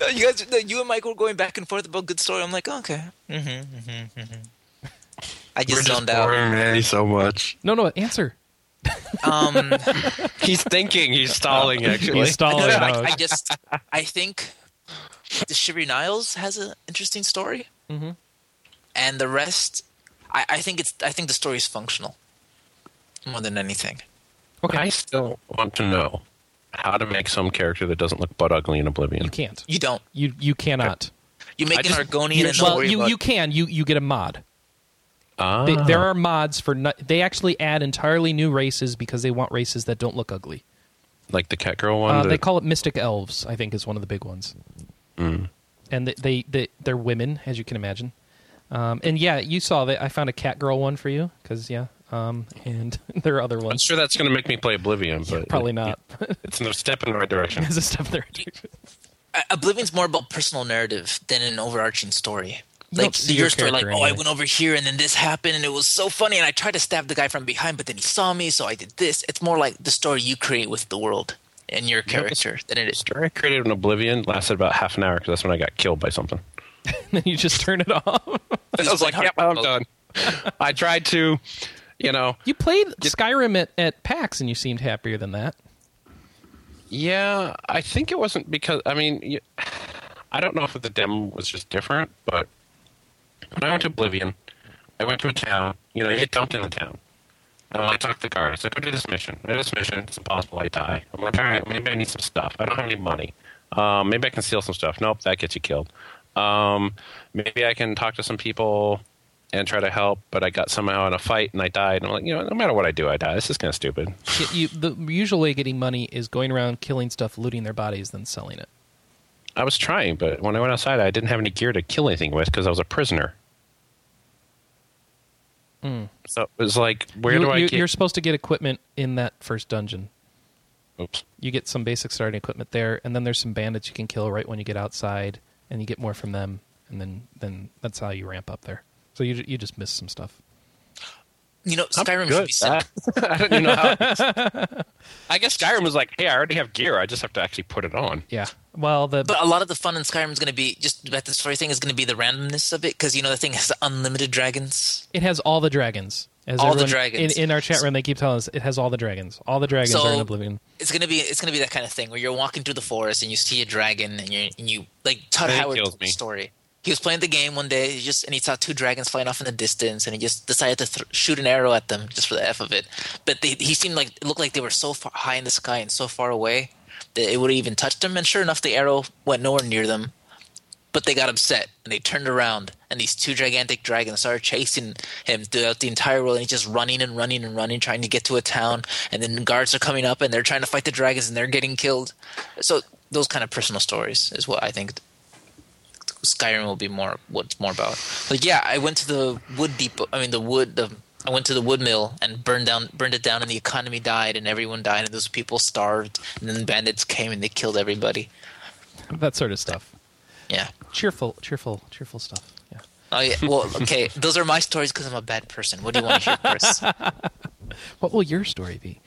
S2: No, you guys, no, you and Mike were going back and forth about good story. I'm like, okay, mm-hmm, mm-hmm, mm-hmm. I just zoned out.
S5: Manny so much.
S1: no, no. Answer.
S2: Um,
S5: He's thinking. He's stalling. Actually,
S1: He's stalling.
S2: no, no,
S1: Oh,
S2: I, I just, I think the Shibri Niles has an interesting story,
S1: Mhm.
S2: and the rest, I, I think it's, I think the story is functional more than anything.
S1: okay.
S5: I still want to know how to make some character that doesn't look butt ugly in Oblivion.
S1: you can't.
S2: You don't,
S1: You you cannot.
S2: you make an
S5: just-
S2: Argonian and don't
S1: Well,
S2: worry
S1: you
S2: about
S1: you can. You you get a mod.
S5: Ah,
S1: They, There are mods for. nu- They actually add entirely new races because they want races that don't look ugly.
S5: like the cat girl one.
S1: Uh,
S5: the-
S1: they call it Mystic Elves. I think is one of the big ones. And they, they they they're women, as you can imagine. Um, and yeah, you saw that. I found a cat girl one for you because yeah. Um, and there are other
S5: I'm
S1: ones.
S5: sure that's going to make me play Oblivion, but
S1: Probably not.
S5: It's a step in the right direction.
S1: There's a stuff there.
S2: I- Uh, Oblivion's more about personal narrative than an overarching story.
S1: You
S2: like
S1: don't see
S2: your,
S1: your
S2: story, like
S1: character
S2: oh, I
S1: anyway.
S2: went over here and then this happened and it was so funny and I tried to stab the guy from behind, but then he saw me, so I did this. It's more like the story you create with the world and your character than it is.
S5: story I created in Oblivion lasted about half an hour because that's when I got killed by something.
S1: then you just turn it off.
S5: I was like, yep, I'm done. I tried to, you know,
S1: You played Skyrim at, at PAX and you seemed happier than that.
S5: yeah, I think it wasn't because, I mean, you- I don't know if the demo was just different, but when I went to Oblivion, I went to a town, you know, you get dumped in a town. And I talked to the guards. I go to this mission. I do this mission. It's impossible. I die. I'm like, all right, maybe I need some stuff. I don't have any money. Um, maybe I can steal some stuff. Nope, that gets you killed. Um, maybe I can talk to some people and try to help, but I got somehow in a fight and I died. And I'm like, you know, no matter what I do, I die. This is kind of stupid.
S1: Get you, the usual way of getting money is going around killing stuff, looting their bodies, then selling it.
S5: I was trying, but when I went outside, I didn't have any gear to kill anything with because I was a prisoner. So it was like, where
S1: Hmm. you,
S5: do I
S1: you,
S5: get?
S1: You're supposed to get equipment in that first dungeon.
S5: Oops.
S1: you get some basic starting equipment there, and then there's some bandits you can kill right when you get outside, and you get more from them, and then then that's how you ramp up there. So you you just miss some stuff.
S2: You know, Skyrim should
S5: Good.
S2: be simple.
S5: I don't even know how. it is. I guess Skyrim was like, hey, I already have gear. I just have to actually put it on.
S1: Yeah. Well, the
S2: But a lot of the fun in Skyrim is going to be just about the story thing is going to be the randomness of it because you know the thing has unlimited dragons.
S1: it has all the dragons. As
S2: All the
S1: everyone-
S2: dragons.
S1: in, in our chat room, they keep telling us it has all the dragons. All the dragons
S2: So-
S1: are in Oblivion.
S2: It's gonna be it's gonna be that kind of thing where you're walking through the forest and you see a dragon and you and you like Todd
S5: That
S2: Howard
S5: kills
S2: told the
S5: me.
S2: story. He was playing the game one day, he just and he saw two dragons flying off in the distance, and he just decided to th- shoot an arrow at them just for the f of it. But they, he seemed like it looked like they were so far high in the sky and so far away that it would have even touched them. And sure enough, the arrow went nowhere near them. But they got upset and they turned around, and these two gigantic dragons started chasing him throughout the entire world. And he's just running and running and running, trying to get to a town. And then guards are coming up and they're trying to fight the dragons and they're getting killed. So, those kind of personal stories is what I think Skyrim will be more what's more about. Like, yeah, I went to the wood depot. I mean, the wood. The I went to the wood mill and burned down, burned it down, and the economy died, and everyone died, and those people starved, and then bandits came and they killed everybody.
S1: That sort of stuff.
S2: Yeah.
S1: Cheerful, cheerful, cheerful stuff. Yeah.
S2: Oh yeah. Well, okay. Those are my stories because I'm a bad person. What do you want to hear, Chris? Uh,
S1: What will your story be?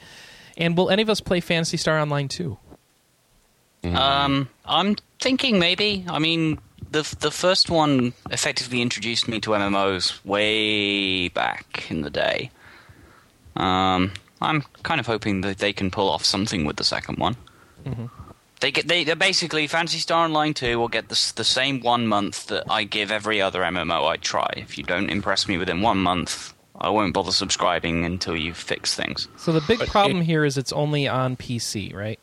S1: And will any of us play Fantasy Star Online too?
S3: Um, I'm thinking maybe. I mean, the the first one effectively introduced me to MMOs way back in the day. Um, I'm kind of hoping that they can pull off something with the second one. They get they they're basically Fantasy Star Online Two will get the s- the same one month that I give every other MMO I try. If you don't impress me within one month, I won't bother subscribing until you fix things.
S1: So the big
S5: But it-
S1: problem here is it's only on PC, right?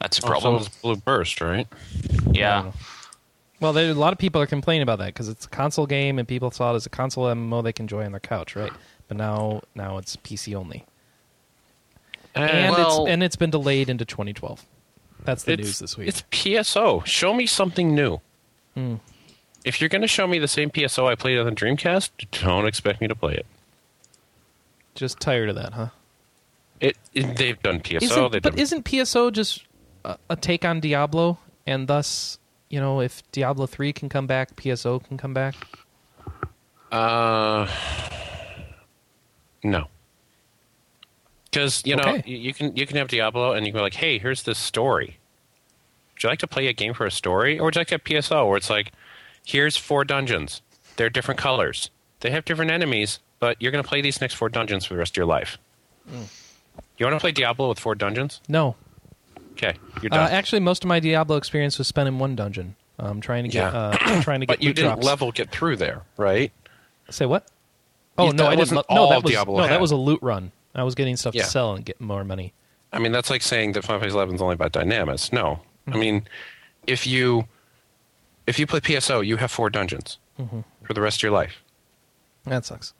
S3: That's a
S5: Problem
S3: problem.
S5: was Blue Burst, right?
S1: I
S3: yeah.
S1: don't know. Well, there, a lot of people are complaining about that because it's a console game, and people saw it as a console MMO they can enjoy on their couch, right? But now, now it's PC only, and
S3: well-
S1: it's and it's been delayed into 2012. That's the
S5: it's,
S1: news this week. Hmm.
S5: It's PSO. Show me something new. If you're going to show me the same PSO I played on the Dreamcast, don't expect me to play it.
S1: Just tired of that, huh?
S5: It, it- they've done PSO.
S1: Isn't,
S5: they've
S1: but
S5: done,
S1: isn't PSO just a, a take on Diablo, and thus, you know, if Diablo three can come back, PSO can come back?
S5: Uh, no. Because you know
S1: Okay.
S5: you- you can you can have Diablo and you can be like, hey, here's this story. Would you like to play a game for a story, or would you like to have PSO, where it's like, here's four dungeons. They're different colors. They have different enemies, but you're going to play these next four dungeons for the rest of your life. You want to play Diablo with four dungeons?
S1: No.
S5: Okay, you're
S1: Uh,
S5: done.
S1: actually, most of my Diablo experience was spent in one dungeon. Um, trying to get,
S5: Yeah.
S1: uh, trying to get
S5: but you
S1: loot
S5: didn't
S1: drops.
S5: level get through there, right?
S1: Say what? Oh
S5: You-
S1: no,
S5: that
S1: I didn't.
S5: wasn't
S1: le- no,
S5: all
S1: that was
S5: Diablo
S1: no,
S5: had.
S1: that was a loot run. I was getting stuff
S5: Yeah.
S1: to sell and get more money.
S5: I mean, that's like saying that Final Fantasy Eleven is only about dynamics. No, I
S1: Mm-hmm.
S5: mean, if you if you play PSO, you have four dungeons
S1: Mm-hmm.
S5: for the rest of your life.
S1: That sucks.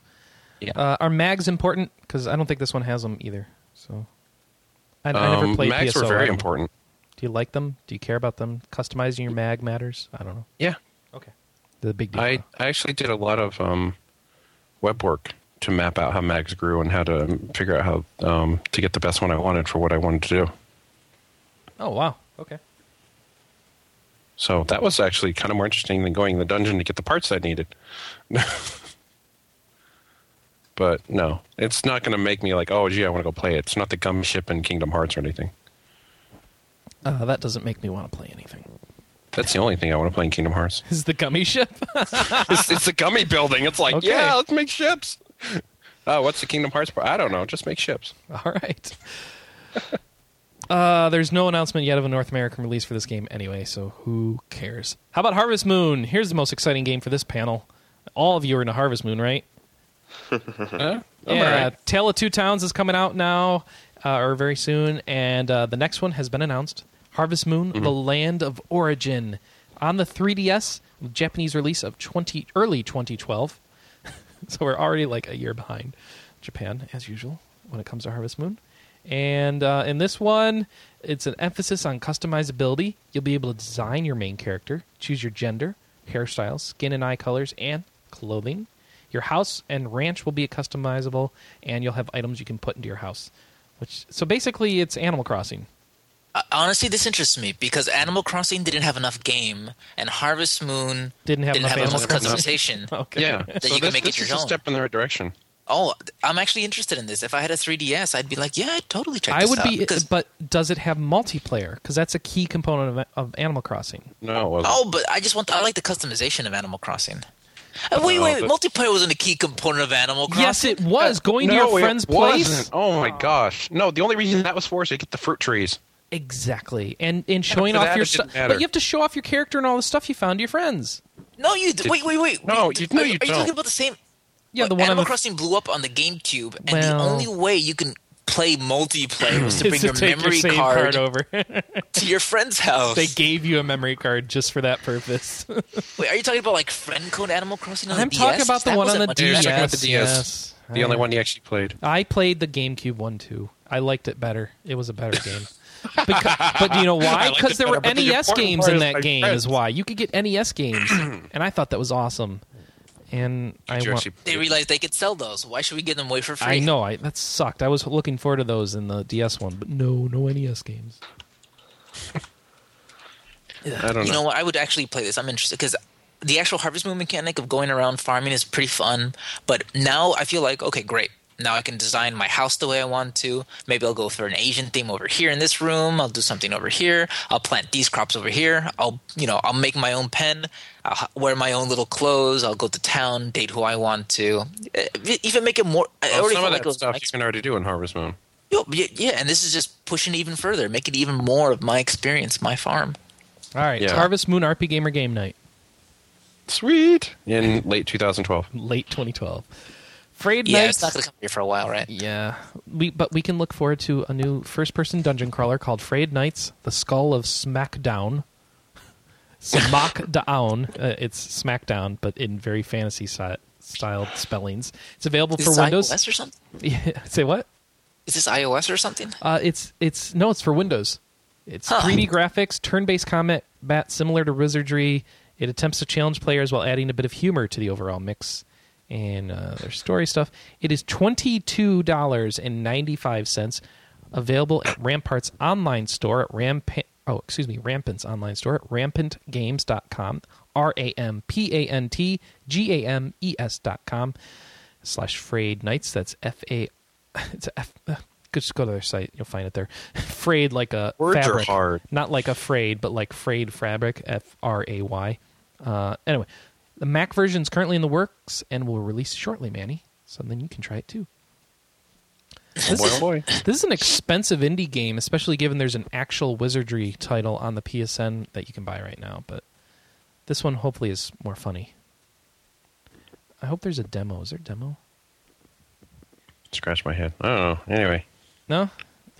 S5: Yeah.
S1: Uh, are mags important? Because I don't think this one has them either. So I, I never
S5: Um,
S1: played
S5: mags
S1: PSO.
S5: were
S1: I
S5: very
S1: don't-
S5: important.
S1: Do you like them? Do you care about them? Customizing your mag matters. I don't know.
S5: Yeah,
S1: Okay. The big deal.
S5: I I actually did a lot of um, web work to map out how mags grew and how to figure out how um, to get the best one I wanted for what I wanted to do.
S1: oh wow. Okay.
S5: So that was actually kind of more interesting than going in the dungeon to get the parts I needed. but no, it's not going to make me like, oh, gee, I want to go play it. It's not the gum ship in Kingdom Hearts or anything.
S1: Uh, that doesn't make me want to play anything.
S5: That's the only thing I want to play in Kingdom Hearts.
S1: Is the gummy ship?
S5: it's, it's the gummy building. It's like,
S1: Okay.
S5: yeah, let's make ships. Oh, what's the Kingdom Hearts part? I don't know. Just make ships.
S1: All right. Uh, there's no announcement yet of a North American release for this game anyway, so who cares? How about Harvest Moon? Here's the most exciting game for this panel. All of you are into Harvest Moon, right? Mm-hmm.
S5: Huh? Oh, I'm
S1: yeah,
S5: alright.
S1: Tale of Two Towns is coming out now, uh, or very soon, and uh, the next one has been announced: Harvest Moon: The Land of Origin on the 3DS, with Japanese release of 20 early 2012. so we're already like a year behind Japan as usual when it comes to Harvest Moon. And uh, in this one, it's an emphasis on customizability. You'll be able to design your main character, choose your gender, hairstyles, skin and eye colors, and clothing. Your house and ranch will be customizable, and you'll have items you can put into your house. Which so basically, it's Animal Crossing.
S2: Uh, honestly, this interests me because Animal Crossing didn't have enough game, and Harvest Moon
S1: Didn't have
S2: didn't
S1: enough
S2: have enough
S1: Animal
S2: customization.
S1: Okay.
S5: Yeah.
S2: That you can
S5: this,
S2: make it
S5: this
S2: your
S5: is a
S2: own.
S5: step in the right direction.
S2: Oh, I'm actually interested in this. If I had a 3DS, I'd be like, yeah, I'd totally check
S1: I
S2: this
S1: would
S2: out.
S1: be,
S2: 'cause-
S1: but does it have multiplayer? Because that's a key component of, of Animal Crossing.
S5: No, it wasn't.
S2: oh, but I just want. The, I like the customization of Animal Crossing. Uh, wait,
S5: No,
S2: wait,
S5: but-
S2: multiplayer wasn't a key component of Animal Crossing.
S1: Yes, it was going to
S5: uh, No,
S1: your
S5: it
S1: friend's place.
S5: wasn't. Oh my gosh! No, the only reason that was for is to get the fruit trees.
S1: Exactly, and and showing
S5: for
S1: off
S5: that,
S1: your
S5: it didn't
S1: stuff.
S5: matter.
S1: But you have to show off your character and all the stuff you found to your friends.
S2: No, you d- wait, wait, wait.
S5: No,
S2: wait,
S5: you-
S2: d-
S5: no,
S2: are,
S5: you
S2: are you
S5: don't.
S2: talking about the same?
S1: Yeah, the one
S2: Look, Animal
S1: on the
S2: Crossing blew up on the GameCube, and
S1: Well-
S2: the only way you can play multiplayer was to
S1: is
S2: bring
S1: to
S2: your
S1: take
S2: memory
S1: your save
S2: card,
S1: card over.
S2: to your friend's house.
S1: they gave you a memory card just for that purpose.
S2: Wait, are you talking about like friend code Animal Crossing on
S1: I'm
S2: the
S1: talking
S2: DS?
S1: about the
S2: That
S1: one on
S2: wasn't
S1: the
S2: much
S5: You're
S1: DS.
S2: better.
S5: talking about the DS.
S1: yes.
S5: The only one you actually played.
S1: I played the GameCube one too. I liked it better. It was a better game. Beca- but you know
S5: I
S1: why?
S5: liked
S1: Because
S5: it
S1: there were
S5: better, but the
S1: NES
S5: important
S1: games
S5: part
S1: in
S5: is
S1: that
S5: my
S1: game,
S5: friends.
S1: is why you could get NES games, and I thought that was awesome. And I
S5: Did you
S1: want,
S5: actually play
S2: They
S5: it?
S2: realized they could sell those. Why should we give them away for free?
S1: I know I that sucked. I was looking forward to those in the DS one, but no, no NES games.
S5: I don't
S2: You
S5: know.
S2: know what? I would actually play this. I'm interested because the actual Harvest Moon mechanic of going around farming is pretty fun. But now I feel like, okay, great. Now I can design my house the way I want to. Maybe I'll go for an Asian theme over here in this room. I'll do something over here. I'll plant these crops over here. I'll, you know, I'll make my own pen. I'll h- wear my own little clothes. I'll go to town, date who I want to. Eh, Even make it more. I
S5: Well,
S2: already
S5: some
S2: feel
S5: of
S2: like it
S5: that
S2: was
S5: stuff
S2: my
S5: you can already do in Harvest Moon.
S2: Yo, yeah, yeah, and this is just pushing it even further, make it even more of my experience, my farm.
S1: All right,
S5: Yeah.
S1: Harvest Moon RP Gamer Game Night.
S5: Sweet. In late 2012.
S1: late 2012. Frayed
S2: Yeah,
S1: Nights.
S2: it's not going to come here for a while, right?
S1: yeah, we but we can look forward to a new first-person dungeon crawler called Frayed Nights: The Skull of Smackdown. Smackdown. uh, it's Smackdown, but in very fantasy si- styled spellings. It's available
S2: Is
S1: for
S2: this
S1: Windows.
S2: iOS or something?
S1: Yeah, say what?
S2: Is this iOS or something?
S1: Uh, it's it's no, it's for Windows. It's
S2: Huh.
S1: 3D graphics, turn-based combat, similar to Wizardry. It attempts to challenge players while adding a bit of humor to the overall mix and uh, their story stuff. It is twenty-two dollars and ninety-five cents, available at Rampart's online store at Rampant. Oh, excuse me, Rampant's online store at rampantgames.com. R A M P A N T G A M E S dot com slash frayed nights. That's F A. It's a F. uh, Just go to their site. You'll find it there. Frayed like a
S5: Words are
S1: fabric.
S5: hard.
S1: Not like a frayed, but like frayed fabric. F R A Y. Uh, anyway, the Mac version's currently in the works and will release shortly, Manny. So then you can try it too. This is,
S5: boy.
S1: this is an expensive indie game, especially given there's an actual wizardry title on the PSN that you can buy right now. But this one hopefully is more funny. I hope there's a demo. Is there a demo?
S5: Scratch my head. I don't know. Anyway,
S1: No,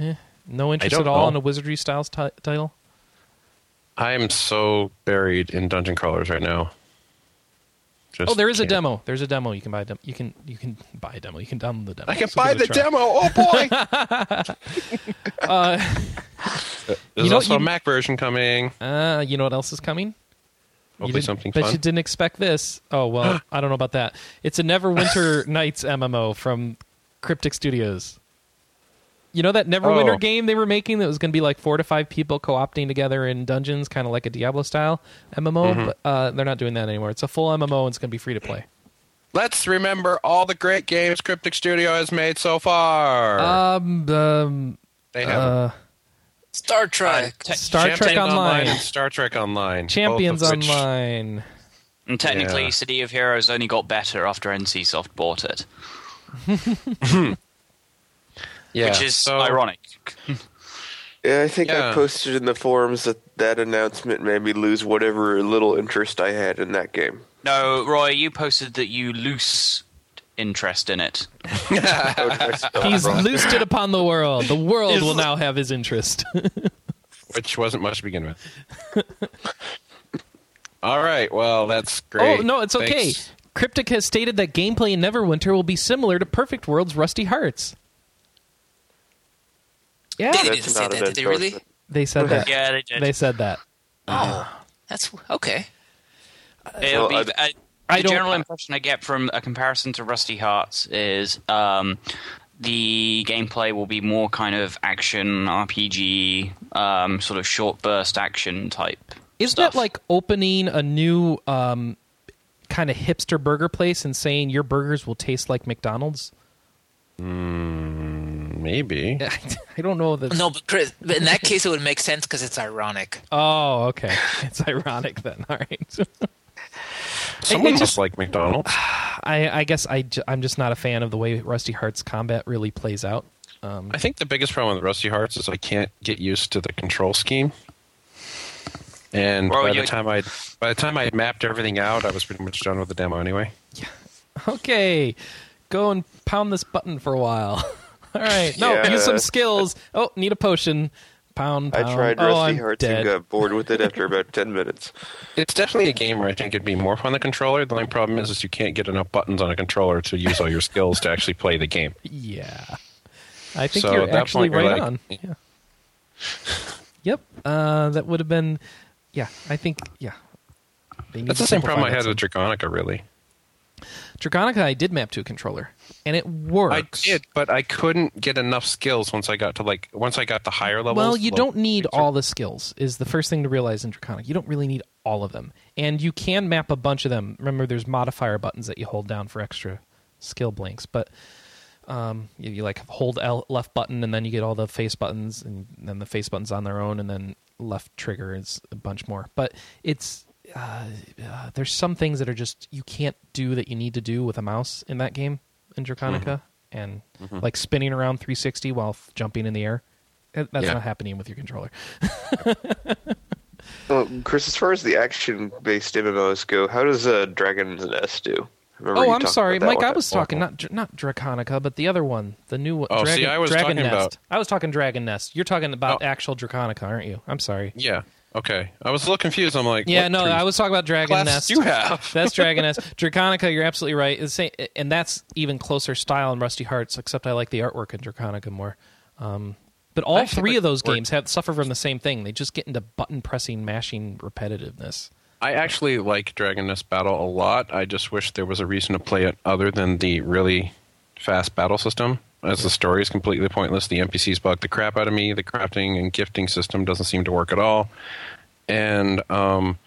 S1: eh, no interest
S5: don't
S1: at all
S5: know.
S1: in a wizardry styles ti- title.
S5: I am so buried in dungeon crawlers right now. Just
S1: Oh, there is a
S5: can't.
S1: demo. There's a demo. You can buy a demo. You can you can buy a demo. You can download the demo.
S5: I can
S1: So
S5: buy
S1: give it
S5: the
S1: a try.
S5: demo. Oh boy! There's
S1: Uh, You know,
S5: also
S1: you-
S5: a Mac version coming.
S1: Uh, you know what else is coming? You
S5: Hopefully
S1: didn't-
S5: something
S1: But
S5: fun.
S1: you didn't expect this. Oh well, I don't know about that. It's a Neverwinter Nights MMO from Cryptic Studios. You know that Neverwinter
S5: Oh.
S1: game they were making that was going to be like four to five people co-opting together in dungeons, kind of like a Diablo style MMO.
S5: Mm-hmm.
S1: But uh, they're not doing that anymore. It's a full MMO and it's going to be free to play.
S5: Let's remember all the great games Cryptic Studio has made so far.
S1: Um, um,
S5: they have
S1: uh,
S2: Star Trek.
S1: Star
S5: Champions
S1: Trek Online,
S5: and Star Trek Online. both
S1: Champions
S5: of which-
S1: Online.
S3: And technically,
S5: Yeah.
S3: City of Heroes only got better after NCSoft bought it,
S5: Yeah,
S3: which is
S5: so-
S3: ironic.
S4: Yeah, I think
S5: Yeah.
S4: I posted in the forums that that announcement made me lose whatever little interest I had in that game.
S3: No, Roy, you posted that you loose interest in it.
S1: He's
S4: Wrong.
S1: loosed it upon the world. The world will now have his interest. Oh,
S5: which wasn't much to begin with. All right, well, that's
S1: Oh
S5: great.
S1: no, it's okay.
S5: Thanks.
S1: Cryptic has stated that gameplay in Neverwinter will be similar to Perfect World's Rusty Hearts. Yeah,
S2: They didn't
S4: That's
S2: say
S4: not
S2: that,
S4: an
S2: did they really?
S4: endorsement.
S1: they said that.
S3: Yeah, they did.
S1: They said that.
S2: Oh, that's okay.
S3: It'll
S4: Well,
S3: be,
S4: I-
S3: uh,
S1: I
S3: the
S1: don't-
S3: general impression I get from a comparison to Rusty Hearts is um, the gameplay will be more kind of action RPG, um, sort of short burst action type.
S1: Isn't
S3: stuff.
S1: that like opening a new um, kind of hipster burger place and saying your burgers will taste like McDonald's?
S5: Maybe.
S1: I don't know that.
S2: No, but Chris, but in that case, it would make sense because it's ironic.
S1: Oh, okay. It's ironic then. All right.
S5: Someone
S1: it
S5: must
S1: just-
S5: like McDonald's.
S1: I, I guess I j- I'm just not a fan of the way Rusty Hearts combat really plays out.
S5: I think the biggest problem with Rusty Hearts is I can't get used to the control scheme. And
S3: Well,
S5: by
S3: you-
S5: the time I by the time I mapped everything out, I was pretty much done with the demo anyway.
S1: okay, go and pound this button for a while. All right, no,
S4: Yeah.
S1: use some skills. Oh, need a potion. Pound.
S4: I
S1: pound.
S4: tried
S1: oh,
S4: Rusty
S1: I'm
S4: Hearts
S1: dead.
S4: and got bored with it after about 10 minutes.
S5: It's definitely a game where I think it'd be more fun on the controller. The only problem is, is you can't get enough buttons on a controller to use all your skills to actually play the game.
S1: Yeah, I think
S5: So at
S1: you're
S5: that
S1: actually
S5: point, you're
S1: right
S5: like-
S1: on. Yeah. yep. Uh, that would have been. Yeah, I think. Yeah. They need
S5: That's
S1: to
S5: the same
S1: simplify
S5: problem I
S1: that
S5: had with
S1: some.
S5: Draconica, really.
S1: Draconica. I did map to a controller, and it works.
S5: I did, but I couldn't get enough skills once I got to like once I got the higher levels.
S1: Well, you
S5: like-
S1: don't need all the skills. Is the first thing to realize in Draconic. You don't really need all of them, and you can map a bunch of them. Remember, there's modifier buttons that you hold down for extra skill blanks. But um, you, you like hold L left button, and then you get all the face buttons, and then the face buttons on their own, and then left trigger is a bunch more. But it's uh, uh, there's some things that are just you can't do that you need to do with a mouse in that game in Draconica,
S5: Mm-hmm.
S1: and like spinning around 360 while f- jumping in the air. Uh, That's
S5: Yeah.
S1: not happening with your controller.
S4: Well, Chris, as far as the action based MMOs go, how does uh, Dragon's Nest do? Remember
S1: Oh,
S4: you
S1: I'm
S4: talked
S1: sorry,
S4: about that
S1: Mike.
S4: one.
S1: I was talking not Dr- not Draconica, but the other one, the new one.
S5: Oh, see,
S1: Dragon,
S5: I was
S1: Dragon
S5: talking
S1: Nest.
S5: about-
S1: I was talking Dragon Nest. You're talking about
S5: Oh.
S1: actual Draconica, aren't you? I'm sorry.
S5: Yeah. Okay. I was a little confused. I'm like,
S1: Yeah,
S5: what
S1: no,
S5: three
S1: I was talking about Dragon
S5: classes
S1: Nest.
S5: do You have.
S1: that's Dragon Nest. Draconica, you're absolutely right. It's the same- and that's even closer style in Rusty Hearts, except I like the artwork in Draconica more. Um, but all
S5: actually
S1: three
S5: like
S1: of those
S5: the artwork.
S1: games have suffer from the same thing. They just get into button pressing, mashing repetitiveness.
S5: I actually like Dragon Nest Battle a lot. I just wish there was a reason to play it other than the really fast battle system, as the story is completely pointless. The NPCs bug the crap out of me. The crafting and gifting system doesn't seem to work at all. And um,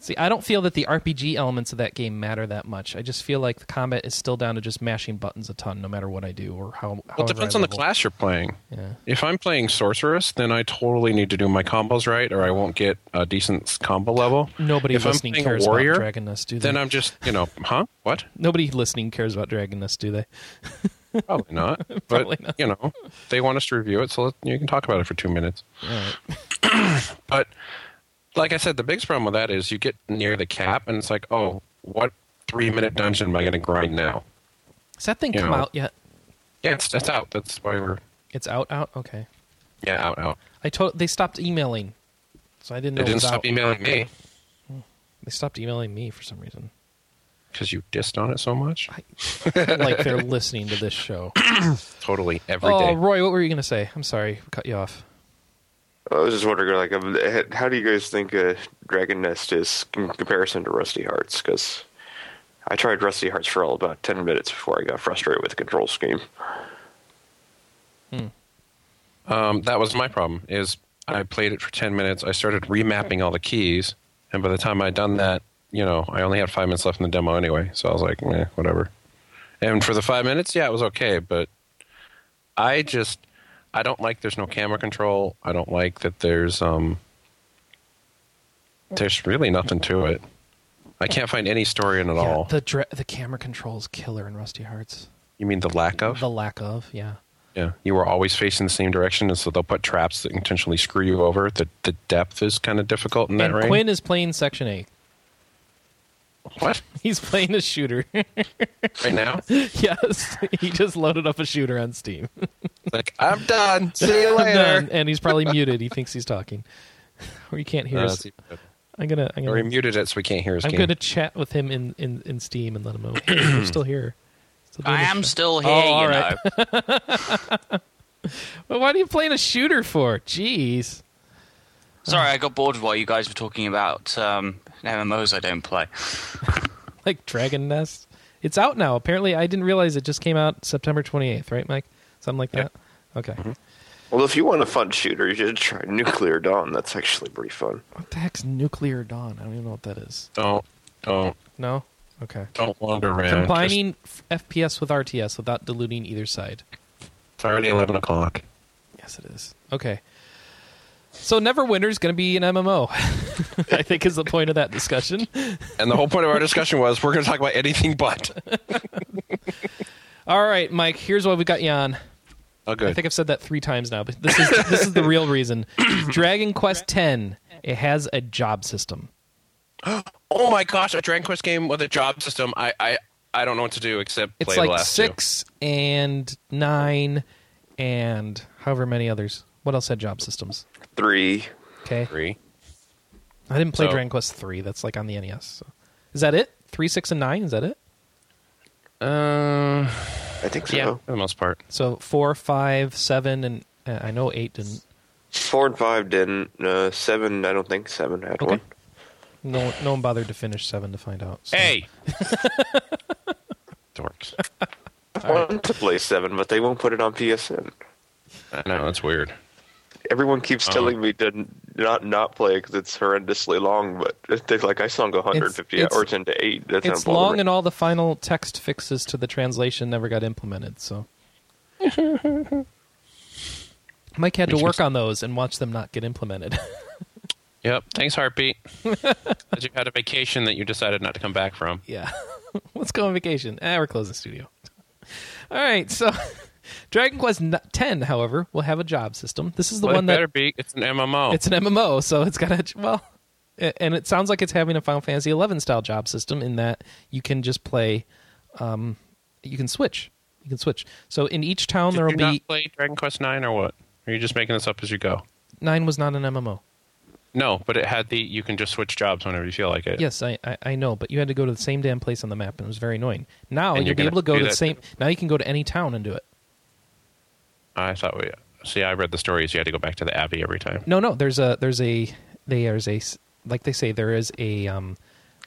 S1: See, I don't feel that the RPG elements of that game matter that much. I just feel like the combat is still down to just mashing buttons a ton, no matter what I do or how.
S5: well, it
S1: however I
S5: depends on the
S1: level.
S5: class you're playing.
S1: Yeah.
S5: If I'm playing Sorceress, then I totally need to do my combos right, or I won't get a decent combo level.
S1: Nobody
S5: if
S1: listening
S5: I'm playing
S1: cares
S5: a warrior,
S1: about Dragon Nest, do they?
S5: then I'm just you know, huh? What?
S1: Nobody listening cares about Dragon Nest, do they?
S5: Probably not. But
S1: Probably not.
S5: you know, they want us to review it, so let, you can talk about it for two minutes.
S1: All right.
S5: But like I said, the biggest problem with that is you get near the cap, and it's like, oh, what three minute dungeon am I going to grind now?
S1: Has that thing
S5: You
S1: come
S5: know.
S1: out yet?
S5: Yeah, it's that's out. That's why we're
S1: It's out, out. Okay.
S5: yeah out out.
S1: I told they stopped emailing, so I didn't know
S5: They
S1: it
S5: didn't
S1: was
S5: stop
S1: out.
S5: emailing me
S1: They stopped emailing me for some reason.
S5: because you dissed on it so much.
S1: like they're listening to this show.
S5: Totally every day.
S1: oh, Roy, what were you going to say? I'm sorry, cut you off.
S4: I was just wondering, like, um, how do you guys think uh, Dragon Nest is in comparison to Rusty Hearts? Because I tried Rusty Hearts for all about ten minutes before I got frustrated with the control scheme.
S5: Um, that was my problem. Is I played it for ten minutes. I started remapping all the keys, and by the time I'd done that, you know, I only had five minutes left in the demo anyway. So I was like, eh, whatever. And for the five minutes, yeah, it was okay. But I just, I don't like there's no camera control. I don't like that there's um, there's really nothing to it. I can't find any story in it all.
S1: Yeah, the dra- the camera controls killer in Rusty Hearts.
S5: you mean the lack of?
S1: The lack of, yeah.
S5: Yeah, you were always facing the same direction, and so they'll put traps that intentionally screw you over. The the depth is kind of difficult in that
S1: and
S5: range.
S1: Quinn is playing Section A.
S5: What
S1: He's playing a shooter.
S5: right now?
S1: yes, he just loaded up a shooter on Steam.
S5: like I'm done. See
S1: Done.
S5: you later.
S1: and he's probably muted. He thinks he's talking, or you can't hear
S5: Uh,
S1: us. I'm gonna, I'm
S5: or he
S1: gonna,
S5: muted it so we can't hear his
S1: I'm
S5: game.
S1: gonna chat with him in, in, in Steam and let him know. Hey, you're still here. Still doing
S3: I
S1: this
S3: am
S1: show.
S3: still here,
S1: Oh, all
S3: you
S1: right.
S3: know.
S1: Well, what are you playing a shooter for? Jeez.
S3: Sorry, I got bored while you guys were talking about um, MMOs I don't play.
S1: Like Dragon Nest. It's out now. Apparently, I didn't realize it just came out September 28th, right, Mike? Something like that. Okay.
S4: Well, if you want a fun shooter, you should try Nuclear Dawn. That's actually pretty fun.
S1: What the heck's Nuclear Dawn? I don't even know what that is.
S5: Don't don't
S1: No? Okay.
S5: don't wander around.
S1: Combining f- FPS with RTS without diluting either side.
S5: Just- it's already eleven o'clock.
S1: Yes, it is. Okay. So Neverwinter is going to be an MMO. I think is the point of that discussion.
S5: And the whole point of our discussion was we're going to talk about anything but.
S1: All right, Mike. Here's why we got you on.
S5: Oh, good.
S1: I think I've said that three times now, but this is this is the real reason. Dragon Quest X it has a job system.
S5: oh my gosh, a Dragon Quest game with a job system. I I, I don't know what to do except
S1: It's
S5: play the
S1: like
S5: last two.
S1: six and nine and however many others. What else had job systems?
S4: Three.
S1: Okay,
S5: Three.
S1: I didn't play
S5: So-
S1: Dragon Quest three. That's like on the NES. So. Is that it? Three, six, and nine. Is that it?
S5: Uh,
S4: I think so.
S5: yeah, for the most part.
S1: So four, five, seven, and uh, I know eight didn't.
S4: Four and five didn't. Uh, seven, I don't think seven had one.
S1: No, no one bothered to finish seven to find out. so-
S5: Hey. Dorks.
S4: I want to play seven, but they won't put it on PSN.
S5: I know that's weird.
S4: Everyone keeps
S5: Oh.
S4: telling me to n- not not play because it's horrendously long, but they like I sunk 150
S1: It's- it's-
S4: hours into eight. That's
S1: it's
S4: not
S1: long,
S4: bothering.
S1: and all the final text fixes to the translation never got implemented. So Mike had to work on those and watch them not get implemented.
S5: Yep. Thanks, Heartbeat. But you had a vacation that you decided not to come back from.
S1: yeah, let's go on vacation. Ah, we're closing the studio. All right, so Dragon Quest n- Ten, however, will have a job system. This is the
S5: Well,
S1: one
S5: it
S1: that
S5: better be. It's an MMO.
S1: it's an MMO, so it's got a well, a- and it sounds like it's having a Final Fantasy eleven style job system in that you can just play, um, you can switch, you can switch. So in each town
S5: Did
S1: there will
S5: you
S1: be
S5: not play Dragon Quest Nine or what? Are you just making this up as you go?
S1: nine was not an MMO.
S5: No, but it had the you can just switch jobs whenever you feel like it.
S1: Yes, I, I I know, but you had to go to the same damn place on the map, and it was very annoying. Now you'll
S5: And you're
S1: be
S5: gonna
S1: able to go
S5: do
S1: to the
S5: that-
S1: same. Now you can go to any town and do it.
S5: I thought we. See, I read the stories. You had to go back to the Abbey every time.
S1: No, no, there's a there's a there's a s- like they say, there is a um,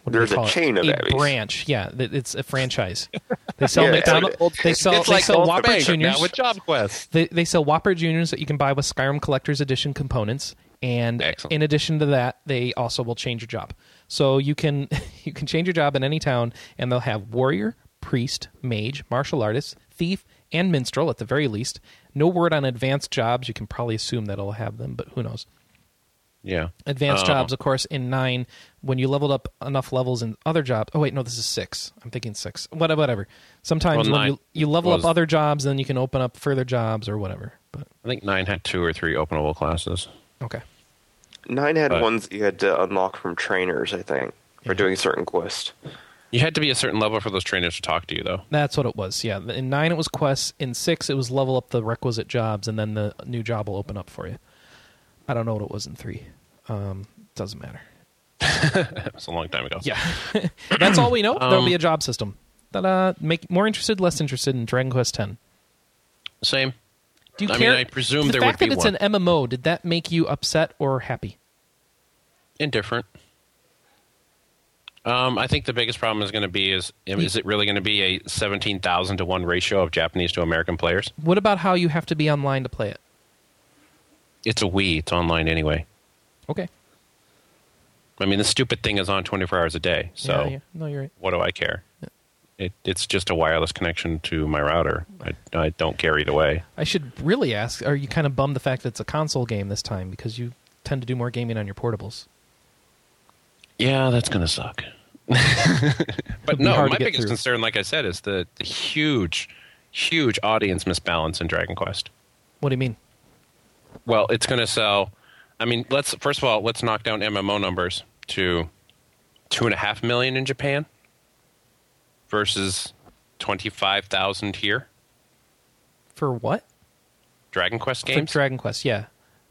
S1: what do
S4: There's
S1: they
S4: a
S1: call it?
S4: chain of
S1: a
S4: Abbeys.
S1: branch. Yeah, th- it's a franchise. They sell
S4: Yeah, it's like-
S1: McDonald's. They sell
S5: it's
S1: they
S5: like
S1: sell
S5: Old
S1: Whopper
S5: Bank
S1: Juniors.
S5: now with Job Quest.
S1: They, they sell Whopper Juniors that you can buy with Skyrim Collector's Edition components, and
S5: Excellent.
S1: in addition to that, they also will change your job. So you can you can change your job in any town, and they'll have warrior, priest, mage, martial artist, thief, and minstrel at the very least. No word on advanced jobs. You can probably assume that it'll have them, but who knows?
S5: Yeah.
S1: Advanced
S5: Oh.
S1: jobs, of course, in nine. When you leveled up enough levels in other jobs. Oh wait, no, this is six. I'm thinking six. What, whatever. Sometimes
S5: Well,
S1: when you
S5: nine
S1: you level
S5: was-
S1: up other jobs, then you can open up further jobs or whatever. But
S5: I think nine had two or three openable classes.
S1: okay.
S4: Nine had
S5: But-
S4: ones that you had to unlock from trainers, I think, for doing certain quests.
S5: You had to be a certain level for those trainers to talk to you, though.
S1: That's what it was. Yeah. In nine, it was quests. In six, it was level up the requisite jobs, and then the new job will open up for you. I don't know what it was in three. Um, doesn't matter.
S5: That was a long time ago.
S1: Yeah. That's all we know.
S5: Um,
S1: There'll be a job system. Ta-da. Make more interested, less interested in Dragon Quest X.
S5: Same.
S1: Do you
S5: I mean,
S1: care?
S5: I presume
S1: the
S5: there
S1: fact
S5: would
S1: that
S5: be
S1: it's
S5: one.
S1: an MMO. Did that make you upset or happy?
S5: Indifferent. Um, I think the biggest problem is going to be is is it really going to be a seventeen thousand to one ratio of Japanese to American players?
S1: What about how you have to be online to play it?
S5: It's a Wii. It's online anyway.
S1: Okay.
S5: I mean, the stupid thing is on twenty four hours a day. So
S1: Yeah, yeah. No, you're right.
S5: what do I care? It, it's just a wireless connection to my router. I, I don't care either way.
S1: I should really ask. Are you kind of bummed the fact that it's a console game this time because you tend to do more gaming on your portables?
S5: Yeah, that's gonna suck. but
S1: be
S5: no,
S1: hard to
S5: my
S1: get
S5: biggest
S1: through.
S5: concern, like I said, is the, the huge, huge audience misbalance in Dragon Quest.
S1: What do you mean?
S5: Well, it's gonna sell. I mean, let's first of all let's knock down MMO numbers to two and a half million in Japan versus twenty five thousand here.
S1: For what?
S5: Dragon Quest
S1: For
S5: games.
S1: Dragon Quest, yeah.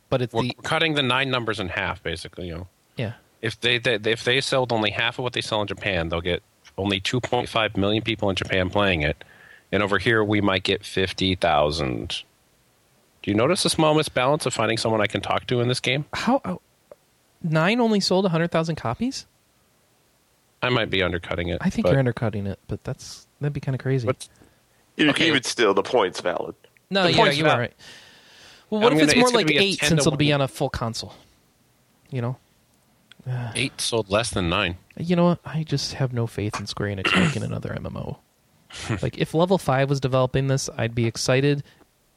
S1: But it's
S5: we're
S1: the
S5: cutting the nine numbers in half, basically. You know,
S1: yeah.
S5: if they, they if they sold only half of what they sell in Japan, they'll get only 2.5 million people in Japan playing it, and over here we might get 50,000. Do you notice the small misbalance of finding someone I can talk to in this game?
S1: How oh, nine only sold hundred thousand copies?
S5: I might be undercutting it.
S1: I think
S5: but-
S1: you're undercutting it, but that's that'd be kind of crazy.
S5: but
S4: You-
S5: Okay.
S4: Even still, the point's valid.
S1: no,
S5: the
S1: yeah,
S5: point's
S1: you're
S5: not-
S1: right. Well, what
S5: I'm
S1: if it's
S5: gonna-
S1: more
S5: it's gonna
S1: like
S5: be a
S1: eight
S5: 10
S1: since
S5: to
S1: it'll be
S5: one.
S1: on a full console? You know,
S5: eight sold less than nine.
S1: you know what? I just have no faith in Square Enix making another MMO. like if Level Five was developing this, I'd be excited,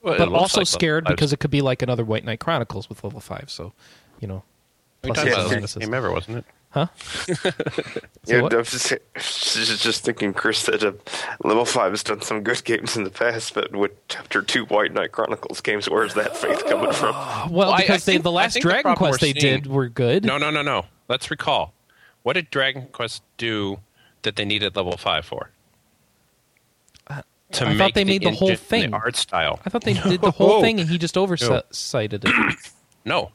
S5: Well, it
S1: but
S5: looks
S1: also
S5: like
S1: scared
S5: I've-
S1: because it could be like another White Knight Chronicles with Level Five. So, you know,
S5: we
S1: pluses
S5: talked about
S1: and
S5: this in the
S1: minuses.
S5: game ever, wasn't it?
S1: huh?
S4: Yeah,
S1: what?
S4: I'm just, just just thinking, Chris, that uh, Level 5 has done some good games in the past, but with Chapter 2 White Knight Chronicles games, where's that faith coming from?
S1: Uh, Well,
S5: Well, I-
S1: because
S5: I
S1: they,
S5: think-
S1: the
S5: I
S1: last
S5: think the
S1: Dragon
S5: problem
S1: Quest
S5: we're
S1: they did
S5: seeing-
S1: were good.
S5: No, no, no, no. Let's recall. What did Dragon Quest do that they needed level five for? to
S1: Uh, I thought they made the whole
S5: engine and
S1: thing.
S5: art style.
S1: I thought they did the whole
S5: No.
S1: thing, and he just oversighted it.
S5: No.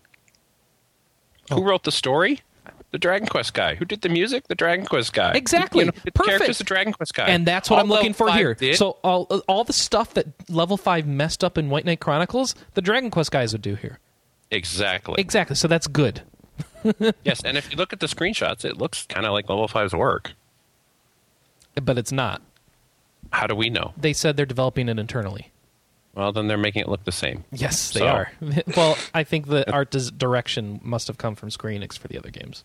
S1: Oh.
S5: Who wrote the story? The Dragon Quest guy. Who did the music? The Dragon Quest guy.
S1: Exactly.
S5: You know, the
S1: Perfect.
S5: characters, the Dragon Quest guy.
S1: And that's what
S5: All
S1: I'm looking for
S5: Level Five
S1: here.
S5: did-
S1: So all all the stuff that Level Five messed up in White Knight Chronicles, the Dragon Quest guys would do here.
S5: exactly.
S1: Exactly. So that's good.
S5: yes. And if you look at the screenshots, it looks kind of like Level 5's work.
S1: But it's not.
S5: How do we know?
S1: They said they're developing it internally.
S5: Well, then they're making it look the same.
S1: Yes, they
S5: So-
S1: are. well, I think the art dis- direction must have come from Square Enix for the other games.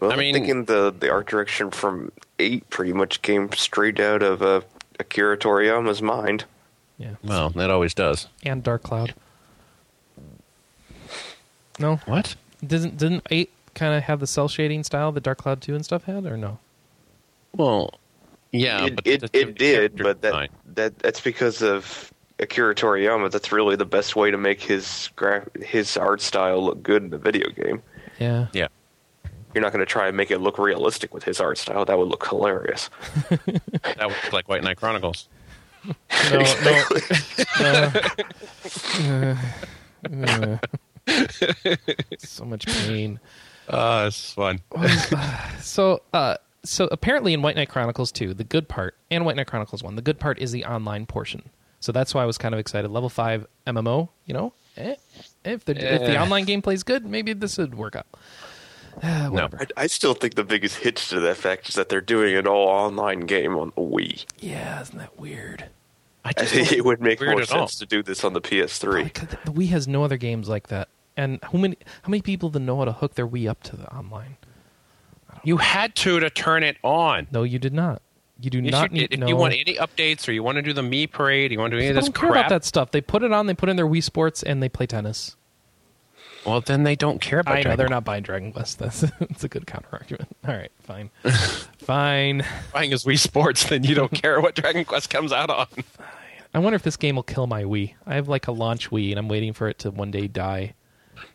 S4: Well,
S5: I
S4: I
S5: mean-
S4: am thinking the, the art direction from 8 pretty much came straight out of uh, Akira Toriyama's mind.
S1: Yeah.
S5: Well, that always does.
S1: And Dark Cloud. No,
S5: What?
S1: Didn't didn't eight kind of have the cell shading style that Dark Cloud two and stuff had, or no?
S5: Well, yeah.
S4: it
S5: but
S4: it,
S5: the- the
S4: it did,
S5: character
S4: but that,
S5: design-
S4: that that's because of Akira Toriyama. That's really the best way to make his gra- his art style look good in a video game.
S1: Yeah.
S5: Yeah.
S4: You're not going to try and make it look realistic with his art style. That would look hilarious.
S5: That was like White Knight Chronicles.
S1: No. No. no. Uh, uh, so much pain.
S5: Oh, it's fun.
S1: So, uh, so apparently in White Knight Chronicles two, the good part, and White Knight Chronicles one, the good part is the online portion. So that's why I was kind of excited. Level five MMO, you know, eh, if the if the
S5: Eh.
S1: online game plays good, maybe this would work out. Ah,
S5: No.
S1: whatever.
S4: I, I still think the biggest hitch to that fact is that they're doing an all online game on the Wii.
S1: Yeah, isn't that weird?
S5: I
S4: I
S5: just
S4: think it would make
S5: Weird
S4: more
S5: at all.
S4: sense to do this on the PS3.
S1: Like, the Wii has no other games like that. And how many how many people then know how to hook their Wii up to the online?
S5: you had to to turn it on.
S1: No, you did not. You do
S5: Yes,
S1: not need
S5: you did. if
S1: no.
S5: you want any updates or you want to do the me parade, you want to do any of
S1: People
S5: this
S1: don't care about
S5: crap.
S1: that stuff. They put it on. They put in their Wii Sports and they play tennis.
S5: Well, then they don't care about.
S1: I know
S5: Dragon
S1: they're
S5: Ball.
S1: not buying Dragon Quest. That's it's a good counter argument. All right, fine, fine.
S5: buying as Wii Sports. Then you don't care what Dragon Quest comes out on.
S1: I wonder if this game will kill my Wii. I have like a launch Wii, and I'm waiting for it to one day die.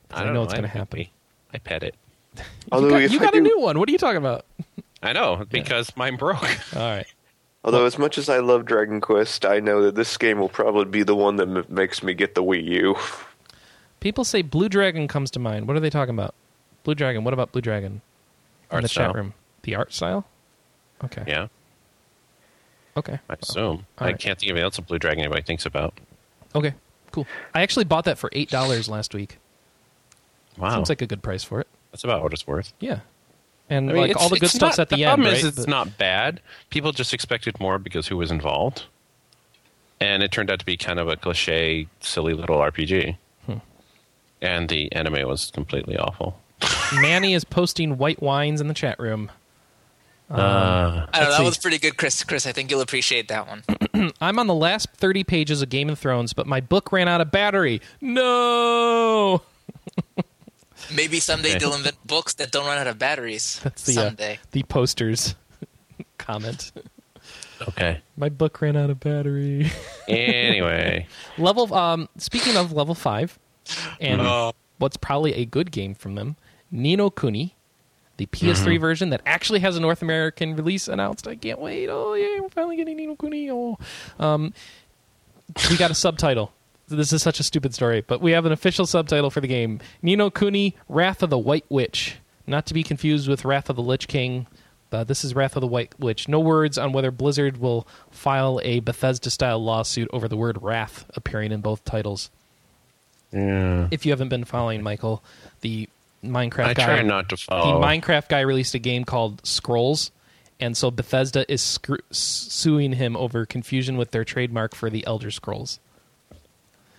S1: 'Cause I, know, it's
S5: I
S1: going to
S5: pet
S1: happen.
S5: me. I pet it. Oh
S1: You
S4: Although,
S1: got,
S4: if
S1: you
S4: I
S1: got a
S4: do-
S1: new one. What are you talking about?
S5: I know because mine broke.
S1: All right.
S4: although as much as I love Dragon Quest, I know that this game will probably be the one that m- makes me get the Wii U.
S1: People say Blue Dragon comes to mind. What are they talking about? Blue Dragon. What about Blue Dragon? In
S5: Art
S1: the
S5: style.
S1: chat room. The art style? Okay.
S5: Yeah,
S1: Okay.
S5: I assume.
S1: All
S5: I
S1: right.
S5: can't think of anything else a Blue Dragon anybody thinks about.
S1: Okay. Cool. I actually bought that for eight dollars last week.
S5: Wow,
S1: Seems like a good price for it.
S5: that's about what it's worth.
S1: Yeah. And
S5: I mean,
S1: like all the
S5: it's-
S1: good
S5: it's
S1: stuff's
S5: not-
S1: at the, end.
S5: problem is
S1: right?
S5: it's
S1: But-
S5: not bad. People just expected more because who was involved, and it turned out to be kind of a cliche, silly little RPG.
S1: Hmm.
S5: And the anime was completely awful.
S1: Manny is posting white wines in the chat room.
S2: I don't know,
S1: Let's
S2: that
S1: see.
S2: was pretty good, Chris. Chris, I think you'll appreciate that one.
S1: I'm on the last 30 pages of Game of Thrones, but my book ran out of battery. No.
S2: Maybe someday
S5: Okay.
S2: they'll invent books that don't run out of batteries.
S1: That's the uh,
S2: someday.
S1: the posters comment.
S5: Okay.
S1: My book ran out of battery.
S5: Anyway,
S1: level um speaking of level 5 and
S5: Oh.
S1: what's probably a good game from them, Nino Kuni, the PS3
S5: Mm-hmm.
S1: version that actually has a North American release announced. I can't wait. Oh yeah, we're finally getting Nino Kuni. Oh. Um we got a subtitle. This is such a stupid story, but we have an official subtitle for the game Nino Kuni Wrath of the White Witch. Not to be confused with Wrath of the Lich King. Uh, this is Wrath of the White Witch. No words on whether Blizzard will file a Bethesda style lawsuit over the word wrath appearing in both titles.
S5: yeah.
S1: If you haven't been following Michael, the Minecraft
S5: I
S1: guy
S5: try not to
S1: the
S5: follow.
S1: Minecraft guy released a game called Scrolls, and so Bethesda is scru- suing him over confusion with their trademark for the Elder Scrolls.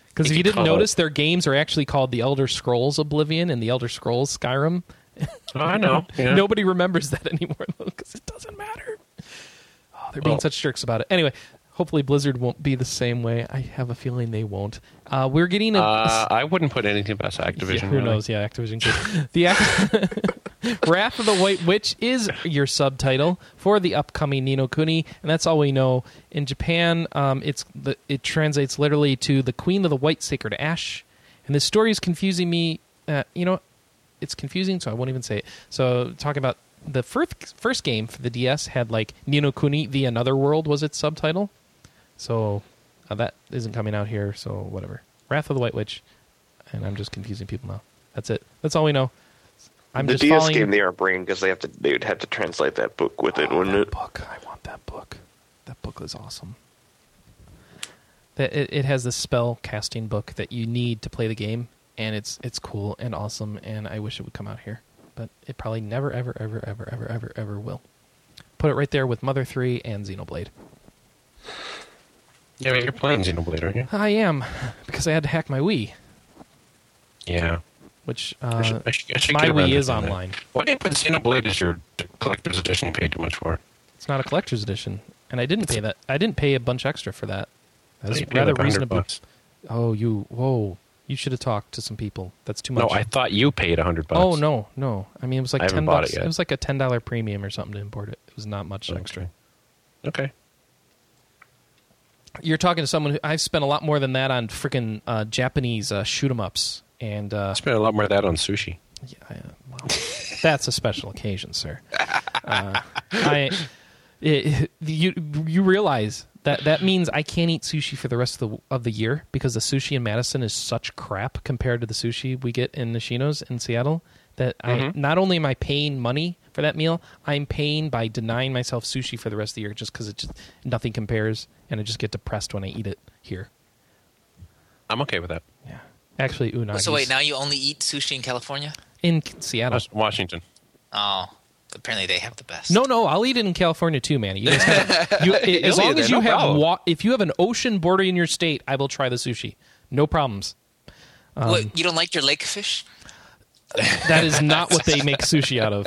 S1: Because
S5: You
S1: if you
S5: could
S1: didn't
S5: call it-
S1: notice, their games are actually called the Elder Scrolls Oblivion and the Elder Scrolls Skyrim.
S5: Oh, I know. Yeah.
S1: Nobody remembers that anymore because it doesn't matter. Oh, they're being
S5: Well-
S1: such jerks about it. Anyway, hopefully Blizzard won't be the same way. I have a feeling they won't. Uh, we're getting a- a
S5: Uh, I wouldn't put anything past Activision.
S1: yeah, who
S5: really.
S1: knows? Yeah, Activision could. the Ac- Wrath of the White Witch is your subtitle for the upcoming Nino Kuni, and that's all we know. In Japan, um, it's the, it translates literally to the Queen of the White Sacred Ash, and this story is confusing me. Uh, you know, it's confusing, so I won't even say it. So talking about the first first game for the DS had like Nino Kuni: The Another World was its subtitle. So uh, that isn't coming out here, so whatever. Wrath of the White Witch, and I'm just confusing people now. That's it. That's all we know. I'm
S4: the
S1: just
S4: DS
S1: following
S4: game they aren't bringing because they have to they would have to translate that book with it, wouldn't
S1: that
S4: it?
S1: book. I want that book. That book is awesome. That it, it has this spell casting book that you need to play the game, and it's it's cool and awesome, and I wish it would come out here, but it probably never, ever, ever, ever, ever, ever, ever will. Put it right there with Mother Three and Xenoblade.
S5: Yeah, but you're playing Xenoblade, aren't you?
S1: I am because I had to hack my Wii,
S5: Yeah.
S1: which
S5: I should-
S1: uh,
S5: I should- I should
S1: my
S5: get around
S1: Wii
S5: to
S1: is
S5: doing that.
S1: online.
S5: Why do you put Xenoblade as your collector's edition? You paid too much for it.
S1: It's not a collector's edition, and I didn't pay that. I didn't pay a bunch extra for that. That was
S5: You paid
S1: rather
S5: like 100
S1: reasonable.
S5: bucks.
S1: Oh, you whoa! You should have talked to some people. That's too much.
S5: No, I thought you paid a hundred bucks.
S1: oh no, no. I mean, it was like
S5: I haven't
S1: ten
S5: bought
S1: bucks.
S5: it
S1: It,
S5: yet.
S1: was like a ten dollar premium or something to import it. It was not much
S5: Okay.
S1: extra.
S5: Okay.
S1: You're talking to someone who I've spent a lot more than that on freaking uh, Japanese uh, shoot 'em ups, and uh,
S5: I spent a lot more of that on sushi.
S1: Yeah, I, uh, well, that's a special occasion, sir. Uh, I, it, you you realize that that means I can't eat sushi for the rest of the of the year because the sushi in Madison is such crap compared to the sushi we get in Nishino's in Seattle. That I not only am I paying money for that meal, I'm paying by denying myself sushi for the rest of the year just because it just nothing compares, and I just get depressed when I eat it here.
S5: I'm okay with that.
S1: Yeah, actually, unagi.
S2: so wait, now you only eat sushi in California?
S1: in Seattle.
S5: Was- Washington.
S2: Oh, apparently they have the best.
S1: No, no, I'll eat it in California too, man. You guys have, you, as
S5: It'll
S1: long
S5: be
S1: as
S5: there,
S1: you
S5: no
S1: have
S5: problem.
S1: wa- if you have an ocean border in your state, I will try the sushi. No problems. um,
S2: What, you don't like your lake fish
S1: That is not what they make sushi out of.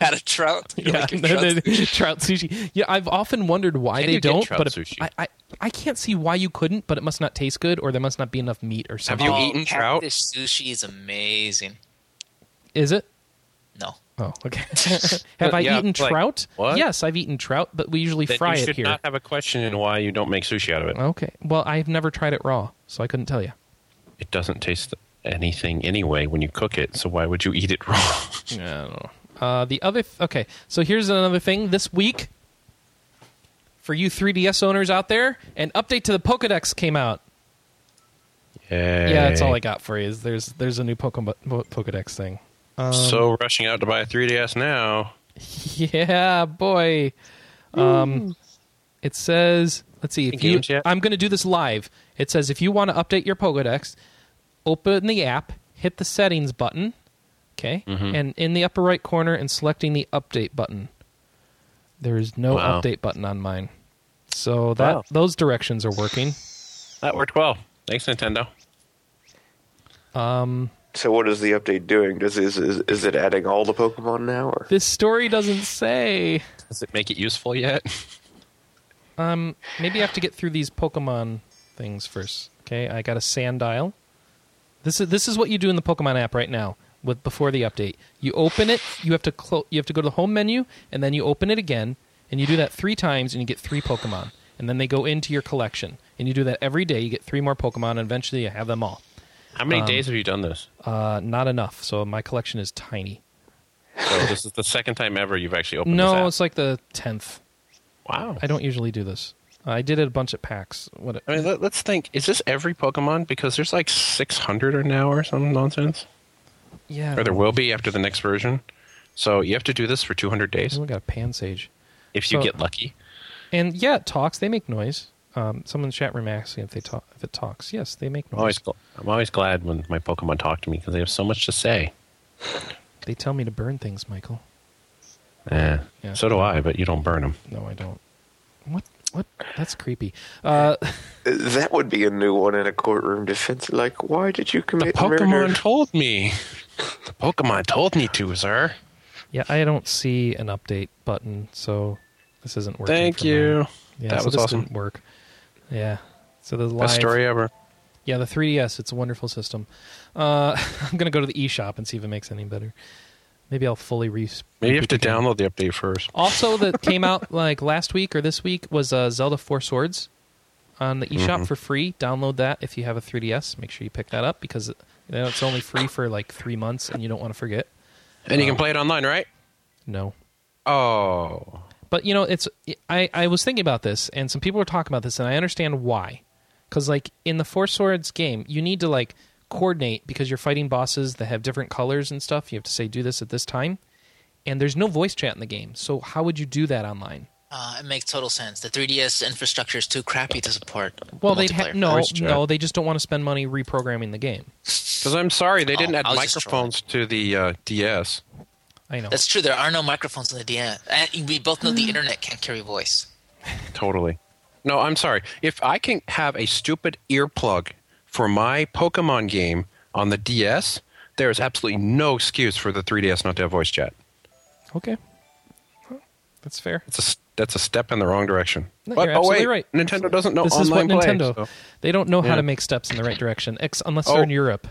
S2: out of trout? You don't
S1: yeah,
S2: like your
S1: no,
S2: trout?
S1: they- trout sushi. Yeah, I've often wondered why
S5: Can
S1: they
S5: you get
S1: don't.
S5: trout
S1: but
S5: sushi?
S1: I, I, I can't see why you couldn't. But it must not taste good, or there must not be enough meat or
S5: Have
S1: something.
S5: you
S2: Oh,
S5: eaten trout?
S2: Catfish sushi is amazing.
S1: Is it?
S2: No.
S1: Oh, okay. have I
S5: Yeah,
S1: eaten
S5: like,
S1: trout?
S5: what?
S1: Yes, I've eaten trout, but we usually
S5: Then
S1: fry
S5: you
S1: it
S5: should
S1: here.
S5: not have a question in why you don't make sushi out of it.
S1: Okay. Well, I've never tried it raw, so I couldn't tell you.
S5: It doesn't taste anything anyway when you cook it, so why would you eat it raw?
S1: Yeah, I don't know. Uh, the other th- okay, so here's another thing this week for you 3DS owners out there. An update to the Pokédex came out. Yeah, that's all I got for you. Is there's there's a new Pokemon Pokédex thing. um,
S5: so rushing out to buy a 3DS now.
S1: Yeah, boy. Um, it says, let's see. If
S5: Any
S1: you,
S5: games yet?
S1: I'm going to do this live. It says if you want to update your Pokedex, open the app, hit the settings button, okay,
S5: Mm-hmm.
S1: and in the upper right corner, and selecting the update button. There is no
S5: Wow.
S1: update button on mine, so that
S5: Wow.
S1: those directions are working.
S5: That worked well. Thanks, Nintendo.
S4: So what is the update doing? Does is is, is it adding all the Pokemon now? Or?
S1: This story doesn't say.
S5: Does it make it useful yet?
S1: Maybe I have to get through these Pokemon things first. Okay, I got a Sandile. This is this is what you do in the Pokemon app right now with before the update. You open it, you have to clo- you have to go to the home menu and then you open it again and you do that 3 times and you get 3 Pokemon and then they go into your collection. And you do that every day, you get 3 more Pokemon and eventually you have them all.
S5: How many
S1: Um,
S5: days have you done this?
S1: Uh, not enough, so my collection is tiny.
S5: So this is the second time ever you've actually opened
S1: No,
S5: this
S1: it's like the 10th.
S5: app. Wow.
S1: I don't usually do this. I did it a bunch at PAX. What
S5: I mean, let, us think. Is this every Pokemon? Because there's like 600 or now or some nonsense,
S1: yeah.
S5: or there will be after the next version. So you have to do this for 200 days
S1: Oh, I got a Pansage.
S5: if you
S1: So-
S5: get lucky.
S1: And yeah, it talks. They make noise. Um, someone in the chat room asking if they talk, if it talks. Yes, they make
S5: I'm
S1: noise.
S5: always, gl- I'm always glad when my Pokemon talk to me because they have so much to say.
S1: They tell me to burn things, Michael.
S5: Eh,
S1: Yeah.
S5: So do I, but you don't burn them.
S1: No, I don't. What? What? That's creepy. Uh,
S4: That would be a new one in a courtroom defense. Like, why did you
S5: The
S4: commit murder?
S5: Pokemon told me. The Pokemon told me to, sir.
S1: yeah, I don't see an update button, so this isn't working.
S5: Thank
S1: for mine.
S5: you.
S1: Yeah,
S5: that
S1: so
S5: was
S1: this
S5: awesome.
S1: Didn't work. Yeah. So the live,
S5: Best story ever.
S1: Yeah, the 3DS. It's a wonderful system. Uh, I'm gonna go to the eShop and see if it makes any better. Maybe I'll fully re.
S5: Maybe you have to
S1: reboot it.
S5: download the update first.
S1: Also, that came out like last week or this week was uh, Zelda Four Swords on the eShop for free. Download that if you have a 3DS. Make sure you pick that up because you know, it's only free for like three months, and you don't want to forget.
S5: And you can play it online, right?
S1: No,
S5: Oh.
S1: but you know, it's I I was thinking about this, and some people were talking about this, and I understand why. Because like in the Four Swords game, you need to like coordinate because you're fighting bosses that have different colors and stuff. You have to say do this at this time, and there's no voice chat in the game. So how would you do that online?
S2: Uh, it makes total sense. The 3DS infrastructure is too crappy to support.
S1: Well, they'd
S2: multiplayer.
S1: ha- no,
S5: Voice chat.
S1: no. They just don't want to spend money reprogramming the game.
S5: Because I'm sorry, they didn't
S2: Oh,
S5: add
S2: I was just
S5: microphones to the uh, DS.
S1: I know.
S2: That's true. There are no microphones in the DS. And we both know
S1: Mm.
S2: the internet can't carry voice.
S5: Totally. No, I'm sorry. If I can have a stupid earplug for my Pokemon game on the DS, there is absolutely no excuse for the 3DS not to have voice chat.
S1: okay. Huh. That's fair.
S5: It's a, s- that's a step in the wrong direction.
S1: No,
S5: but,
S1: you're
S5: oh,
S1: absolutely
S5: wait,
S1: right.
S5: Nintendo doesn't know
S1: this is what
S5: online play.
S1: Nintendo.
S5: so
S1: They don't know how
S5: Yeah.
S1: to make steps in the right direction, ex- unless they're in
S5: Oh.
S1: Europe.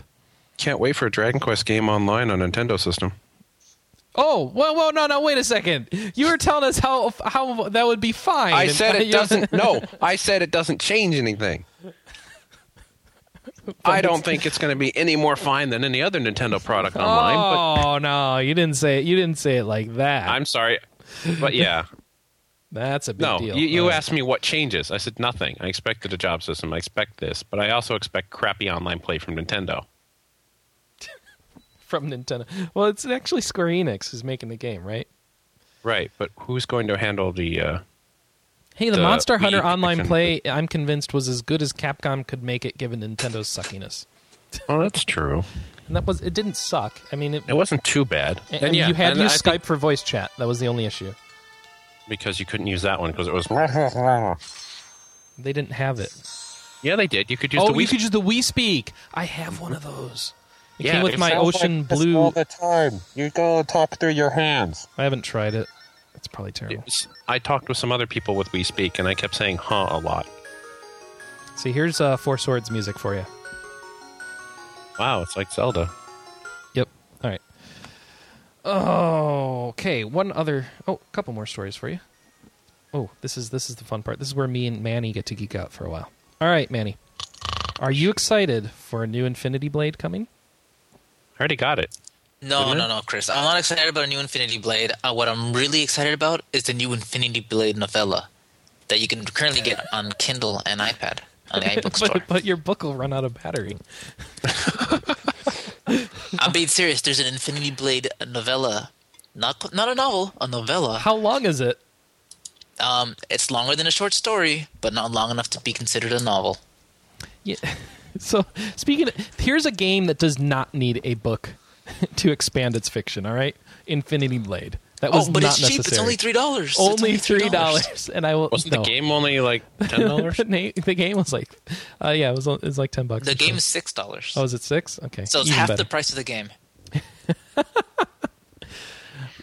S5: can't wait for a Dragon Quest game online on Nintendo system.
S1: Oh, well, well, no, no. Wait a second. You were telling us how how that would be fine.
S5: I
S1: And-
S5: said it
S1: yeah.
S5: doesn't. No, I said it doesn't change anything. I don't think it's going to be any more fine than any other Nintendo product online. But
S1: Oh no, you didn't say it. You didn't say it like that.
S5: I'm sorry, but yeah,
S1: That's a big
S5: no. You,
S1: deal. Uh,
S5: you
S1: All right.
S5: asked me what changes. I said nothing. I expected a job system. I expect this, but I also expect crappy online play from Nintendo.
S1: from Nintendo. Well, it's actually Square Enix who's making the game, right?
S5: Right, but who's going to handle the? Uh,
S1: Hey, the,
S5: the
S1: Monster
S5: Wii
S1: Hunter online
S5: connection.
S1: play, I'm convinced, was as good as Capcom could make it given Nintendo's suckiness.
S5: oh, that's true.
S1: and that was it. Didn't suck. I mean, it,
S5: It wasn't too bad.
S1: and, and you had
S5: and
S1: to
S5: I
S1: use Skype
S5: think
S1: for voice chat. That was the only issue.
S5: because you couldn't use that one because it was.
S1: They didn't have it.
S5: yeah, they did. You could use
S1: oh,
S5: the Wii.
S1: you could use the Wii Speak. I have one of those. It
S5: Yeah,
S1: came with
S5: it
S1: my
S5: sounds
S1: ocean blue.
S5: time. You go talk through your hands.
S1: I haven't tried it. It's probably terrible.
S5: I talked with some other people with We Speak, and I kept saying "huh" a lot.
S1: See, here's uh, Four Swords music for you.
S5: Wow, it's like Zelda.
S1: Yep. All right. Oh, okay. One other. Oh, a couple more stories for you. Oh, this is this is the fun part. This is where me and Manny get to geek out for a while. All right, Manny. Are you excited for a new Infinity Blade coming?
S5: I already got it.
S2: No,
S5: Didn't
S2: no, no, Chris. I'm not excited about a new Infinity Blade. Uh, what I'm really excited about is the new Infinity Blade novella that you can currently get on Kindle and iPad on the iBook store.
S1: but, but your book will run out of battery.
S2: I'm being serious. There's an Infinity Blade novella, not not a novel, a novella.
S1: How long is it?
S2: Um, it's longer than a short story, but not long enough to be considered a novel.
S1: Yeah. So speaking, of, here's a game that does not need a book to expand its fiction. All right, Infinity Blade. That was
S2: Oh, but
S1: not
S2: it's cheap. It's
S1: necessary.
S2: only three dollars.
S1: Only three dollars, and I will.
S5: Wasn't
S1: no.
S5: the game only like ten dollars?
S1: the, na- the game was like, uh, yeah, it was, it was like ten bucks.
S2: The
S1: or
S2: game is
S1: something.
S2: six dollars.
S1: Oh, is it six? Okay,
S2: so it's
S1: even
S2: half
S1: better.
S2: the price of the game.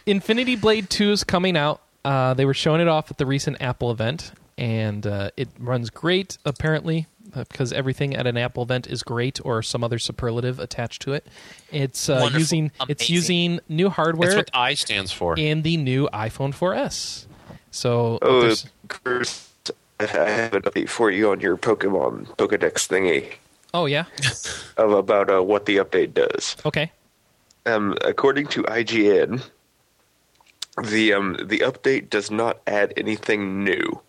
S1: Infinity Blade Two is coming out. Uh, they were showing it off at the recent Apple event, and uh, it runs great apparently uh, because everything at an Apple event is great or some other superlative attached to it. It's uh,
S2: Wonderful.
S1: using it's
S2: Amazing.
S1: using new
S5: That's
S1: hardware
S5: what I stands for.
S1: in the new iPhone 4S. So
S4: Oh,
S1: there's-
S4: Chris, I have an update for you on your Pokemon Pokedex thingy
S1: oh yeah,
S4: of about uh, what the update does.
S1: okay.
S4: Um, according to IGN, the um, the update does not add anything new.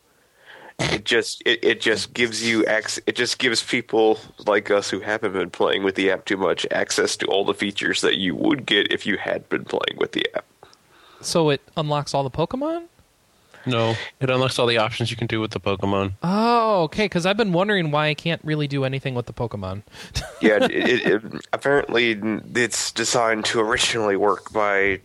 S4: It just it, it just gives you access. It just gives people like us who haven't been playing with the app too much access to all the features that you would get if you had been playing with the app.
S1: So it unlocks all the Pokemon.
S5: No, it unlocks all the options you can do with the Pokemon.
S1: Oh, okay. Because I've been wondering why I can't really do anything with the Pokemon.
S4: yeah, it, it, it, apparently it's designed to originally work by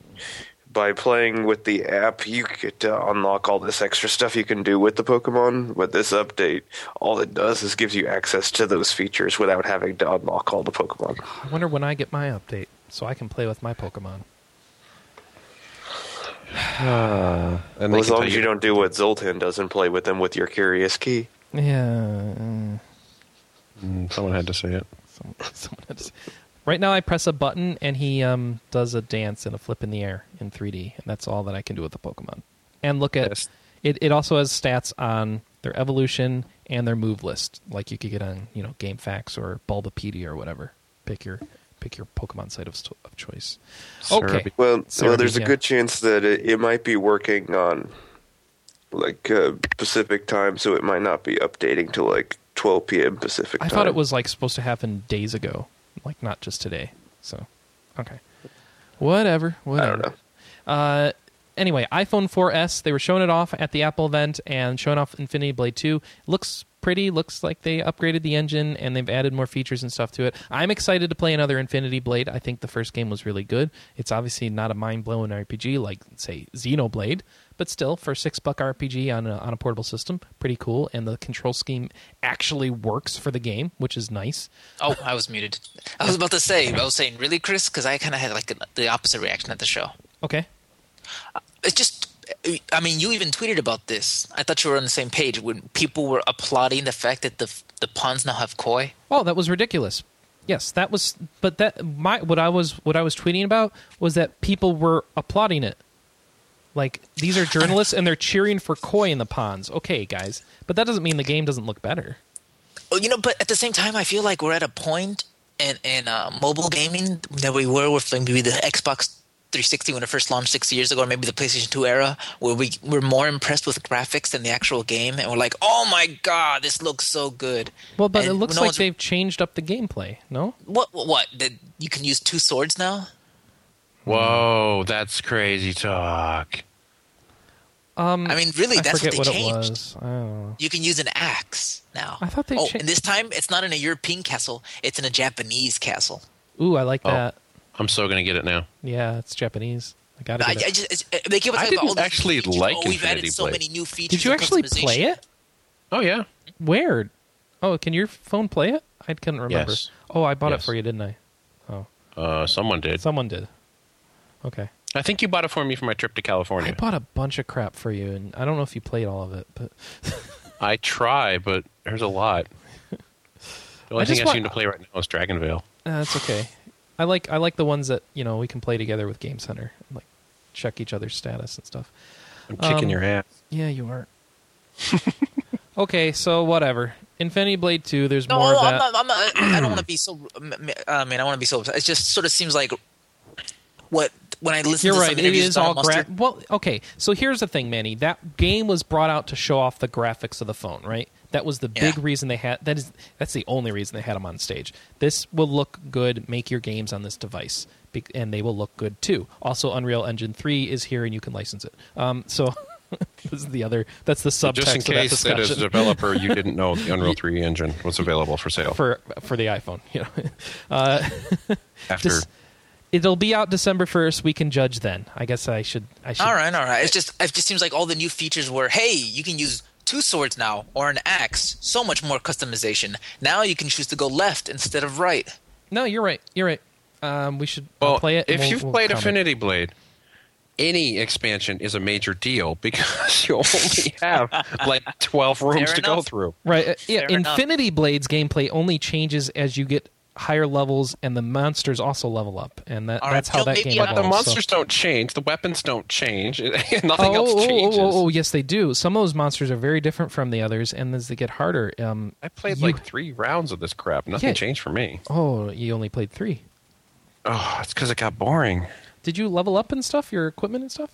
S4: by playing with the app. You could uh, unlock all this extra stuff you can do with the Pokemon. With this update, all it does is gives you access to those features without having to unlock all the Pokemon.
S1: I wonder when I get my update so I can play with my Pokemon.
S5: And
S4: Well,
S5: they
S4: as
S5: can
S4: long
S5: tell
S4: as you don't do what Zoltan does and play with them with your Curious Key.
S1: Yeah. mm,
S5: Mm, Someone had to say it.
S1: Some, someone else. Right now, I press a button and he um, does a dance and a flip in the air in 3D, and that's all that I can do with the Pokemon. And look at
S5: Yes.
S1: it. It also has stats on their evolution and their move list, like you could get on you know GameFAQs or Bulbapedia or whatever. Pick your pick your Pokemon site of, s- of choice. Okay.
S5: Cerebi-
S4: Well,
S1: Sorry,
S4: well, there's
S1: yeah.
S4: a good chance that it, it might be working on like uh, Pacific time, so it might not be updating to like 12 p.m. Pacific
S1: I
S4: time.
S1: thought it was like supposed to happen days ago, like not just today. So, okay, whatever, whatever.
S4: know.
S1: Uh, anyway, iPhone 4S. They were showing it off at the Apple event and showing off Infinity Blade 2. Looks pretty. Looks like they upgraded the engine and they've added more features and stuff to it. I'm excited to play another Infinity Blade. I think the first game was really good. It's obviously not a mind blowing RPG like say Xenoblade, but still for a six buck RPG on a, on a portable system, pretty cool. And the control scheme actually works for the game, which is nice.
S2: Oh, I was muted. I was about to say. I was saying, really, Chris? Because I kind of had like the opposite reaction at the show.
S1: Okay.
S2: It's just. I mean, you even tweeted about this. I thought you were on the same page when people were applauding the fact that the the pawns now have koi.
S1: Oh, that was ridiculous. Yes, that was. But that my what I was what I was tweeting about was that people were applauding it. Like these are journalists and they're cheering for koi in the ponds. Okay, guys, but that doesn't mean the game doesn't look better.
S2: Oh, you know, but at the same time, I feel like we're at a point in in uh, mobile gaming that we were with like, maybe the Xbox 360 when it first launched six years ago, or maybe the PlayStation 2 era, where we were more impressed with graphics than the actual game, and we're like, "Oh my god, this looks so good."
S1: Well, but
S2: And
S1: it looks
S2: no
S1: like
S2: one's-
S1: they've changed up the gameplay. No,
S2: what what, what that you can use two swords now.
S5: Whoa, that's crazy talk.
S2: I mean, really,
S1: Um, I
S2: that's what
S1: forget
S2: they
S1: what, it
S2: changed.
S1: was. I don't know.
S2: You can use an axe now.
S1: I thought they
S2: Oh,
S1: cha-
S2: and this time it's not in a European castle; it's in a Japanese castle.
S1: Ooh, I like
S5: Oh.
S1: that.
S5: I'm so gonna get it now.
S1: Yeah, it's Japanese. I got
S2: I, I
S1: it.
S2: just it's, uh, they keep on
S5: I
S2: talking about
S5: didn't
S2: all these
S5: actually
S2: features.
S5: like
S2: oh, we've
S5: Infinity
S2: added so
S5: Blade.
S2: many new features.
S1: Did you
S2: and
S1: actually
S2: customization.
S1: play it?
S5: Oh yeah.
S1: Where? Oh, can your phone play it? I couldn't remember.
S5: Yes.
S1: Oh, I bought it
S5: Yes.
S1: for you, didn't I? Oh,
S5: Uh, someone did.
S1: someone did. Okay.
S5: I think you bought it for me for my trip to
S1: I
S5: California.
S1: bought a bunch of crap for you, and I don't know if you played all of it, but
S5: I try, but there's a lot. The only
S1: I just
S5: thing I
S1: want-
S5: seem to play right now is Dragon Veil.
S1: uh, that's okay. I like I like the ones that you know we can play together with Game Center, like check each other's status and stuff.
S5: I'm kicking
S1: Um,
S5: your ass.
S1: Yeah, you are. okay, so whatever. Infinity Blade Two. There's
S2: No,
S1: more
S2: no,
S1: of that.
S2: I'm not, I'm not, I don't want to be so. um, I mean, I want to be so. It just sort of seems like what when I listen
S1: You're
S2: to
S1: right.
S2: some
S1: It
S2: interviews
S1: is
S2: with
S1: all
S2: Donald Mustard-
S1: gra- well. Okay, so here's the thing, Manny. That game was brought out to show off the graphics of the phone, right? That was the
S2: Yeah.
S1: big reason they had. That is that's the only reason they had them on stage. This will look good. Make your games on this device, be- and they will look good too. Also, Unreal Engine three is here, and you can license it. Um, so this is the other. That's the subtext
S5: Just in
S1: of
S5: case
S1: that
S5: that as a
S1: discussion.
S5: developer you didn't know the Unreal 3 engine was available for sale
S1: for for the iPhone, you know.
S5: after
S1: Just- it'll be out December first. We can judge then. I guess I should. I should.
S2: All right, all right. It's just it just seems like all the new features were hey, you can use two swords now or an axe. So much more customization. Now you can choose to go left instead of right.
S1: No, you're right. You're right. Um, we should uh,
S5: well,
S1: play it. and
S5: if
S1: we'll-
S5: you've
S1: we'll
S5: played
S1: comment.
S5: Affinity Blade, any expansion is a major deal because you only have like 12 rooms
S2: Fair
S5: to go
S2: enough.
S5: through.
S1: right? uh, yeah,
S2: Fair enough.
S1: Infinity Blade's gameplay only changes as you get higher levels, and the monsters also level up, and that,
S2: All right,
S1: that's how
S2: Joe,
S1: that
S2: maybe
S1: game.
S2: But
S5: But
S1: evolves,
S5: the monsters
S1: So.
S5: don't change, the weapons don't change, and nothing
S1: Oh,
S5: else
S1: oh, oh,
S5: changes.
S1: oh, oh, yes, they do. Some of those monsters are very different from the others, and as they get harder, um,
S5: I played
S1: you-
S5: like three rounds of this crap. Nothing
S1: Yeah.
S5: changed for me.
S1: oh, you only played three.
S5: Oh, it's because it got boring.
S1: Did you level up and stuff? Your equipment and stuff.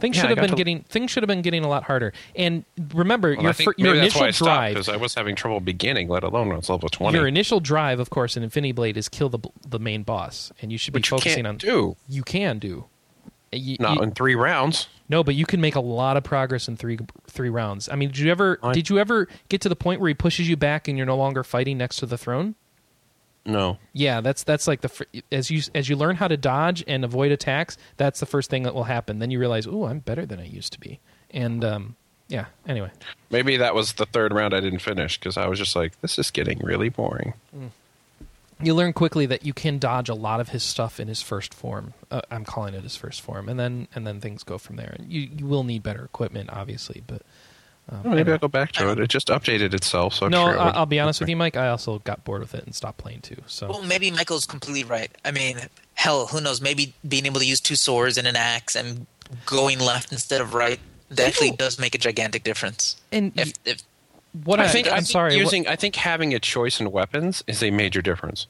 S1: Things
S5: Yeah,
S1: should
S5: I
S1: have
S5: got
S1: been
S5: to-
S1: getting things should have been getting a lot harder. And remember,
S5: Well,
S1: your
S5: I think
S1: fir- your
S5: maybe
S1: initial
S5: that's why I stopped
S1: drive
S5: because I was having trouble beginning, let alone when I was level 20.
S1: Your initial drive, of course, in Infinity Blade is kill the the main boss, and you should be
S5: Which you
S1: focusing
S5: can't
S1: on.
S5: do.
S1: You can do. You-
S5: Not
S1: you-
S5: in three rounds.
S1: no, but you can make a lot of progress in three three rounds. I mean, did you ever
S5: I-
S1: did you ever get to the point where he pushes you back and you're no longer fighting next to the throne?
S5: No.
S1: Yeah, that's that's like the fir- as you as you learn how to dodge and avoid attacks, that's the first thing that will happen. Then you realize, oh, I'm better than I used to be, and um, yeah. Anyway,
S5: Maybe that was the third round I didn't finish because I was just like, this is getting really boring.
S1: you learn quickly that you can dodge a lot of his stuff in his first form. Uh, I'm calling it his first form, and then and then things go from there. And you you will need better equipment, obviously, but
S5: Well, Oh, maybe I'll go back to it. It just updated itself. So I'm
S1: no,
S5: sure it
S1: I,
S5: would-
S1: I'll be honest with you, Mike. I also got bored with it and stopped playing too. So
S2: Well, maybe Michael's completely right. I mean, hell, who knows? Maybe being able to use two swords and an axe and going left instead of right that actually does make a gigantic difference.
S1: and
S2: If, if
S1: what I,
S5: I think
S1: am
S5: I think
S1: sorry. what-
S5: Using, I think having a choice in weapons is a major difference.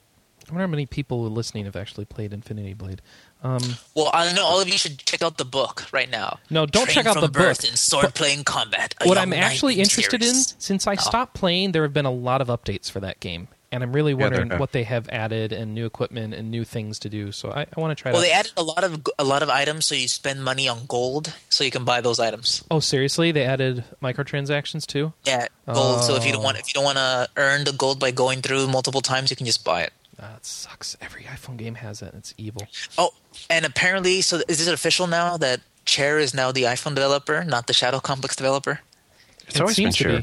S1: I wonder how many people listening have actually played Infinity Blade.
S2: well, I know all of you should check out the book right now.
S1: No, don't
S2: Trained
S1: check out
S2: from
S1: the
S2: birth
S1: book.
S2: In sword playing combat. a
S1: what
S2: young
S1: I'm
S2: knight
S1: actually
S2: named
S1: interested in,
S2: Cyrus.
S1: since I stopped playing, there have been a lot of updates for that game, and I'm really
S5: there
S1: wondering
S5: have.
S1: what they have added and new equipment and new things to do. So I, I want to try.
S2: Well,
S1: to,
S2: they added a lot of a lot of items, so you spend money on gold, so you can buy those items.
S1: oh, seriously, they added microtransactions too.
S2: Yeah, gold. So if you don't want if you don't want to earn the gold by going through multiple times, you can just buy it.
S1: Ah, it sucks. Every iPhone game has that. and It's evil.
S2: Oh, and apparently, so is this official now that Chair is now the iPhone developer, not the Shadow Complex developer?
S5: It's always been sure.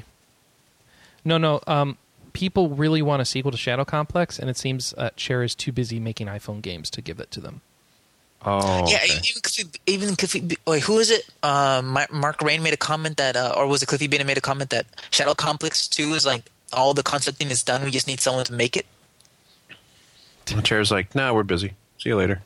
S1: No, no. Um, people really want a sequel to Shadow Complex, and it seems uh, Cher is too busy making iPhone games to give it to them.
S5: Oh,
S2: Yeah,
S5: okay.
S2: even Cliffy, even Cliffy. Wait, who is it? Uh, Ma- Mark Rain made a comment that, uh, or was it Cliffy Beta made a comment that Shadow Complex Two is like all the concepting is done. We just need someone to make it.
S5: The chair's like, nah, we're busy. See you later.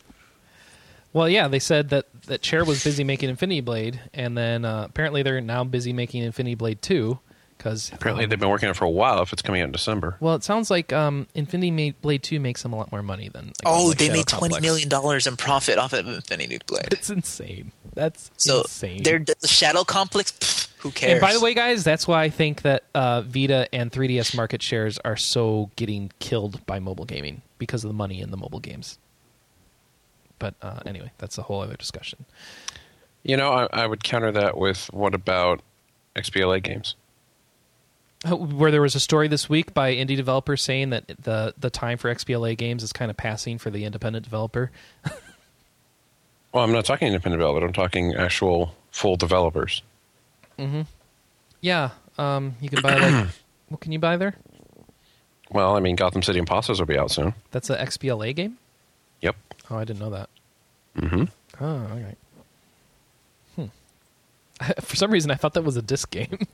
S1: Well, yeah, they said that that Cher was busy making Infinity Blade, and then uh, apparently they're now busy making Infinity Blade Two because
S5: Apparently, they've been working on it for a while. If it's coming out in December,
S1: Well, it sounds like um, Infinity Ma- Blade Two makes them a lot more money than. like,
S2: Oh,
S1: like
S2: they
S1: Shadow
S2: made twenty
S1: Complex.
S2: million dollars in profit off of Infinity Blade.
S1: It's insane. That's
S2: So
S1: insane.
S2: they're the Shadow Complex. Pff, who cares?
S1: And by the way, guys, that's why I think that uh, Vita and 3DS market shares are so getting killed by mobile gaming because of the money in the mobile games. But uh, anyway, that's a whole other discussion.
S5: you know, I, I would counter that with what about XBLA games?
S1: Uh, Where there was a story this week by indie developers saying that the the time for XBLA games is kind of passing for the independent developer.
S5: Well, I'm not talking independent developers. I'm talking actual full developers.
S1: Yeah, um, you can buy like what can you buy there?
S5: Well, I mean, Gotham City Imposters will be out soon.
S1: That's a XBLA game.
S5: Yep.
S1: Oh, I didn't know that.
S5: Mm-hmm.
S1: Oh, all right. Hmm. For some reason, I thought that was a disc game.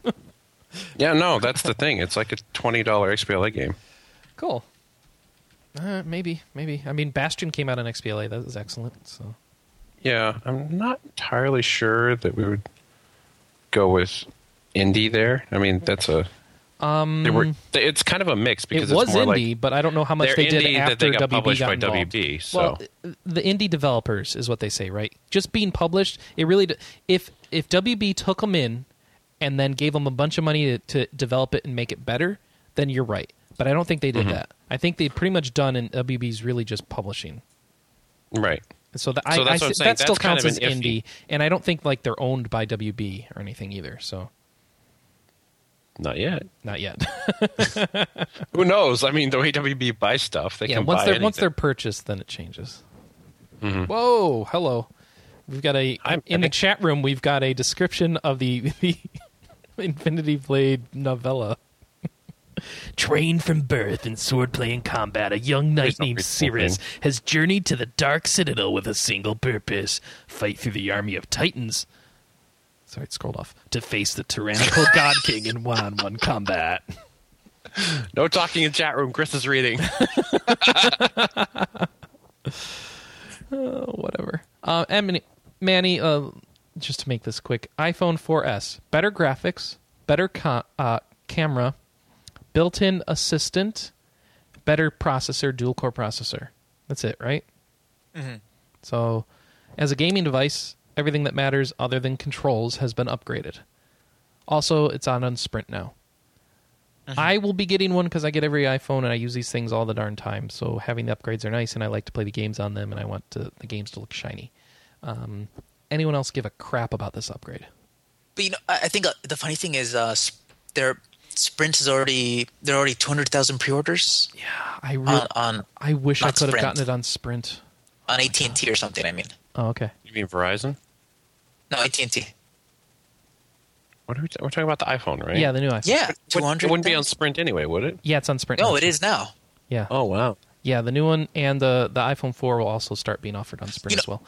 S5: Yeah, no, that's the thing. It's like a twenty dollar XBLA game.
S1: cool. Uh, maybe, maybe. I mean, Bastion came out on XBLA. That was excellent. So
S5: Yeah, I'm not entirely sure that we would go with indie there. I mean, that's a
S1: um,
S5: they were. they- It's kind of a mix because
S1: it was
S5: it's more
S1: indie,
S5: like
S1: but I don't know how much
S5: they're
S1: they did
S5: indie
S1: after
S5: that they got
S1: WB
S5: published
S1: got
S5: by
S1: involved.
S5: WB, so-
S1: Well, uh, the indie developers is what they say, right? Just being published, it really d- if if WB took them in and then gave them a bunch of money to, to develop it and make it better, then you're right. But I don't think they did
S5: Mm-hmm.
S1: that. I think they pretty much done, and WB's really just publishing.
S5: right.
S1: And so, the,
S5: So
S1: I, I,
S5: that's what I'm
S1: s-
S5: saying.
S1: that still
S5: That's kind
S1: counts
S5: of
S1: as
S5: an
S1: indie, and I don't think like they're owned by WB or anything either. So
S5: Not yet.
S1: not yet.
S5: Who knows? I mean, the way WB buys stuff, they
S1: yeah,
S5: can
S1: once
S5: buy
S1: they're once
S5: anything. Mm-hmm.
S1: they're purchased, then it changes. Whoa, hello. We've got a
S5: Hi,
S1: in the
S5: Epic.
S1: chat room. We've got a description of the, the Infinity Blade novella. Trained from birth in swordplay and combat, a young knight
S5: Please don't
S1: named
S5: read the whole
S1: Cirrus
S5: thing.
S1: has journeyed to the Dark Citadel with a single purpose: fight through the army of Titans. Sorry, it scrolled off to face the tyrannical God King in one-on-one combat.
S5: No talking in chat room. Chris is reading.
S1: Oh, whatever. Uh, and Manny- Manny, uh, just to make this quick, iPhone 4S, better graphics, better co- uh, camera, built-in assistant, better processor, dual-core processor. That's it, right? So, as a gaming device, everything that matters other than controls has been upgraded. Also, it's on on Sprint now. I will be getting one because I get every iPhone and I use these things all the darn time. So having the upgrades are nice, and I like to play the games on them, and I want to, the games to look shiny. Um, anyone else give a crap about this upgrade?
S2: But you know, I, I think uh, the funny thing is, uh, sp- their Sprint is already there. Are already two hundred thousand pre-orders
S1: Yeah, I re-
S2: on on,
S1: I wish I
S2: Uh, not
S1: could have
S2: Sprint.
S1: gotten it on Sprint.
S2: on AT and T or something. I mean,
S1: Oh, okay.
S5: You mean Verizon?
S2: no AT and T.
S5: What are we ta- we're talking about? The iPhone, right?
S1: Yeah, the new iPhone.
S2: Yeah,
S5: It
S2: two
S5: wouldn't-
S2: hundred.
S5: It wouldn't be on Sprint anyway, would it?
S1: yeah, it's on Sprint.
S2: No,
S1: now,
S2: it
S1: too.
S2: is now.
S1: Yeah,
S5: Oh wow.
S1: yeah, the new one and the the iPhone 4 will also start being offered on Sprint
S2: You know-
S1: as well.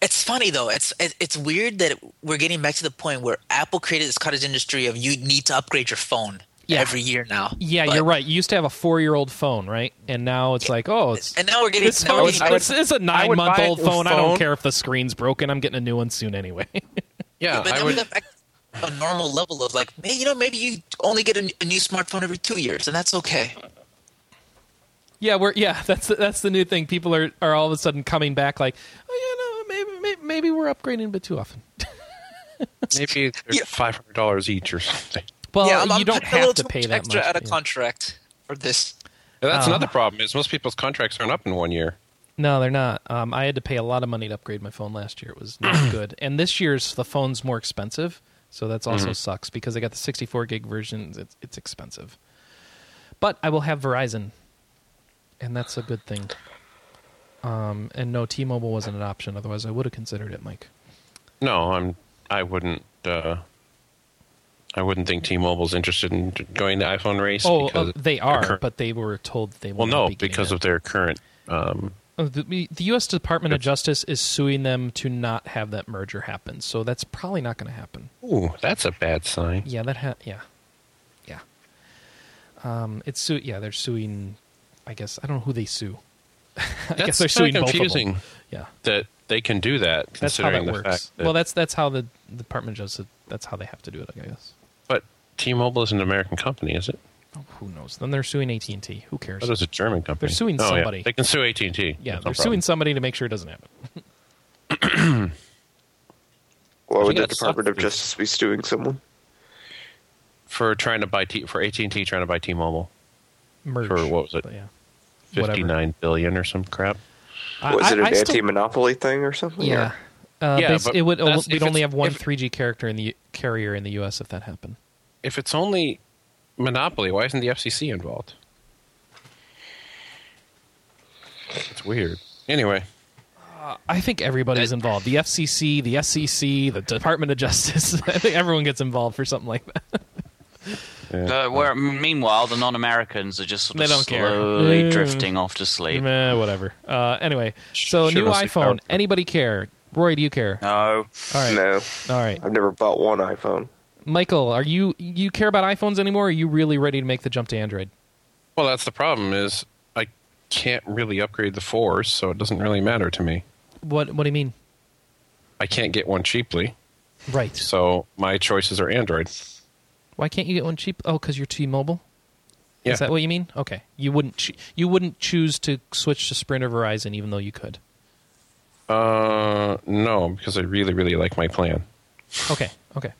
S2: It's funny though. It's it, it's weird that we're getting back to the point where Apple created this cottage industry of you need to upgrade your phone
S1: Yeah.
S2: every year now.
S1: Yeah,
S2: But-
S1: you're right. You used to have a four year old phone, right? And now it's like, oh, it's
S2: And now we're getting.
S1: This
S2: now
S1: phone,
S2: we're getting-
S5: I would-
S1: it's, it's a
S5: I
S1: nine
S5: would
S1: month
S5: buy
S1: old
S5: a new
S1: phone. I don't
S5: phone.
S1: care if the screen's broken. I'm getting a new one soon anyway.
S5: Yeah,
S2: but
S5: I
S2: now we
S5: would.
S2: got back to a normal level of like, man, you know, maybe you only get a, n- a new smartphone every two years, and that's okay.
S1: yeah, we're yeah. That's the, that's the new thing. People are, are all of a sudden coming back like, oh yeah, no, maybe maybe, maybe we're upgrading a bit too often.
S5: Maybe
S2: Yeah.
S5: five hundred dollars each or something.
S1: Well,
S2: yeah, I'm,
S1: you
S2: I'm
S1: don't
S2: putting a little
S1: have to
S2: too
S1: pay
S2: much
S1: that
S2: extra
S1: much.
S2: out of
S1: yeah.
S2: contract for this.
S5: Yeah, that's
S1: Uh.
S5: another problem. Is most people's contracts aren't up in one year.
S1: No, they're not. Um, I had to pay a lot of money to upgrade my phone last year. It was not good. And this year's the phone's more expensive, so that's also
S5: Mm-hmm.
S1: sucks because I got the 64 gig version. It's it's expensive, but I will have Verizon, and that's a good thing. Um, and no, T-Mobile wasn't an option. Otherwise, I would have considered it, Mike.
S5: No, I'm. I wouldn't. Uh, I wouldn't think T-Mobile's interested in going the iPhone race.
S1: Oh,
S5: because
S1: uh, they are,
S5: current-
S1: but they were told they will
S5: well,
S1: not
S5: no,
S1: be getting
S5: because
S1: it.
S5: of their current. Um,
S1: Oh, the, the- the U.S. Department of Justice is suing them to not have that merger happen. So that's probably not going to happen.
S5: ooh, that's a bad sign.
S1: Yeah, that ha- yeah, yeah. Um, it's su- yeah, they're suing. I guess I don't know who they sue. I
S5: That's
S1: guess they're suing
S5: kinda
S1: both of
S5: confusing
S1: them. Yeah,
S5: that they can do that.
S1: that's how that
S5: Considering the
S1: works.
S5: fact that,
S1: well, that's that's how the Department of Justice. That's how they have to do it. I guess.
S5: but T-Mobile is an American company, is it?
S1: Oh, who knows? Then they're suing AT and T. Who cares?
S5: That is a German company.
S1: They're suing
S5: Oh, yeah.
S1: somebody.
S5: They can sue AT and T.
S1: yeah, they're suing somebody to make sure it doesn't happen.
S4: Why would
S5: think
S4: the
S5: that's
S4: Department of
S5: something.
S4: Justice be suing someone?
S5: for trying to buy T for AT and T trying to buy T-Mobile
S1: Merge.
S5: For what was it?
S1: But, yeah. Whatever.
S5: fifty nine billion or some crap.
S1: I-
S4: Was
S1: I-
S4: it an
S1: I still-
S4: anti-monopoly thing or something?
S1: Yeah.
S4: or-
S1: Uh,
S5: Yeah,
S1: bas-
S5: but
S1: it would.
S5: that's-
S1: We'd
S5: if
S1: only
S5: it's-
S1: have one
S5: if-
S1: 3G character in the U- carrier in the U.S. if that happened.
S5: If it's only Monopoly. Why isn't the FCC involved? It's weird. Anyway,
S1: I think everybody's involved. The FCC, the SEC, the Department of Justice. I think everyone gets involved for something like that.
S3: Uh, where, meanwhile, the non-Americans are just sort
S1: They
S3: of
S1: don't care. Mm. Mm-hmm.
S3: slowly
S1: Yeah.
S3: drifting off to sleep.
S1: Meh, whatever. Uh, anyway, so
S5: Sure,
S1: new
S5: let's see.
S1: iPhone. Anybody care? Roy, do you care?
S3: No,
S1: All right.
S4: No,
S1: All right.
S4: I've never bought one iPhone.
S1: Michael, are you you care about iPhones anymore? Or are you really ready to make the jump to Android?
S5: well, that's the problem is I can't really upgrade the fours, so it doesn't really matter to me.
S1: What What do you mean?
S5: I can't get one cheaply,
S1: Right.
S5: so my choices are Android.
S1: Why can't you get one cheap? Oh, because you're T-Mobile.
S5: Yeah.
S1: Is that what you mean? Okay. You wouldn't cho- you wouldn't choose to switch to Sprint or Verizon, even though you could.
S5: Uh, no, because I really, really like my plan.
S1: Okay. Okay.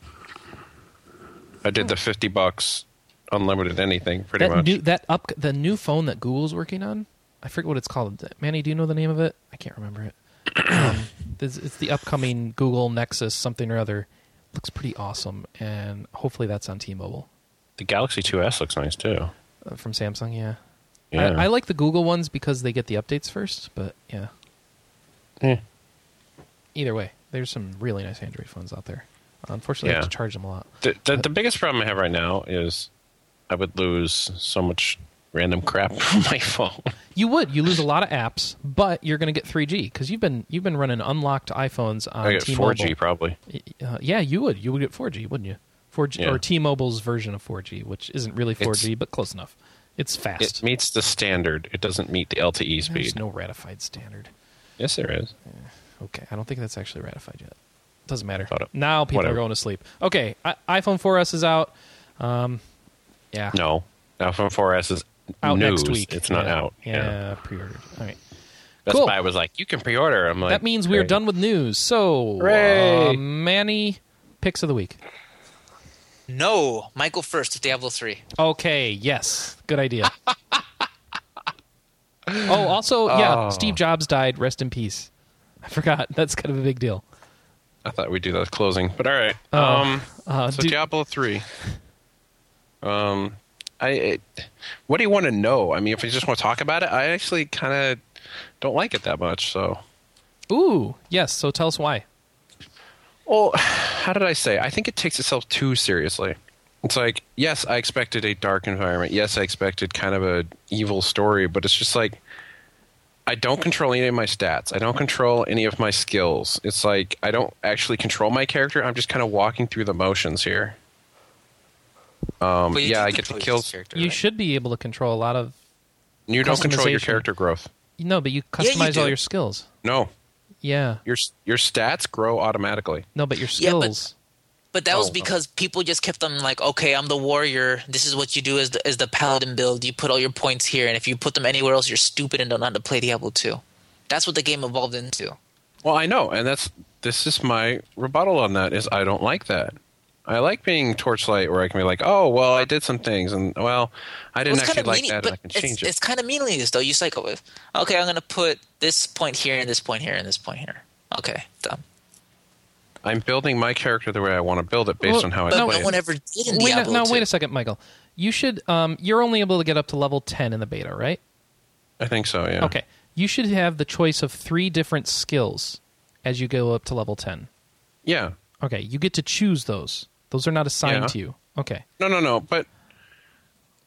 S5: I did the fifty bucks, unlimited anything, pretty
S1: that
S5: much.
S1: new that up the new phone that Google's working on. I forget what it's called. Manny, do you know the name of it? I can't remember it. um, this, it's the upcoming Google Nexus something or other. Looks pretty awesome, and hopefully that's on T-Mobile
S5: the Galaxy 2S looks nice too.
S1: uh, from Samsung. Yeah,
S5: Yeah.
S1: I, I like the Google ones because they get the updates first. But yeah,
S5: Eh.
S1: either way, there's some really nice Android phones out there. Unfortunately, I
S5: Yeah.
S1: have to charge them a lot.
S5: The, the, the biggest problem I have right now is I would lose so much random crap from my phone.
S1: You would. You lose a lot of apps, but you're going to get 3G because you've been you've been running unlocked iPhones on
S5: I get
S1: T-Mobile.
S5: 4G probably.
S1: Uh, yeah, you would. You would get 4G, wouldn't you? 4G
S5: Yeah.
S1: or T-Mobile's version of 4G, which isn't really 4G, but close enough. It's
S5: It
S1: fast.
S5: meets the standard. It doesn't meet the LTE
S1: There's
S5: speed.
S1: no ratified standard.
S5: yes, there is.
S1: Okay, I don't think that's actually ratified yet. Doesn't matter.
S5: Thought it-
S1: Now people
S5: whatever.
S1: are going to sleep. Okay, I- iPhone 4S is out. Um, yeah,
S5: No. iPhone 4S is
S1: out
S5: news.
S1: next week.
S5: It's not
S1: Yeah.
S5: out.
S1: Yeah, pre-ordered. All right.
S5: That's
S1: Cool.
S5: why I was like, you can pre-order. I'm like,
S1: that means we're
S5: great.
S1: done with news. So,
S5: Hooray.
S1: uh, Manny, picks of the week.
S2: No, Michael first with Diablo 3.
S1: Okay, yes. Good idea. oh, also, yeah,
S5: Oh.
S1: Steve Jobs died. Rest in peace. I forgot. That's kind of a big deal.
S5: I thought we'd do that with closing, but all right.
S1: Oh.
S5: um,
S1: Uh,
S5: so
S1: do-
S5: Diablo three. Um, I. It, what do you want to know? I mean, if you just want to talk about it, I actually kind of don't like it that much. So,
S1: Ooh, yes. So tell us why.
S5: well, how did I say? I think it takes itself too seriously. It's like, yes, I expected a dark environment. Yes, I expected kind of a evil story, but it's just like I don't control any of my stats. I don't control any of my skills. It's like I don't actually control my character. I'm just kind of walking through the motions here. Um,
S2: But you
S5: yeah,
S2: did
S5: I get the
S2: choose
S5: kills.
S2: this character,
S1: You
S2: right?
S1: should be able to control a lot of.
S5: You don't control your
S1: Customization.
S5: character growth.
S1: No, but you
S2: you
S1: customize all
S2: do.
S1: your skills.
S5: No,
S1: Yeah.
S5: your s- your stats grow automatically.
S1: No, but your
S2: Yeah, but-
S1: skills.
S2: But that was
S5: Oh.
S2: because people just kept on like, okay, I'm the warrior. This is what you do as the, as the paladin build. You put all your points here, and if you put them anywhere else, you're stupid and don't know how to play Diablo 2. That's what the game evolved into.
S5: Well, I know, and that's this is my rebuttal on that is I don't like that. I like being torchlight where I can be like, oh well, I did some things, and well, I didn't
S2: Well, it's
S5: actually
S2: kinda
S5: like
S2: meaning-
S5: that,
S2: but
S5: and I can
S2: it's,
S5: change
S2: It's kind of meaningless though. You cycle with, okay, I'm gonna put this point here and this point here and this point here. Okay, done.
S5: it. I'm building my character the way I want to build it based
S1: Well,
S5: on how I
S2: But
S5: play.
S2: no
S5: it.
S2: one ever did in
S1: Wait,
S2: Diablo
S1: no,
S2: 2.
S1: wait a second, Michael. You should. Um, you're only able to get up to level ten in the beta, right?
S5: I think so. Yeah.
S1: Okay. You should have the choice of three different skills as you go up to level ten.
S5: Yeah.
S1: Okay, you get to choose those. Those are not assigned
S5: Yeah.
S1: to you. Okay.
S5: No, no, no. But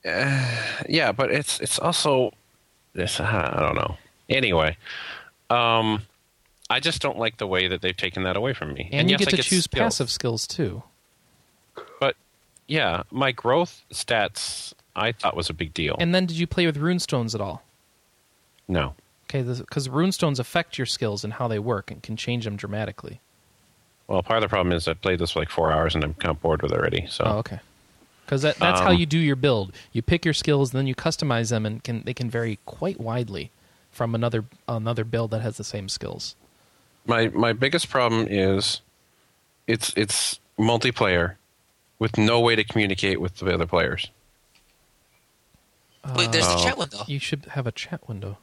S5: uh, yeah, but it's it's also this. uh, I don't know. Anyway, um, I just don't like the way that they've taken that away from me.
S1: And, you
S5: yes,
S1: get
S5: I
S1: to choose
S5: skills,
S1: passive skills too.
S5: But yeah, my growth stats I thought was a big deal.
S1: And then did you play with runestones at all?
S5: no,
S1: Okay, because runestones affect your skills and how they work and can change them dramatically.
S5: well, part of the problem is I played this for like four hours and I'm kind of bored with it already. So
S1: Oh, okay. Because that, that's how
S5: Um,
S1: you do your build. You pick your skills, then you customize them, and can they can vary quite widely from another another build that has the same skills.
S5: my my biggest problem is it's it's multiplayer with no way to communicate with the other players.
S2: Wait, there's
S5: Oh.
S2: the chat window.
S1: You should have a chat window.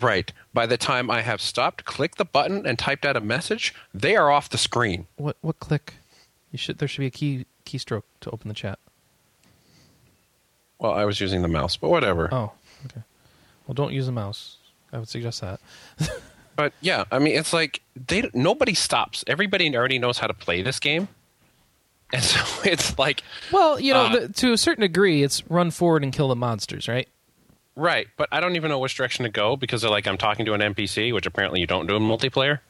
S5: Right. By the time I have stopped, clicked the button, and typed out a message, they are off the screen.
S1: What what click? You should there should be a key keystroke to open the chat.
S5: Well, I was using the mouse, but whatever.
S1: Oh, okay. Well, don't use a mouse. I would suggest that.
S5: But yeah, I mean, it's like they nobody stops. Everybody already knows how to play this game, and so it's like
S1: Well, you know,
S5: Uh,
S1: the, to a certain degree, it's run forward and kill the monsters, right?
S5: right. But I don't even know which direction to go because they're like I'm talking to an NPC, which apparently you don't do in multiplayer.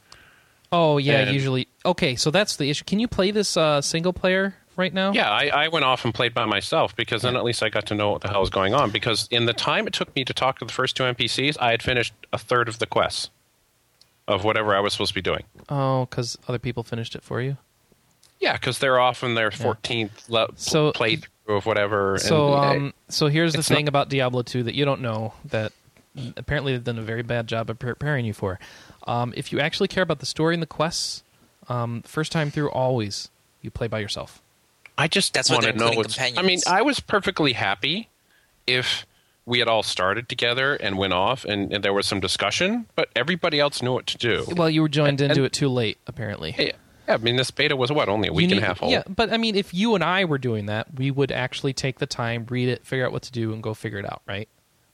S1: Oh yeah,
S5: And-
S1: usually. Okay, so that's the issue. Can you play this uh, single player right now?
S5: Yeah, I, I went off and played by myself because then at least I got to know what the hell was going on. Because in the time it took me to talk to the first two NPCs, I had finished a third of the quests of whatever I was supposed to be doing.
S1: Oh, because other people finished it for you.
S5: Yeah, because they're off in their 14th le-
S1: So-
S5: playthrough of whatever.
S1: So,
S5: and-
S1: um, so here's the
S5: it's
S1: thing about Diablo 2 that you don't know that apparently they've done a very bad job of preparing you for. Um, if you actually care about the story and the quests, um, first time through, always you play by yourself.
S5: I just
S2: That's why
S5: want to
S2: they're
S5: know.
S2: including
S5: What's, I mean,
S2: companions.
S5: I was perfectly happy if we had all started together and went off and, and there was some discussion, but everybody else knew what to do.
S1: Well, you were joined
S5: And-
S1: into it too late, apparently.
S5: yeah, yeah, I mean, this beta was what only a week
S1: You
S5: and
S1: need-
S5: a half old.
S1: Yeah, but I mean, if you and I were doing that, we would actually take the time, read it, figure out what to do, and go figure it out. Right?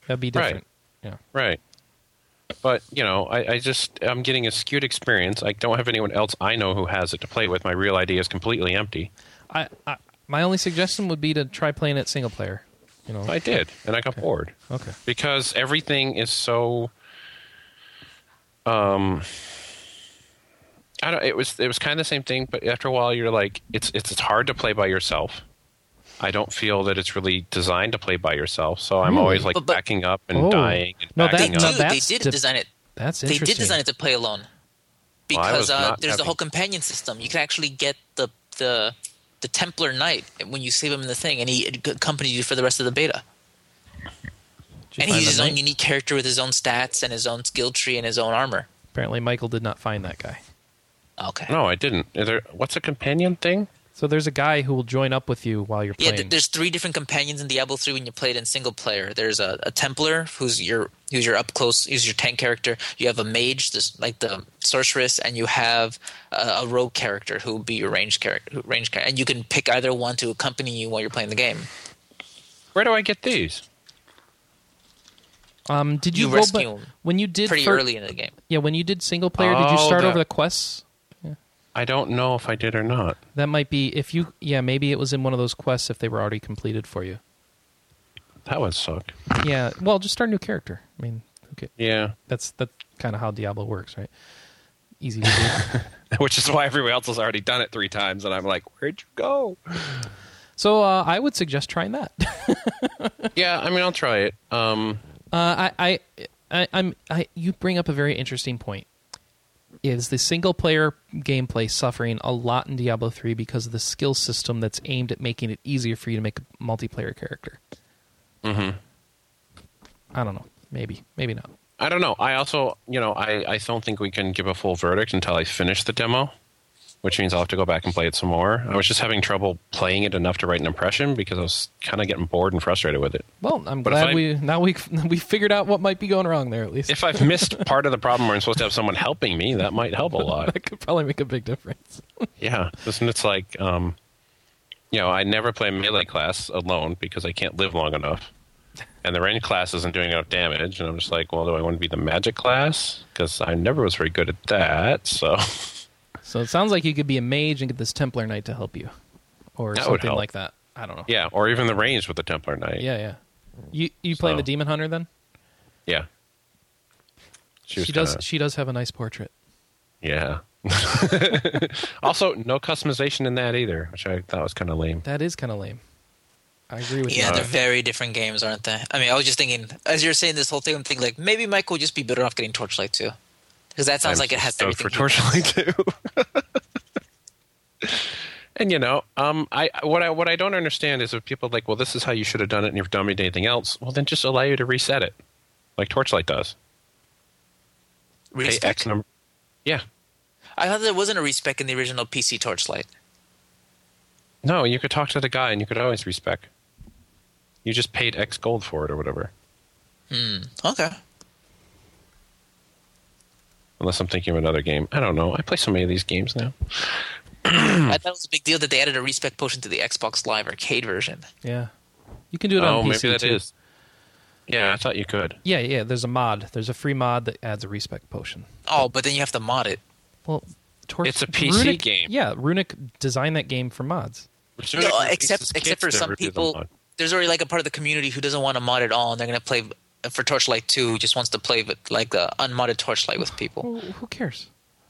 S1: That'd be
S5: Right.
S1: different. Yeah.
S5: Right. But you know, I, I just I'm getting a skewed experience. I don't have anyone else I know who has it to play with. My real ID is completely empty.
S1: I, I my only suggestion would be to try playing it single player. You know.
S5: I did, and I got bored
S1: Okay.
S5: because everything is so. Um, I don't. It was it was kind of the same thing, but after a while, you're like, it's it's it's hard to play by yourself. I don't feel that it's really designed to play by yourself, so I'm always like
S2: But- but-
S5: backing up and
S1: Oh.
S5: dying and
S1: No, that-
S2: They
S5: backing
S2: do.
S5: up.
S1: now
S2: They
S1: that's
S2: did
S1: dif-
S2: design it.
S1: That's
S2: They
S1: interesting.
S2: did design it to play alone
S5: Well, I was
S2: because uh,
S5: not
S2: there's the
S5: happy.
S2: whole companion system. You can actually get the the the Templar Knight when you save him in the thing, and he accompanies you for the rest of the beta.
S1: Did you
S2: and
S1: find
S2: he's
S1: that
S2: his own
S1: link?
S2: unique character with his own stats and his own skill tree and his own armor.
S1: Apparently, Michael did not find that guy.
S2: Okay.
S5: No, I didn't. Is there, what's a companion thing?
S1: So there's a guy who will join up with you while you're
S2: Yeah,
S1: playing.
S2: th- there's three different companions in Diablo 3 when you play it in single player. There's a, a Templar who's your who's your up close, who's your tank character. You have a mage, this like the sorceress, and you have a, a rogue character who would be your range character, range character, and you can pick either one to accompany you while you're playing the game.
S5: Where do I get these?
S1: um, did you,
S2: you
S1: go
S2: rescue
S1: ba-
S2: him
S1: when you did
S2: Pretty
S1: fir-
S2: early in the game.
S1: Yeah, when you did single player, did you
S5: Oh,
S1: start
S5: the-
S1: over the quests?
S5: I don't know if I did or not.
S1: That might be if you. Yeah, maybe it was in one of those quests if they were already completed for you.
S5: That would suck.
S1: Yeah. Well, just start a new character. I mean, okay,
S5: Yeah.
S1: that's that's kind of how Diablo works, right? Easy to do.
S5: Which is why everyone else has already done it three times, and I'm like, where'd you go?
S1: so uh, I would suggest trying that.
S5: yeah, I mean, I'll try it. Um,
S1: Uh, I, I, I, I'm. I, you bring up a very interesting point. Is the single player gameplay suffering a lot in Diablo three because of the skill system that's aimed at making it easier for you to make a multiplayer character? Mm-hmm. I don't know. Maybe. Maybe not.
S5: I don't know. I also, you know, I, I don't think we can give a full verdict until I finish the demo, which means I'll have to go back and play it some more. I was just having trouble playing it enough to write an impression because I was kind of getting bored and frustrated with it.
S1: Well, I'm
S5: But if
S1: glad
S5: I-
S1: we now we we figured out what might be going wrong there at least.
S5: If I've missed part of the problem where I'm supposed to have someone helping me, that might help a lot.
S1: that could probably make a big difference.
S5: Yeah, isn't it's like, um, you know, I never play melee class alone because I can't live long enough, and the range class isn't doing enough damage, and I'm just like, well, do I want to be the magic class? Because I never was very good at that, so
S1: So it sounds like you could be a mage and get this Templar Knight to help you, or
S5: That would
S1: something
S5: help.
S1: like that. I don't know.
S5: yeah, or even the range with the Templar Knight,
S1: Yeah, yeah. You you playing
S5: So-
S1: the demon hunter then?
S5: yeah. She was
S1: She does.
S5: kinda-
S1: She does have a nice portrait.
S5: yeah. also, no customization in that either, which I thought was kind of lame.
S1: That is kind of lame. I agree with
S2: Yeah,
S1: you.
S2: they're very different games, aren't they? I mean, I was just thinking as you're saying this whole thing, I'm thinking like maybe Mike will just be better off getting Torchlight too, because that sounds
S5: I'm
S2: like it has
S5: so
S2: everything.
S5: for
S2: he
S5: Torchlight too. and you know, um, I what I what I don't understand is if people are like, well, this is how you should have done it, and you've done anything else. Well, then just allow you to reset it, like Torchlight does. Pay
S2: respec.
S5: X number. Yeah.
S2: I thought there wasn't a respec in the original PC Torchlight.
S5: No, you could talk to the guy, and you could always respec. You just paid X gold for it or whatever.
S2: Okay.
S5: Unless I'm thinking of another game. I don't know. I play so many of these games now.
S2: I thought it was a big deal that they added a respec potion to the Xbox Live Arcade version.
S1: Yeah. You can do it
S5: oh,
S1: on
S5: maybe
S1: PC
S5: that is.
S1: too.
S5: Yeah, I thought you could.
S1: Yeah, yeah. There's a mod. There's a free mod that adds a respect potion.
S2: Oh, but then you have to mod it.
S1: Well, Tor-
S5: It's a PC
S1: Runic-
S5: game.
S1: Yeah, Runic designed that game for mods.
S5: Runic
S2: No,
S5: releases
S2: except
S5: kits
S2: except for
S5: that
S2: some
S5: were designed.
S2: people, there's already like a part of the community who doesn't want to mod at all, and they're gonna play for Torchlight Two. Just wants to play with like the unmodded Torchlight with people.
S1: Well, who cares?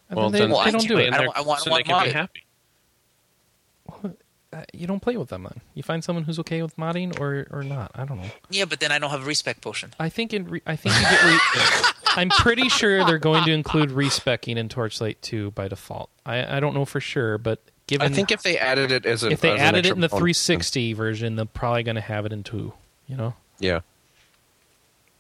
S1: I
S5: Well,
S1: mean, they,
S5: then
S1: they
S2: I
S1: don't do it.
S2: I don't- I want-
S5: so
S2: I
S5: they
S2: want
S5: can be
S2: modded.
S5: happy.
S1: Uh, You don't play with them then. You find someone who's okay with modding or or not. I don't know.
S2: Yeah, but then I don't have a respect potion.
S1: I think in re- I think you get. Re- I'm pretty sure they're going to include respecking in Torchlight 2 by default. I, I don't know for sure, but
S5: I
S1: given
S5: think if they added it as a
S1: if they
S5: as an
S1: added it
S5: extra
S1: in the
S5: bonus,
S1: 360 version, they're probably going to have it in two. You know,
S5: then- yeah.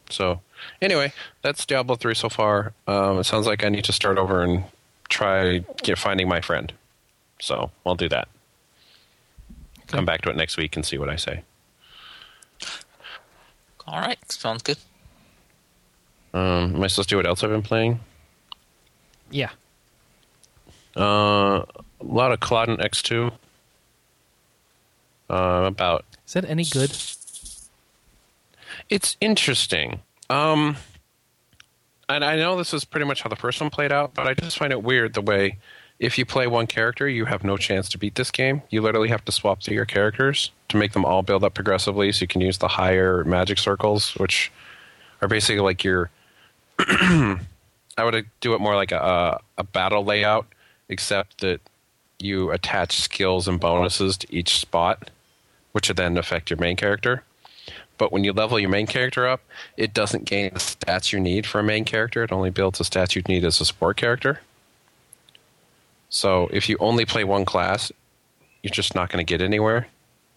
S5: So, anyway, that's Diablo three so far. Um, it sounds like I need to start over and try get finding my friend. So I'll do that. Come back to it next week and see what I say.
S2: All right, sounds good.
S5: Um, am I supposed to do what else I've been playing?
S1: Yeah,
S5: Uh, a lot of Claudin X2. Uh, about
S1: is that any good?
S5: it's interesting. Um, and I know this is pretty much how the first one played out, but I just find it weird the way if you play one character, you have no chance to beat this game. You literally have to swap through your characters to make them all build up progressively, so you can use the higher magic circles, which are basically like your. I would do it more like a a battle layout, except that you attach skills and bonuses to each spot, which would then affect your main character but when you level your main character up, it doesn't gain the stats you need for a main character. It only builds the stats you need as a support character. So if you only play one class, you're just not going to get anywhere.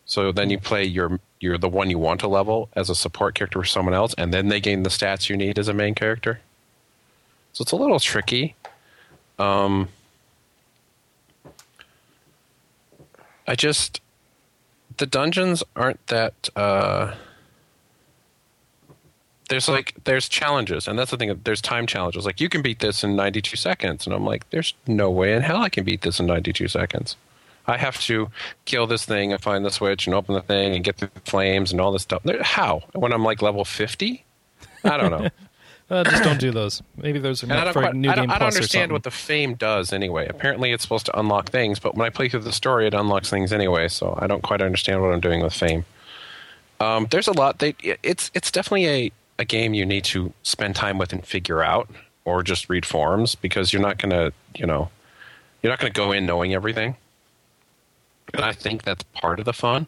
S5: So then you play your you're the one you want to level as a support character for someone else, and then they gain the stats you need as a main character. So it's a little tricky. Um, I just the dungeons aren't that. Uh, there's like there's challenges and that's the thing there's time challenges like you can beat this in 92 seconds and i'm like there's no way in hell i can beat this in 92 seconds i have to kill this thing and find the switch and open the thing and get through the flames and all this stuff There- how when i'm like level 50 i don't know
S1: Uh, just don't do those. Maybe those are
S5: and I
S1: meant
S5: don't,
S1: for
S5: quite-
S1: new
S5: I don't,
S1: game
S5: I don't
S1: plus
S5: understand
S1: or
S5: what
S1: something.
S5: the fame does anyway apparently it's supposed to unlock things but when i play through the story it unlocks things anyway so i don't quite understand what i'm doing with fame um, there's a lot they it's it's definitely a, a game you need to spend time with and figure out or just read forums because you're not gonna you know you're not gonna go in knowing everything and i think that's part of the fun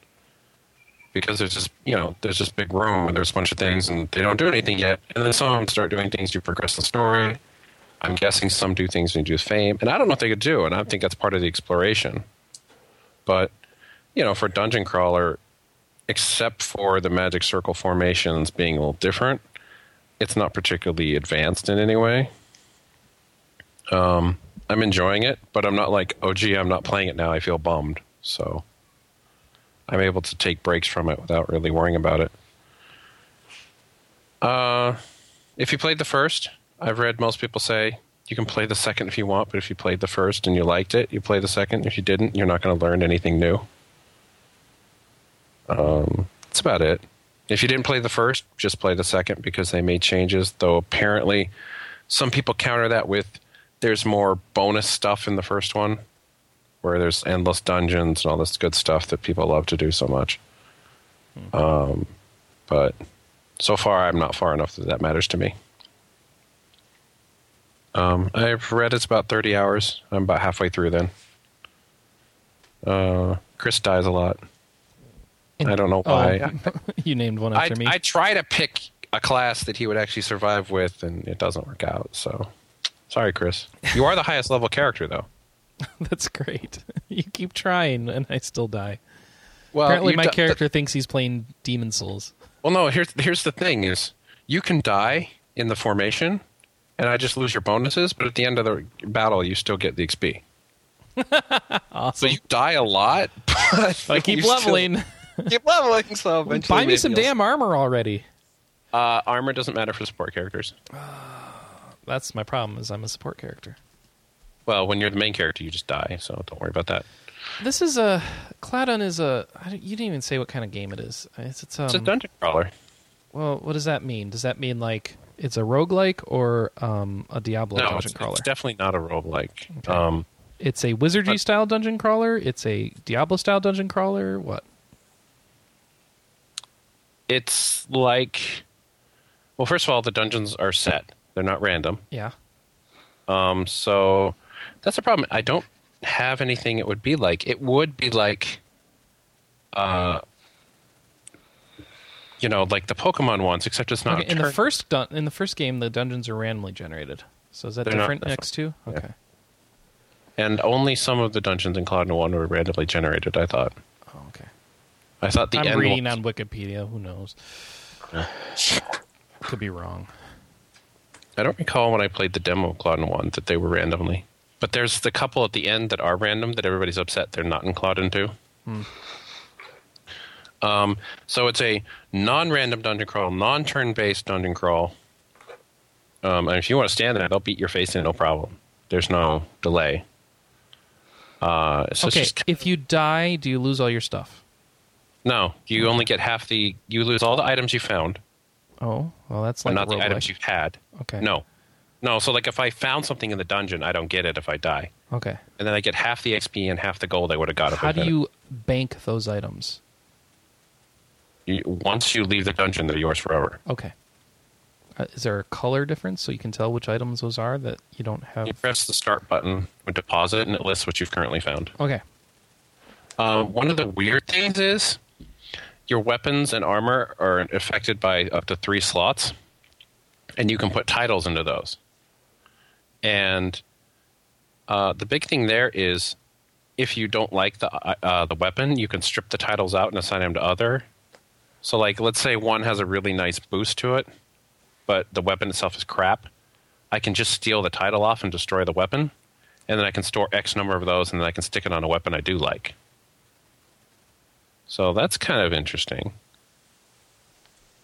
S5: because there's just you know there's this big room where there's a bunch of things and they don't do anything yet and then some of them start doing things you progress the story i'm guessing some do things when you do fame and i don't know if they could do and i think that's part of the exploration but you know for dungeon crawler except for the magic circle formations being a little different it's not particularly advanced in any way um, i'm enjoying it but i'm not like oh gee i'm not playing it now i feel bummed so I'm able to take breaks from it without really worrying about it. Uh, if you played the first, I've read most people say you can play the second if you want, but if you played the first and you liked it, you play the second. If you didn't, you're not going to learn anything new. Um, that's about it. If you didn't play the first, just play the second because they made changes, though apparently some people counter that with there's more bonus stuff in the first one where there's endless dungeons and all this good stuff that people love to do so much. Um, but so far, I'm not far enough that that matters to me. Um, I've read it's about 30 hours. I'm about halfway through then. Uh, Chris dies a lot. I don't know why.
S1: Oh, you named one
S5: I,
S1: after me.
S5: I try to pick a class that he would actually survive with, and it doesn't work out. So, sorry, Chris. You are the highest level character, though.
S1: That's great. you keep trying, and I still die.
S5: Well,
S1: Apparently,
S5: you
S1: my
S5: di-
S1: character thinks he's playing Demon Souls.
S5: Well, no. Here's here's the thing: is you can die in the formation, and I just lose your bonuses. But at the end of the battle, you still get the XP. So
S1: Awesome.
S5: you die a lot, but
S1: I keep
S5: you still-
S1: leveling.
S5: keep leveling. So eventually,
S1: Buy me
S5: maybe
S1: some
S5: you'll-
S1: damn armor already.
S5: uh, armor. Doesn't matter for support characters.
S1: That's my problem. Is I'm a support character.
S5: Well, when you're the main character, you just die. So don't worry about that.
S1: This is a Cloudon is a. I don't, you didn't even say what kind of game it is. It's it's, um,
S5: It's a dungeon crawler.
S1: Well, what does that mean? Does that mean like it's a roguelike or um, a Diablo
S5: No, it's,
S1: dungeon crawler?
S5: it's definitely not a roguelike. Um,
S1: It's a wizardry
S5: Uh,
S1: style dungeon crawler. It's a Diablo style dungeon crawler. What?
S5: it's like, well, first of all, the dungeons are set; they're not random.
S1: Yeah.
S5: Um, so that's the problem. I don't have anything it would be like. It would be like, uh, you know, like the Pokemon ones, except it's not.
S1: Okay, in the
S5: turn-
S1: first dun- in the first game, the dungeons are randomly generated. So is that
S5: They're not
S1: different
S5: this
S1: next two?
S5: Yeah.
S1: Okay.
S5: and only some of the dungeons in Cloud and One were randomly generated. I thought.
S1: Oh, okay.
S5: I thought the
S1: I'm
S5: end
S1: reading
S5: ones-
S1: on Wikipedia. Who knows? Could be wrong.
S5: I don't recall when I played the demo of Clauden 1 that they were randomly. But there's the couple at the end that are random that everybody's upset they're not in Clauden 2.
S1: Hmm.
S5: Um, so it's a non random dungeon crawl, non turn based dungeon crawl. Um, and if you want to stand there, they'll beat your face in no problem. There's no delay. Uh, so
S1: okay.
S5: it's just,
S1: If you die, do you lose all your stuff?
S5: no, you only get half the. You lose all the items you found,
S1: Oh, well, that's
S5: but
S1: like
S5: not
S1: a
S5: the items
S1: roguelike.
S5: you've had.
S1: Okay.
S5: No. No, so like if I found something in the dungeon, I don't get it if I die.
S1: Okay.
S5: and then I get half the XP and half the gold I would have got. if I
S1: How do
S5: did
S1: you bank those items?
S5: it. You- Once you leave the dungeon, they're yours forever.
S1: Okay. Uh, is there a color difference so you can tell which items those are that you don't have?
S5: You press the start button with deposit, and it lists what you've currently found.
S1: Okay.
S5: Um, one of the weird things is your weapons and armor are affected by up to three slots, and you can put titles into those. And uh, the big thing there is, if you don't like the uh, uh, the weapon, you can strip the titles out and assign them to other. So, like, let's say one has a really nice boost to it, but the weapon itself is crap. I can just steal the title off and destroy the weapon, and then I can store X number of those, and then I can stick it on a weapon I do like. So that's kind of interesting.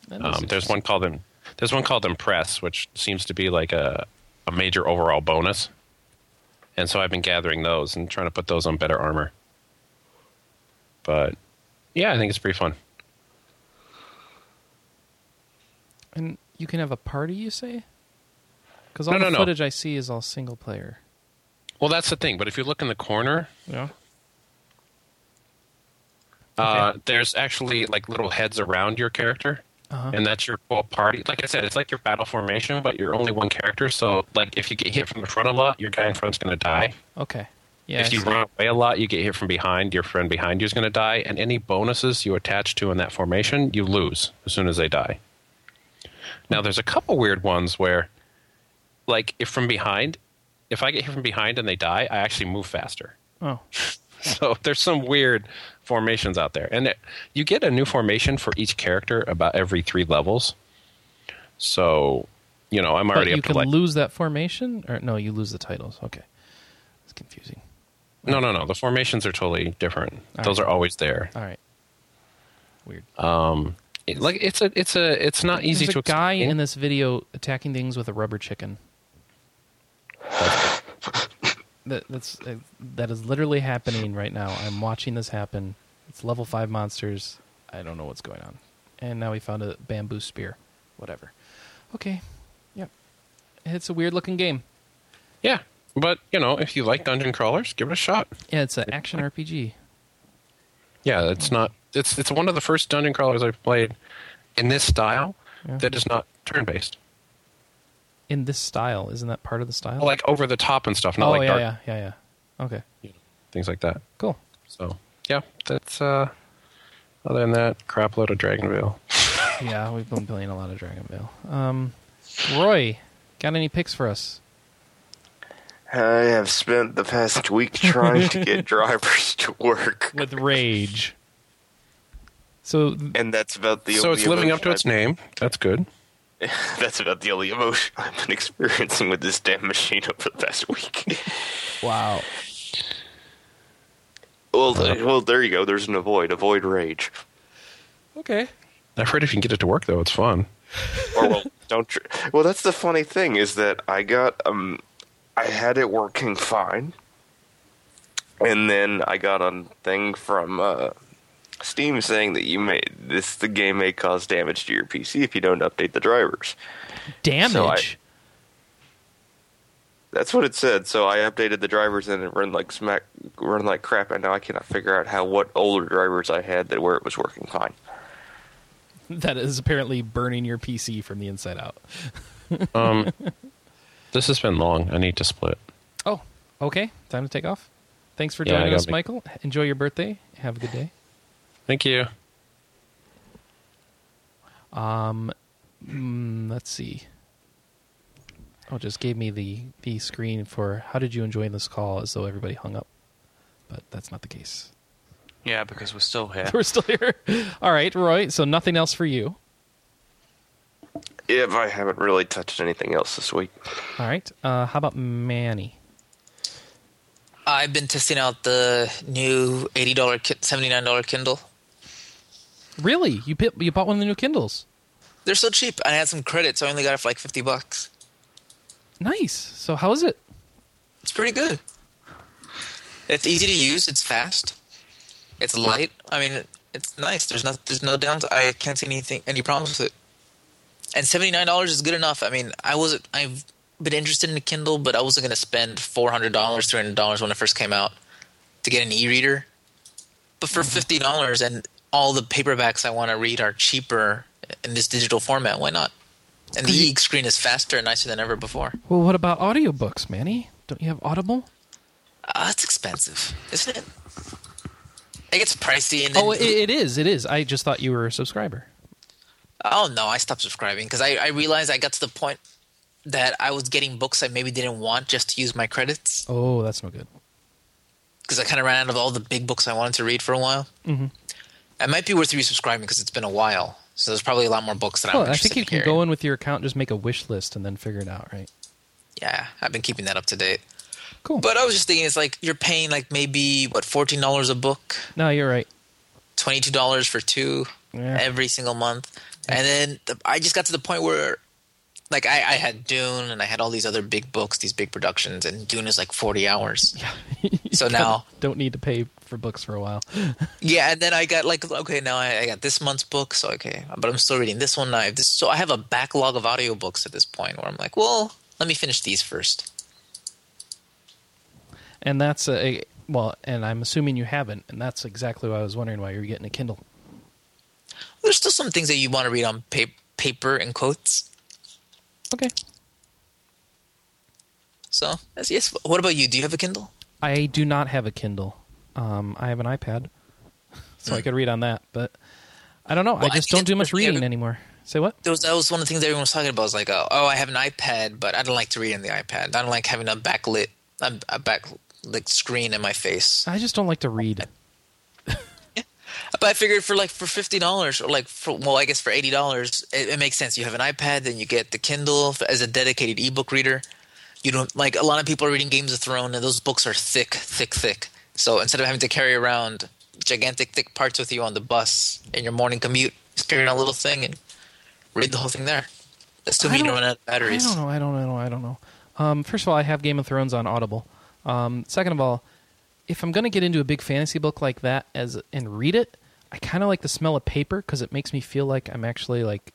S1: That is
S5: Um, there's
S1: interesting.
S5: one called Im- there's one called Impress, which seems to be like a a major overall bonus. And so I've been gathering those and trying to put those on better armor. But yeah, I think it's pretty fun.
S1: And you can have a party, you say? Because all
S5: No,
S1: the
S5: no, no.
S1: footage I see is all single player.
S5: Well, that's the thing. But if you look in the corner,
S1: Yeah.
S5: uh, there's actually like little heads around your character.
S1: Uh-huh.
S5: And that's your whole party. Like I said, it's like your battle formation, but you're only one character. So, like, if you get hit from the front a lot, your guy in front's going to die.
S1: Okay. Yeah. I
S5: if you
S1: see.
S5: run away a lot, you get hit from behind. Your friend behind you is going to die, and any bonuses you attach to in that formation, you lose as soon as they die. Now, there's a couple weird ones where, like, if from behind, if I get hit from behind and they die, I actually move faster.
S1: oh.
S5: So there's some weird formations out there, and it, you get a new formation for each character about every three levels. So, you know, I'm
S1: But
S5: already
S1: you
S5: up to
S1: can
S5: like
S1: lose that formation? Or no, you lose the titles. Okay. It's confusing.
S5: no, no, no. The formations are totally different.
S1: All
S5: Those
S1: right.
S5: are always there.
S1: All right. Weird.
S5: It- like it's a it's a it's not easy
S1: There's
S5: to
S1: a guy
S5: explain.
S1: in this video attacking things with a rubber chicken. that, that's uh, that is literally happening right now. I'm watching this happen. It's level five monsters. I don't know what's going on. And now we found a bamboo spear. Whatever. Okay. Yep. It's a weird looking game.
S5: yeah but you know if you like dungeon crawlers give it a shot
S1: Yeah, it's an action RPG.
S5: yeah it's
S1: Mm.
S5: not it's it's one of the first dungeon crawlers i've played in this style
S1: Yeah.
S5: that is not turn based
S1: In this style, isn't that part of the style?
S5: like over the top and stuff not
S1: oh
S5: like
S1: yeah,
S5: dark
S1: yeah, yeah, yeah. Okay.
S5: things like that
S1: Cool.
S5: so yeah that's uh other than that crap load of dragonville
S1: Yeah, we've been playing a lot of Dragon Ball. Um, Roy, got any picks for us?
S4: I have spent the past week trying to get drivers to work,
S1: With Rage. So,
S4: and that's about the.
S5: so
S4: only
S5: it's living
S4: emotion
S5: up to its
S4: I've-
S5: name that's good
S4: That's about the only emotion I've been experiencing with this damn machine over the past week.
S1: wow.
S4: well, th- well, there you go. There's an avoid. Avoid rage.
S1: Okay.
S5: i've heard if you can get it to work though it's fun
S4: or well, don't. Tr- well, that's the funny thing is that I got um, I had it working fine, And then I got a thing from uh, Steam saying that you may this the game may cause damage to your PC if you don't update the drivers.
S1: Damage.
S4: So I- That's what it said. So I updated the drivers and it run like smack, run like crap. And now I cannot figure out how what older drivers I had that where it was working fine.
S1: that is apparently burning your PC from the inside out.
S5: Um, this has been long. I need to split.
S1: Oh, okay. Time to take off. Thanks for
S5: Yeah, I
S1: joining
S5: gotta
S1: us,
S5: make-
S1: Michael. Enjoy your birthday. Have a good day.
S5: Thank you.
S1: Mm, let's see. Oh, it just gave me the the screen for how did you enjoy this call as though everybody hung up, but that's not the case.
S3: Yeah, because we're still here.
S1: We're still here. All right, Roy. So nothing else for you.
S4: If I haven't really touched anything else this week,
S1: All right. Uh, how about Manny?
S2: I've been testing out the new eighty dollar, seventy nine dollar Kindle.
S1: Really? You bit, you bought one of the new Kindles.
S2: They're so cheap. I had some credits. I only got it for like fifty bucks.
S1: Nice. So how is it?
S2: It's pretty good. It's easy to use. It's fast. It's light. I mean, it's nice. There's not. There's no downs. I can't see anything. Any problems with it. And seventy nine dollars is good enough. I mean, I wasn't. I've been interested in the Kindle, but I wasn't going to spend four hundred dollars, three hundred dollars when it first came out to get an e reader. But for fifty dollars and all the paperbacks I want to read are cheaper in this digital format. Why not? And the e screen is faster and nicer than ever before.
S1: Well, what about audiobooks, Manny? Don't you have Audible?
S2: Ah, it's expensive, isn't it? It gets pricey, and then,
S1: Oh, it, it is. It is. I just thought you were a subscriber.
S2: oh no, I stopped subscribing because I, I realized I got to the point that I was getting books I maybe didn't want just to use my credits
S1: Oh, that's no good.
S2: because I kind of ran out of all the big books I wanted to read for a while. Mm-hmm. It might be worth resubscribing because it's been a while, so there's probably a lot more books that I'm
S1: Well, I
S2: interested
S1: think you
S2: in
S1: can
S2: hearing.
S1: go in with your account, just make a wish list, and then figure it out, right?
S2: Yeah, I've been keeping that up to date.
S1: Cool.
S2: But I was just thinking, it's like you're paying like maybe what fourteen dollars a book,
S1: no, you're right.
S2: twenty two dollars for two
S1: Yeah.
S2: every single month, and then the, I just got to the point where, like, I, I had Dune and I had all these other big books, these big productions, and Dune is like forty hours. so now,
S1: Don't need to pay for books for a while.
S2: yeah, and then I got like, okay, now I, I got this month's book, so okay, but I'm still reading this one now. I have this, so I have a backlog of audiobooks at this point where I'm like, well, let me finish these first.
S1: And that's a, a well, and I'm assuming you haven't, and that's exactly why I was wondering why you're getting a Kindle.
S2: There's still some things that you want to read on pa- paper in quotes.
S1: Okay.
S2: So that's- yes. What about you? Do you have a Kindle?
S1: I do not have a Kindle. Um, I have an iPad, so I could read on that, but I don't know.
S2: Well,
S1: I
S2: I
S1: just
S2: think
S1: don't do much
S2: it's-
S1: reading
S2: yeah.
S1: anymore. Say what?
S2: There was, that was one of the things that everyone was talking about. Was like, uh, oh, I have an iPad, but I don't like to read on the iPad. I don't like having a backlit, a, a backlit screen in my face.
S1: I just don't like to read.
S2: But I figured for like for fifty dollars, or like for well, I guess for eighty dollars, it, it makes sense. You have an iPad, then you get the Kindle f- as a dedicated ebook reader. You don't like a lot of people are reading Games of Thrones, and those books are thick, thick, thick. So instead of having to carry around gigantic thick parts with you on the bus in your morning commute, just carry on a little thing and read the whole thing there. Assuming you
S1: don't-
S2: don't run out of batteries.
S1: I don't know. I don't know. I don't know. Um, first of all, I have Game of Thrones on Audible. Um, second of all, if I'm going to get into a big fantasy book like that as and read it, I kind of like the smell of paper because it makes me feel like I'm actually like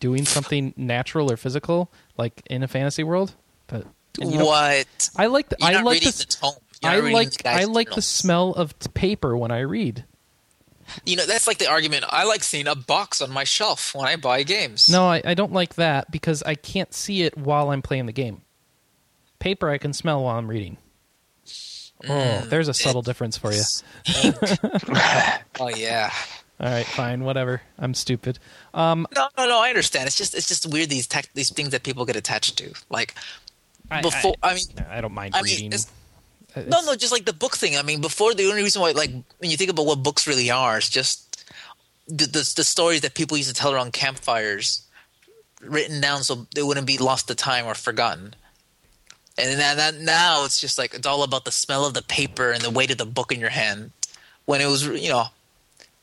S1: doing something natural or physical, like in a fantasy world. But and you don't-
S2: what?
S1: I like the,
S2: You're
S1: I
S2: not
S1: like
S2: reading
S1: the,
S2: the tome. You're not
S1: I
S2: reading
S1: like
S2: the guy's
S1: I like the
S2: journals.
S1: smell of t- paper when I read.
S2: You know, that's like the argument. I like seeing a box on my shelf when I buy games.
S1: No, I, I don't like that because I can't see it while I'm playing the game. Paper I can smell while I'm reading. Oh, there's a subtle difference for you.
S2: Oh yeah.
S1: All right, fine, whatever. I'm stupid. Um,
S2: No, no, no. I understand. It's just it's just weird these tech, these things that people get attached to. Like
S1: I,
S2: before, I, mean,
S1: I, I don't mind
S2: I
S1: reading.
S2: mean, it's, no, no, just like the book thing. I mean, before the only reason why, like, when you think about what books really are, it's just the the, the stories that people used to tell around campfires, written down so they wouldn't be lost to time or forgotten. And now, that, now it's just like it's all about the smell of the paper and the weight of the book in your hand. When it was, you know,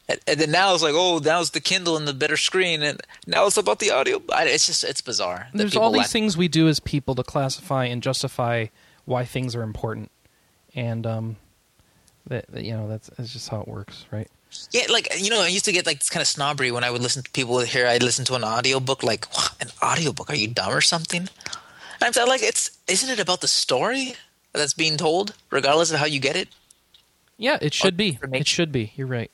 S2: and, and then now it's like, oh, now's the Kindle and the better screen, and now it's about the audio. I, it's just it's bizarre. that
S1: There's
S2: people
S1: all these
S2: lack-
S1: things we do as people to classify and justify why things are important, and um, That, that, you know, that's, that's just how it works, right?
S2: Yeah, like you know, I used to get like this kind of snobbery when I would listen to people here. I'd listen to an audiobook, like "Wha- an audiobook. Are you dumb or something? And I'm saying, like, it's isn't it about the story that's being told, regardless of how you get it?
S1: Yeah, it should be.
S2: information.
S1: It should be. You're right.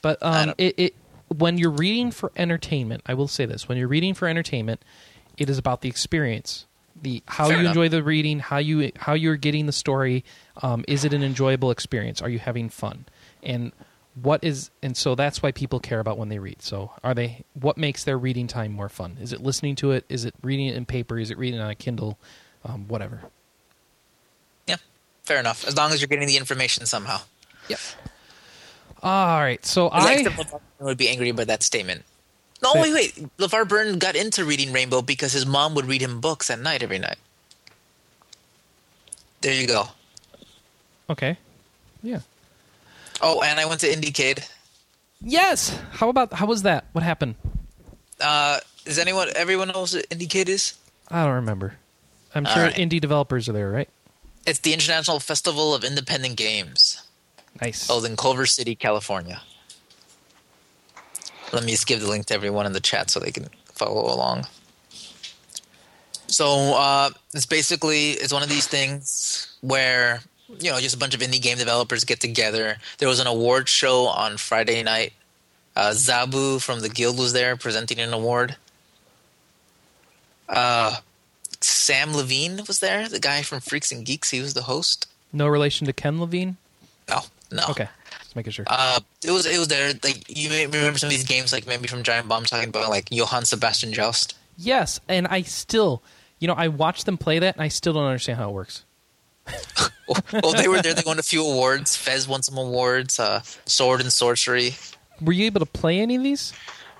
S1: But
S2: I
S1: um,
S2: don't-
S1: it, it when you're reading for entertainment, I will say this: when you're reading for entertainment, it is about the experience, the how
S2: Fair
S1: you
S2: enough.
S1: enjoy the reading, how you how you're getting the story. Um, is it an enjoyable experience? Are you having fun? And what is and so that's why people care about when they read. So are they? What makes their reading time more fun? Is it listening to it? Is it reading it in paper? Is it reading it on a Kindle? Um, whatever.
S2: Yeah, fair enough. As long as you're getting the information somehow.
S1: Yep. All right. So I.
S2: Like, LeVar Burton would be angry by that statement. No,
S1: Say-
S2: wait, wait. LeVar Burton got into reading Rainbow because his mom would read him books at night every night. There you go.
S1: Okay. Yeah.
S2: Oh, and I went to Indiecade.
S1: Yes. How about how was that? What happened?
S2: Uh, is anyone, everyone else at Indiecade is?
S1: I don't remember. I'm
S2: All
S1: sure
S2: right.
S1: indie developers are there, right?
S2: It's the International Festival of Independent Games.
S1: Nice.
S2: held in Oh, Culver City, California. Let me just give the link to everyone in the chat so they can follow along. So uh, it's basically it's one of these things where you know just a bunch of indie game developers get together. There was an award show on Friday night. Uh, Zabu from the guild was there presenting an award. Uh, Sam Levine was there, the guy from Freaks and Geeks. He was the host.
S1: no relation to Ken Levine.
S2: Oh no,
S1: Okay, just making sure.
S2: uh, it was it was there. Like you may remember some of these games, like maybe from Giant Bomb talking about like Johann Sebastian Joust.
S1: yes, and I still, you know, I watched them play that, and I still don't understand how it works.
S2: Well, well, they were there. They won a few awards. Fez won some awards. Uh, Sword and Sorcery.
S1: Were you able to play any of these?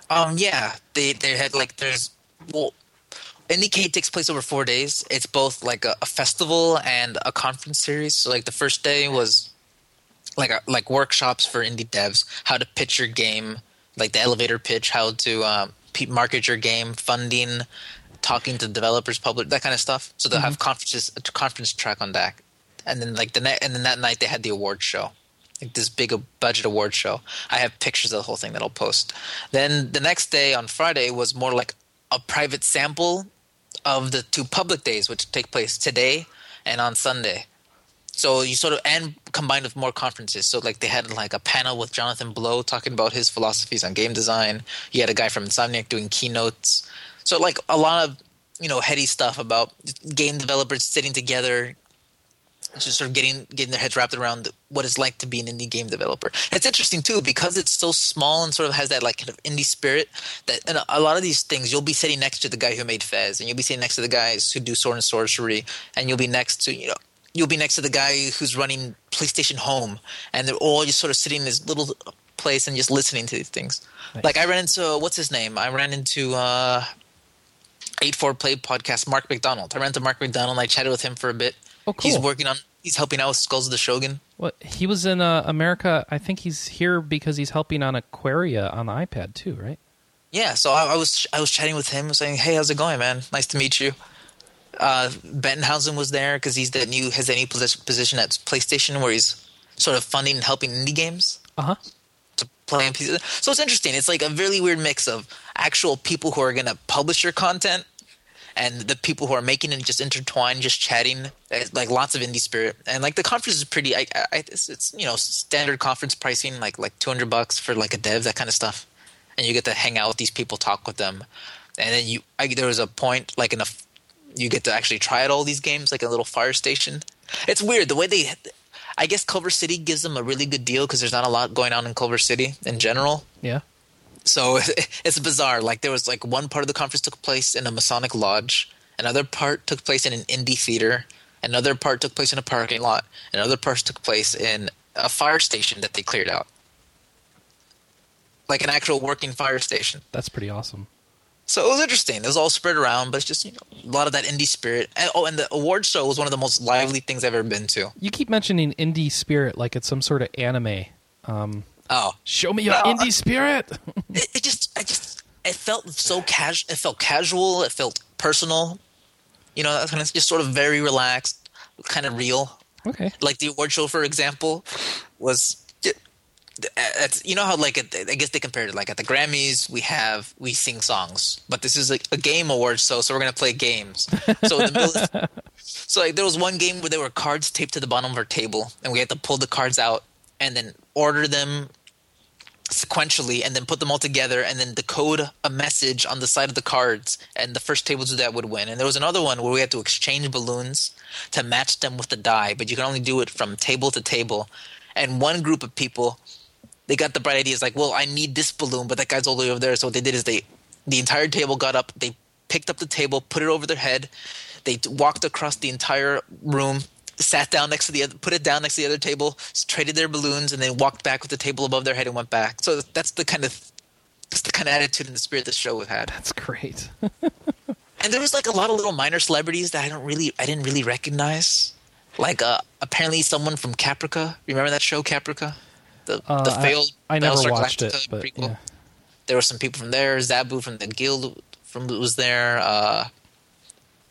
S2: Um, yeah, they they had like there's well, Indiecade takes place over four days. It's both like a, a festival and a conference series. So like the first day was like a, like workshops for indie devs, how to pitch your game, like the elevator pitch, how to um, pe- market your game, funding, talking to developers, public that kind of stuff. So they'll have conferences, a conference track on that, and then like the ne- and then that night they had the award show, like this big uh, budget award show. I have pictures of the whole thing that I'll post. Then the next day on Friday was more like a private sample of the two public days, which take place today and on Sunday. So you sort of and combined with more conferences. So like they had like a panel with Jonathan Blow talking about his philosophies on game design. You had a guy from Insomniac doing keynotes. So like a lot of you know heady stuff about game developers sitting together, just sort of getting getting their heads wrapped around what it's like to be an indie game developer. It's interesting too because it's so small and sort of has that like kind of indie spirit that and a lot of these things you'll be sitting next to the guy who made Fez and you'll be sitting next to the guys who do Sword and Sorcery and you'll be next to you know you'll be next to the guy who's running PlayStation Home and they're all just sort of sitting in this little place and just listening to these things.
S1: Nice.
S2: Like I ran into what's his name? I ran into uh 84 Play podcast Mark McDonald. I ran into Mark McDonald and I chatted with him for a bit.
S1: Oh, cool.
S2: He's working on. He's helping out with Skulls of the Shogun.
S1: Well, he was in uh, America. I think he's here because he's helping on Aquaria on the iPad too, right?
S2: Yeah, so I, I was I was chatting with him, saying, "Hey, how's it going, man? Nice to meet you." Uh, Bettenhausen was there because he's that new has that new posi- position at PlayStation where he's sort of funding and helping indie games
S1: Uh huh.
S2: to play on pieces. So it's interesting. It's like a really weird mix of actual people who are going to publish your content and the people who are making it just intertwine, just chatting. It's like lots of indie spirit, and like the conference is pretty. I, I it's, it's you know standard conference pricing, like like two hundred bucks for like a dev, that kind of stuff, and you get to hang out with these people, talk with them, and then you. I, there was a point like in a, f- you get to actually try out all these games, like a little fire station. It's weird the way they. I guess Culver City gives them a really good deal because there's not a lot going on in Culver City in general.
S1: Yeah.
S2: So it's bizarre. Like there was like one part of the conference took place in a Masonic lodge, another part took place in an indie theater, another part took place in a parking lot, another part took place in a fire station that they cleared out, like an actual working fire station.
S1: That's pretty awesome.
S2: So it was interesting. It was all spread around, but it's just you know, a lot of that indie spirit. And, oh, and the award show was one of the most lively things I've ever been to.
S1: You keep mentioning indie spirit like it's some sort of anime. Um,
S2: Oh,
S1: show me your indie spirit.
S2: it, it just I just it felt so casual. It felt casual. It felt personal. You know, that kind of just sort of very relaxed, kind of real.
S1: Okay.
S2: like the award show for example was it's- you know how like at- i guess they compared it like at the grammys we have we sing songs but this is a, a game award show so we're gonna play games so in the middle so like there was one game where there were cards taped to the bottom of our table and we had to pull the cards out and then order them sequentially and then put them all together and then decode a message on the side of the cards and the first table to that would win and there was another one where we had to exchange balloons to match them with the die but you can only do it from table to table and one group of people they got the bright idea it's like well i need this balloon but that guy's all the way over there so what they did is they the entire table got up they picked up the table put it over their head they t- walked across the entire room sat down next to the other put it down next to the other table s- traded their balloons and then walked back with the table above their head and went back so th- that's the kind of that's the kind of attitude and the spirit the show had
S1: That's great.
S2: and there was like a lot of little minor celebrities that i don't really i didn't really recognize like uh apparently someone from caprica remember that show caprica the,
S1: Uh,
S2: the
S1: I-
S2: failed
S1: I, never
S2: Battlestar
S1: watched it,
S2: Galactica
S1: but
S2: prequel
S1: yeah.
S2: there were some people from there. Zabu from the guild from was there. Uh,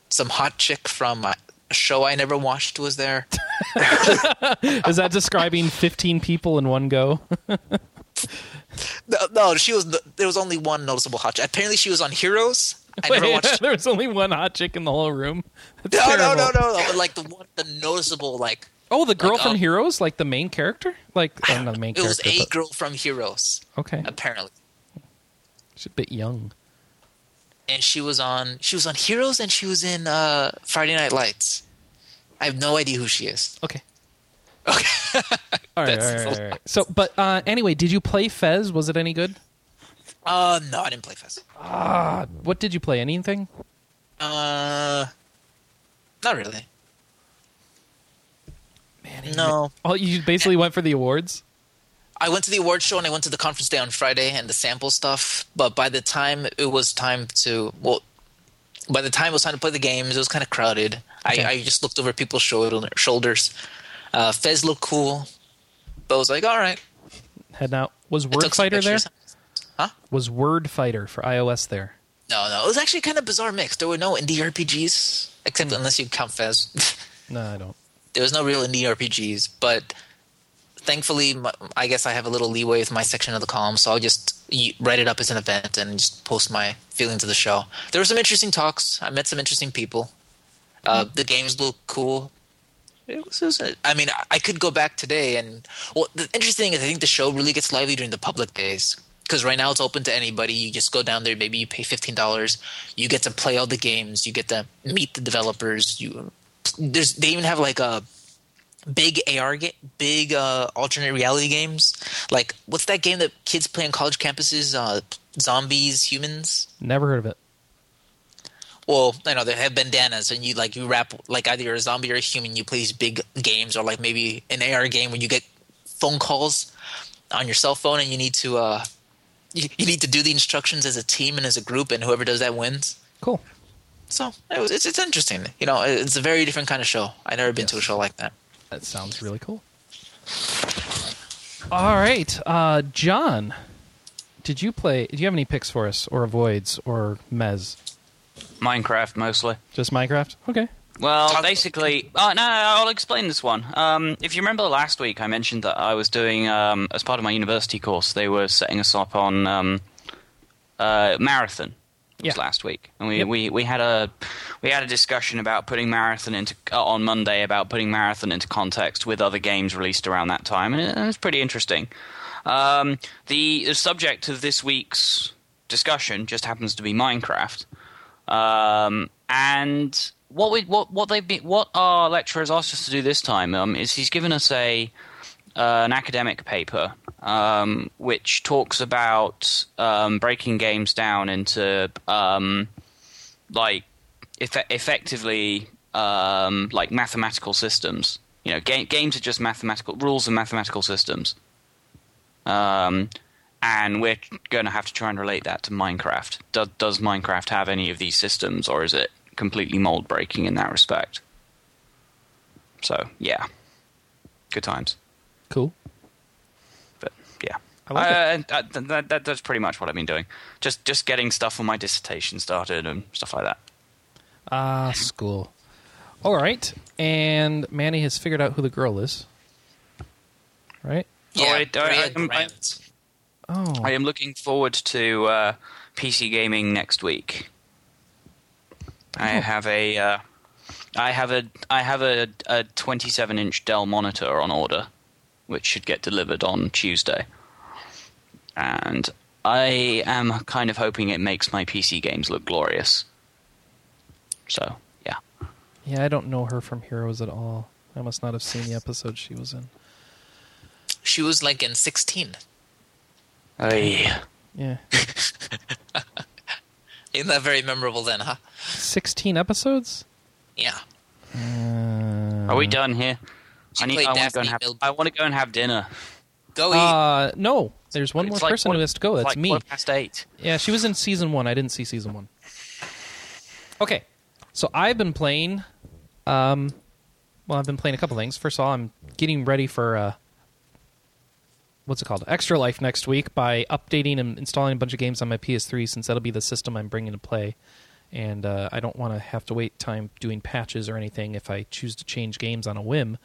S2: some hot chick from uh, a show I never watched was there.
S1: Is that describing 15 people in one go?
S2: No, no she was. The, there was only one noticeable hot chick. Apparently, she was on Heroes. I never
S1: Wait,
S2: watched.
S1: there was only one hot chick in the whole room. That's
S2: No,
S1: terrible.
S2: no, no, no, no. But like the one, the noticeable like
S1: Oh, the girl
S2: Like,
S1: from
S2: oh.
S1: Heroes, like the main character, like oh, not the main
S2: it was
S1: character.
S2: a
S1: but-
S2: girl from Heroes.
S1: okay,
S2: Apparently,
S1: she's a bit young.
S2: and she was on. She was on Heroes, and she was in uh, Friday Night Lights. I have no idea who she is.
S1: Okay. Okay. all right, all
S2: That's-
S1: right, all right, all right. So, but uh, anyway, did you play Fez? Was it any good?
S2: Uh, no, I didn't play Fest.
S1: What did you play? Anything?
S2: Uh, not really.
S1: Man,
S2: No.
S1: Oh, you basically went for the awards.
S2: I went to the award show and I went to the conference day on Friday and the sample stuff. But by the time it was time to well, by the time it was time to play the games, it was kind of crowded.
S1: Okay.
S2: I, I just looked over people's shoulder, shoulders. Uh, Fez looked cool, but I was like, all right.
S1: Head out. Was
S2: I
S1: Word
S2: took some
S1: Fighter there?
S2: pictures.
S1: Was Word Fighter for iOS there?
S2: No, no, it was actually kind of bizarre mix. There were no indie RPGs except unless you count Fez.
S1: No, I don't.
S2: there was no real indie RPGs, but thankfully, my, I guess I have a little leeway with my section of the column, so I'll just y- write it up as an event and just post my feelings of the show. There were some interesting talks. I met some interesting people. Uh, the games look cool. It was, it was a- I mean, I- I could go back today, and well, the interesting thing is, I think the show really gets lively during the public days. Because right now it's open to anybody. You just go down there. Maybe you pay fifteen dollars. You get to play all the games. You get to meet the developers. You there's they even have like a big AR game, big uh, alternate reality games. Like what's that game that kids play on college campuses? Uh, zombies, humans.
S1: Never heard of it.
S2: Well, I know they have bandanas, and you like you wrap like either you're a zombie or a human. You play these big games, or like maybe an AR game where you get phone calls on your cell phone, and you need to uh, you, you need to do the instructions as a team and as a group, and whoever does that wins.
S1: Cool.
S2: So it was, it's it's interesting. You know, it's a very different kind of show. I've never been to a show like that.
S1: That sounds really cool. All right, uh, John, did you play? Do you have any picks for us, or avoids, or Mez?
S3: Minecraft mostly.
S1: Just Minecraft? Okay.
S3: Well,
S2: Talk-
S3: basically, oh, no, I'll explain this one. Um, if you remember last week, I mentioned that I was doing, um, as part of my university course, they were setting us up on um, uh, marathon. It was
S1: Yeah.
S3: last week, and we,
S1: Yep.
S3: we, we had a we had a discussion about putting marathon into uh, on Monday about putting marathon into context with other games released around that time, and it, it was pretty interesting. Um, the, the subject of this week's discussion just happens to be Minecraft. Um, and what we what what they've been what our lecturer has asked us to do this time um, is he's given us a uh, an academic paper um, which talks about um, breaking games down into um, like effe- effectively um, like mathematical systems. You know, ga- games are just mathematical rules and mathematical systems. Um, and we're going to have to try and relate that to Minecraft. Do, does Minecraft have any of these systems, or is it completely mold breaking in that respect? So yeah, good times.
S1: Cool.
S3: But yeah,
S1: I like
S3: uh, uh, th- that, that, that's pretty much what I've been doing. Just just getting stuff for my dissertation started and stuff like that.
S1: Ah, school. All right. And Manny has figured out who the girl is. Right?
S2: Yeah,
S3: I- I-
S2: Bria
S3: I'm- I-
S2: Grant.
S1: Oh.
S3: I am looking forward to uh, PC gaming next week. I have a, uh, I have a, I have a, a 27 inch Dell monitor on order, which should get delivered on Tuesday, and I am kind of hoping it makes my PC games look glorious. So yeah,
S1: Yeah, I don't know her from Heroes at all. I must not have seen the episode she was in.
S2: She was like in 16.
S3: Aye.
S1: Yeah.
S2: Isn't that very memorable then, huh?
S1: 16 episodes?
S2: Yeah.
S3: are we done here?
S2: She
S3: I need.
S2: played
S3: I want to go
S2: Daphne
S3: and have.
S2: Milne.
S3: I want to go and have dinner.
S2: Go eat.
S1: Uh, no. There's one
S3: It's
S1: more
S3: like
S1: person
S3: one-
S1: who has to go.
S3: it's
S1: That's
S3: like
S1: me.
S3: quarter past eight.
S1: Yeah, she was in season one. I didn't see season one. Okay, so I've been playing. Um, well, I've been playing a couple things. First of all, I'm getting ready for uh, what's it called, Extra Life next week by updating and installing a bunch of games on my PS3 since that'll be the system I'm bringing to play. And uh, I don't want to have to wait time doing patches or anything if I choose to change games on a whim.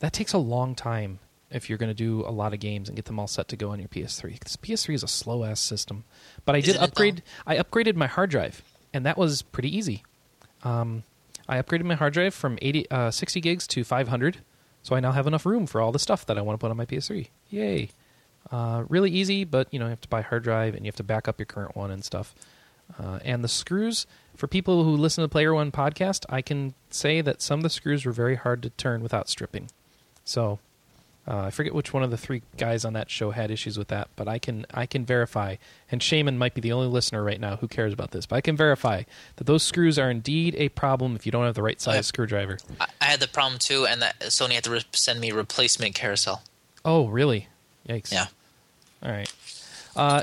S1: That takes a long time if you're going to do a lot of games and get them all set to go on your PS3. 'Cause PS3 is a slow ass system. But I
S2: Isn't
S1: did
S2: it though?
S1: upgrade. I upgraded my hard drive, and that was pretty easy. I upgraded my hard drive from 80, uh, 60 gigs to 500, so I now have enough room for all the stuff that I want to put on my PS3. Yay! Uh, really easy, but you know you have to buy a hard drive and you have to back up your current one and stuff. Uh, and the screws for people who listen to the Player One podcast, I can say that some of the screws were very hard to turn without stripping. So uh, I forget which one of the three guys on that show had issues with that, but I can I can verify. And Shaman might be the only listener right now who cares about this, but I can verify that those screws are indeed a problem if you don't have the right size
S2: yeah.
S1: screwdriver.
S2: I, I had the problem too, and that Sony had to re- send me replacement carousel.
S1: Oh, really? Yikes!
S2: Yeah.
S1: All right. Uh,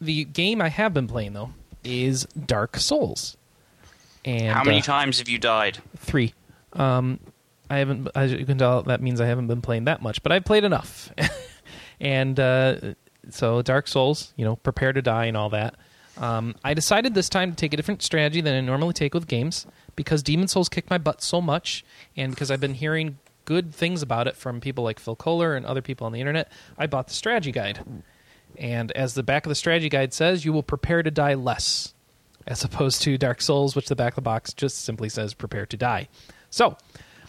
S1: the game I have been playing though is Dark Souls. And
S3: How many
S1: uh,
S3: times have you died?
S1: three. Um, I haven't, as you can tell, that means I haven't been playing that much, but I've played enough. and uh, so, Dark Souls, you know, prepare to die and all that. Um, I decided this time to take a different strategy than I normally take with games because Demon Souls kicked my butt so much, and because I've been hearing good things about it from people like Phil Kohler and other people on the internet. I bought the strategy guide, and as the back of the strategy guide says, you will prepare to die less as opposed to Dark Souls, which the back of the box just simply says prepare to die. So,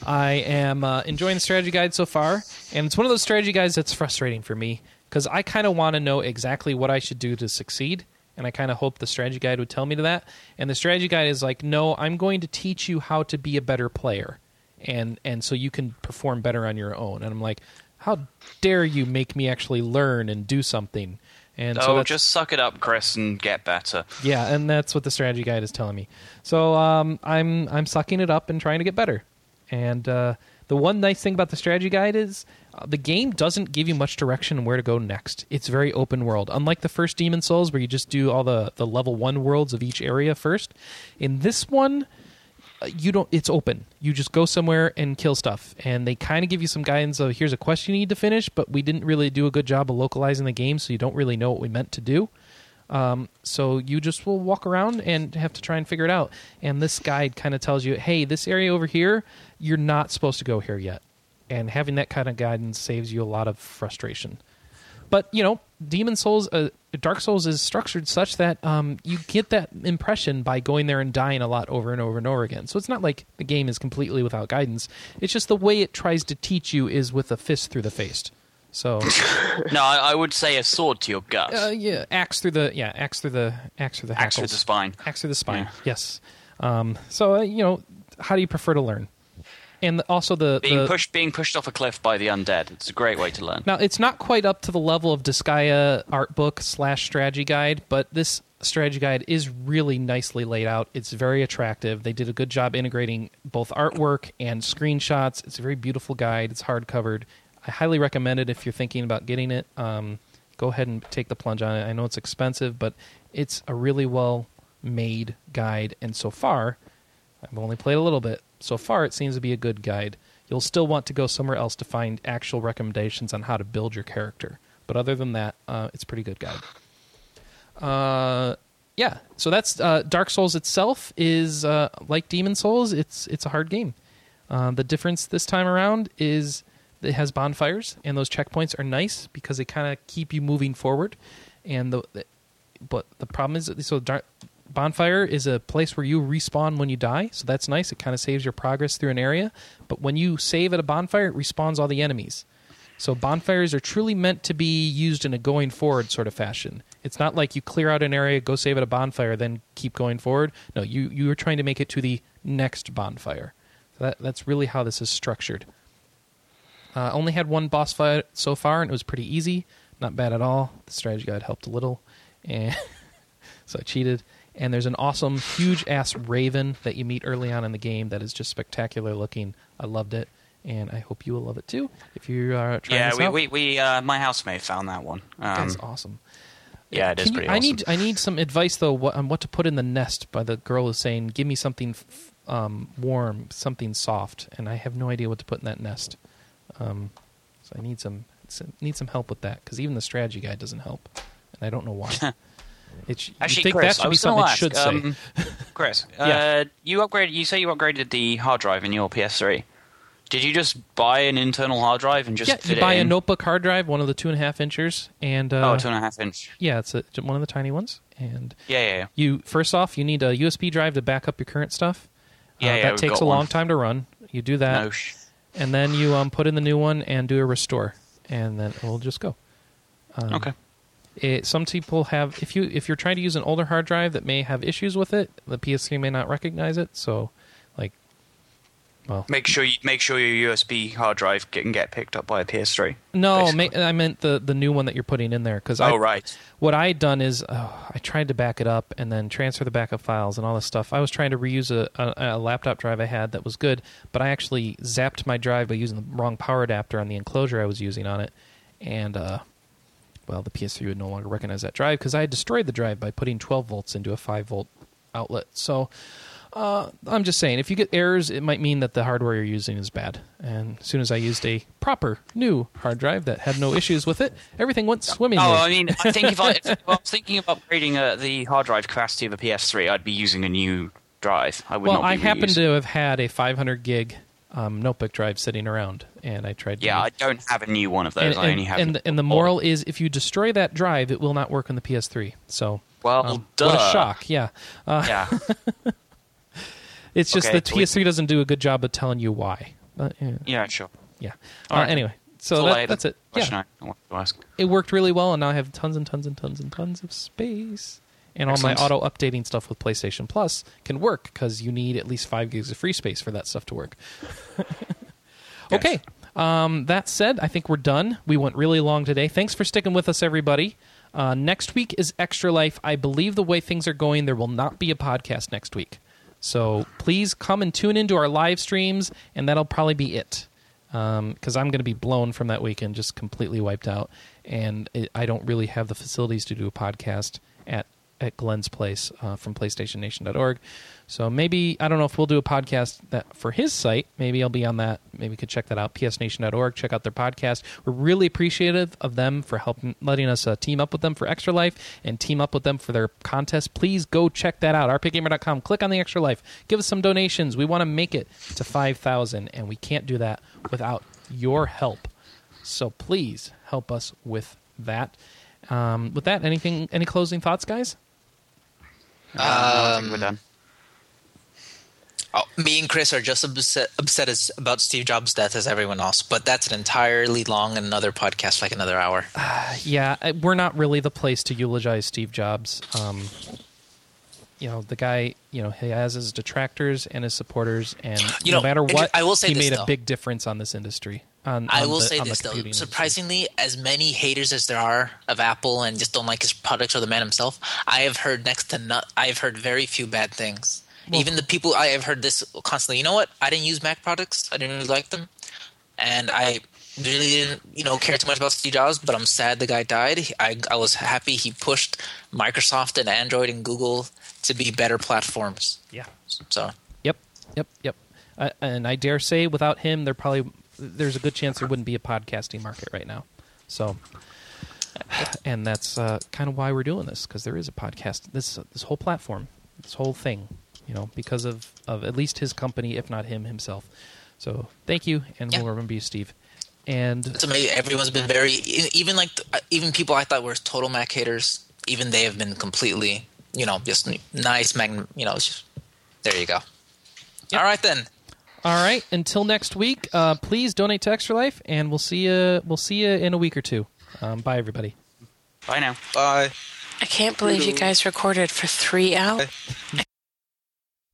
S1: I am uh, enjoying the strategy guide so far, and it's one of those strategy guides that's frustrating for me because I kind of want to know exactly what I should do to succeed, and I kind of hope the strategy guide would tell me to that. And the strategy guide is like, no, I'm going to teach you how to be a better player, and and so you can perform better on your own. And I'm like, how dare you make me actually learn and do something? And so
S3: oh,
S1: that's-
S3: just suck it up, Chris, and get better.
S1: yeah, and that's what the strategy guide is telling me. So um, I'm I'm sucking it up and trying to get better. And uh, the one nice thing about the strategy guide is uh, the game doesn't give you much direction on where to go next. It's very open world. Unlike the first Demon Souls, where you just do all the the level one worlds of each area first, in this one uh, you don't it's open you just go somewhere and kill stuff and they kind of give you some guidance of here's a quest you need to finish but we didn't really do a good job of localizing the game so you don't really know what we meant to do um, so you just will walk around and have to try and figure it out and this guide kind of tells you hey this area over here you're not supposed to go here yet and having that kind of guidance saves you a lot of frustration but you know demon souls uh, dark souls is structured such that um, you get that impression by going there and dying a lot over and over and over again so it's not like the game is completely without guidance it's just the way it tries to teach you is with a fist through the face so
S3: No, I, I would say a sword to your gut.
S1: uh, yeah axe through the yeah axe through the axe through the
S3: Axe through
S1: hackles.
S3: the spine.
S1: axe through the spine yes um, so uh, you know how do you prefer to learn and also the
S3: Being
S1: the,
S3: pushed, being pushed off a cliff by the undead. It's a great way to learn.
S1: Now, it's not quite up to the level of Disgaea art book slash strategy guide, but this strategy guide is really nicely laid out. It's very attractive. They did a good job integrating both artwork and screenshots. It's a very beautiful guide. It's hard covered. I highly recommend it if you're thinking about getting it. Um, go ahead and take the plunge on it. I know it's expensive, but it's a really well made guide. And so far, I've only played a little bit. So far, it seems to be a good guide. You'll still want to go somewhere else to find actual recommendations on how to build your character. But other than that, uh, it's a pretty good guide. Uh, yeah, so that's uh, Dark Souls itself is uh, like Demon Souls. It's it's a hard game. Uh, the difference this time around is it has bonfires, and those checkpoints are nice because they kind of keep you moving forward. And the, the- but the problem is so dar- bonfire is a place where you respawn when you die, so that's nice. It kind of saves your progress through an area. But when you save at a bonfire, it respawns all the enemies. So bonfires are truly meant to be used in a going forward sort of fashion. It's not like you clear out an area, go save at a bonfire, then keep going forward. No, you you are trying to make it to the next bonfire. So that that's really how this is structured. Uh, only had one boss fight so far, and it was pretty easy. Not bad at all. The strategy guide helped a little, and so I cheated. And there's an awesome, huge ass raven that you meet early on in the game that is just spectacular looking. I loved it, and I hope you will love it too. If you are trying
S3: Yeah,
S1: this
S3: we,
S1: out,
S3: we, we uh, my housemate found that one. Um,
S1: that's awesome.
S3: yeah, it is
S1: Can you-
S3: pretty
S1: I
S3: awesome.
S1: need I need some advice though what, on what to put in the nest. By the girl is saying, "Give me something f- um, warm, something soft," and I have no idea what to put in that nest. Um, so I need some, some need some help with that because even the strategy guide doesn't help, and I don't know why. it sh- you'd
S3: Actually,
S1: think
S3: Chris,
S1: that should
S3: I
S1: be
S3: was
S1: something
S3: gonna
S1: it should
S3: ask,
S1: say.
S3: um, Chris,
S1: Yeah.
S3: uh, you upgraded. You say you upgraded the hard drive in your PS3. Did you just buy an internal hard drive and just
S1: yeah,
S3: fit
S1: you buy
S3: it
S1: a
S3: in?
S1: notebook hard drive, one of the two and a half inchers, and uh,
S3: oh, two and a half inch.
S1: yeah, it's a, one of the tiny ones, and
S3: Yeah, yeah, yeah.
S1: you first off you need a USB drive to back up your current stuff. Uh,
S3: Yeah, yeah,
S1: that
S3: we've
S1: takes
S3: got
S1: a long
S3: one.
S1: time to run. You do that,
S3: No, sh-
S1: and then you um, put in the new one and do a restore, and then it'll just go. um,
S3: okay.
S1: It, some people have if you if you're trying to use an older hard drive that may have issues with it, the PS3 may not recognize it. So, like, well,
S3: Make sure you make sure your USB hard drive can get picked up by a PS3.
S1: no,
S3: basically.
S1: ma- I meant the the new one that you're putting in there because
S3: oh
S1: I,
S3: right.
S1: what I had done is oh, I tried to back it up and then transfer the backup files and all this stuff. I was trying to reuse a, a, a laptop drive I had that was good, but I actually zapped my drive by using the wrong power adapter on the enclosure I was using on it, and uh, well, the PS3 would no longer recognize that drive because I had destroyed the drive by putting 12 volts into a 5 volt outlet. So uh, I'm just saying, if you get errors, it might mean that the hardware you're using is bad. And as soon as I used a proper new hard drive that had no issues with it, everything went swimmingly.
S3: Oh, I mean, I think if I, if I was thinking of upgrading uh, the hard drive capacity of a PS3, I'd be using a new drive. I would
S1: well,
S3: not. Be
S1: I happen
S3: reusing-
S1: to have had a 500 gig um, notebook drive sitting around, and I tried.
S3: Yeah, I
S1: to,
S3: don't have a new one of those.
S1: and,
S3: I
S1: and-
S3: only have.
S1: and, the- and the moral is, if you destroy that drive, it will not work on the PS3. So, um,
S3: Well,
S1: what a
S3: duh.
S1: shock! Yeah, uh,
S3: yeah.
S1: it's just
S3: Okay,
S1: the
S3: so we-
S1: PS3 doesn't do a good job of telling you why. But, yeah,
S3: Yeah, sure.
S1: yeah.
S3: All
S1: Uh,
S3: right.
S1: Anyway, so
S3: Till
S1: that-
S3: later.
S1: that's it.
S3: Question
S1: yeah,
S3: I want to ask.
S1: it worked really well, and now I have tons and tons and tons and tons of space. And all
S3: Excellent.
S1: my auto updating stuff with PlayStation Plus can work because you need at least five gigs of free space for that stuff to work. Okay. Um, that said, I think we're done. We went really long today. Thanks for sticking with us, everybody. Uh, next week is Extra Life. I believe the way things are going, there will not be a podcast next week. So please come and tune into our live streams, and that'll probably be it. Because I'm going to be blown from that weekend, just completely wiped out. And it, I don't really have the facilities to do a podcast at at Glenn's place uh, from PlayStationNation.org. So maybe I don't know if we'll do a podcast that for his site. Maybe I'll be on that. Maybe you could check that out. PSNation.org. Check out their podcast. We're really appreciative of them for helping, letting us uh, team up with them for Extra Life and team up with them for their contest. Please go check that out. RPGamer.com. Click on the Extra Life. Give us some donations. We want to make it to five thousand, and we can't do that without your help. So please help us with that. Um, with that, anything, any closing thoughts, guys?
S3: Uh, I think we're done.
S2: Oh, me and Chris are just upset, upset as, about Steve Jobs' death as everyone else, but that's an entirely long another podcast, like another hour.
S1: Yeah, I- we're not really the place to eulogize Steve Jobs. Um, you know, the guy, you know, he has his detractors and his supporters, and
S2: You
S1: no
S2: know,
S1: matter
S2: Andrew,
S1: what,
S2: I will say
S1: he
S2: this,
S1: made a
S2: though.
S1: big difference on this industry. On,
S2: I
S1: on
S2: will
S1: the-
S2: say
S1: on the
S2: this though,
S1: computing industry.
S2: surprisingly, as many haters as there are of Apple and just don't like his products or the man himself, I have heard next to not. I have heard very few bad things. Even the people I have heard this constantly. You know what? I didn't use Mac products. I didn't really like them, and I really didn't, you know, care too much about Steve Jobs. But I'm sad the guy died. He- I I was happy he pushed Microsoft and Android and Google to be better platforms.
S1: Yeah.
S2: So
S1: Yep, yep, yep. Uh, and I dare say, without him, there probably there's a good chance there wouldn't be a podcasting market right now. So, and that's uh, kind of why we're doing this because there is a podcast. This this whole platform, this whole thing, you know, because of of at least his company, if not him himself. So thank you, and
S2: Yeah.
S1: we'll remember you, Steve. And
S2: It's amazing. Everyone's been very e- even like th- even people I thought were total Mac haters. Even they have been completely, you know, just n- nice Mac. You know, it's just, there you go. All right then.
S1: all right, until next week, uh, please donate to Extra Life, and we'll see you. We'll see you in a week or two. Um, bye, everybody.
S3: Bye now.
S2: Bye.
S6: I can't believe you guys recorded for three hours.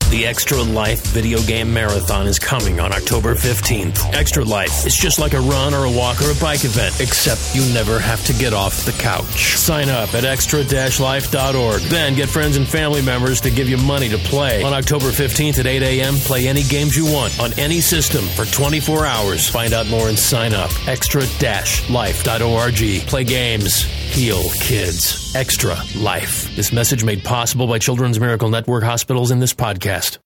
S7: The Extra Life Video Game Marathon is coming on October 15th. Extra Life is just like a run or a walk or a bike event, except you never have to get off the couch. Sign up at extra-life.org. Then get friends and family members to give you money to play. On October 15th at 8 a.m., play any games you want on any system for 24 hours. Find out more and sign up. Extra-life.org. Play games. Heal kids. Extra Life. This message made possible by Children's Miracle Network Hospitals in this podcast.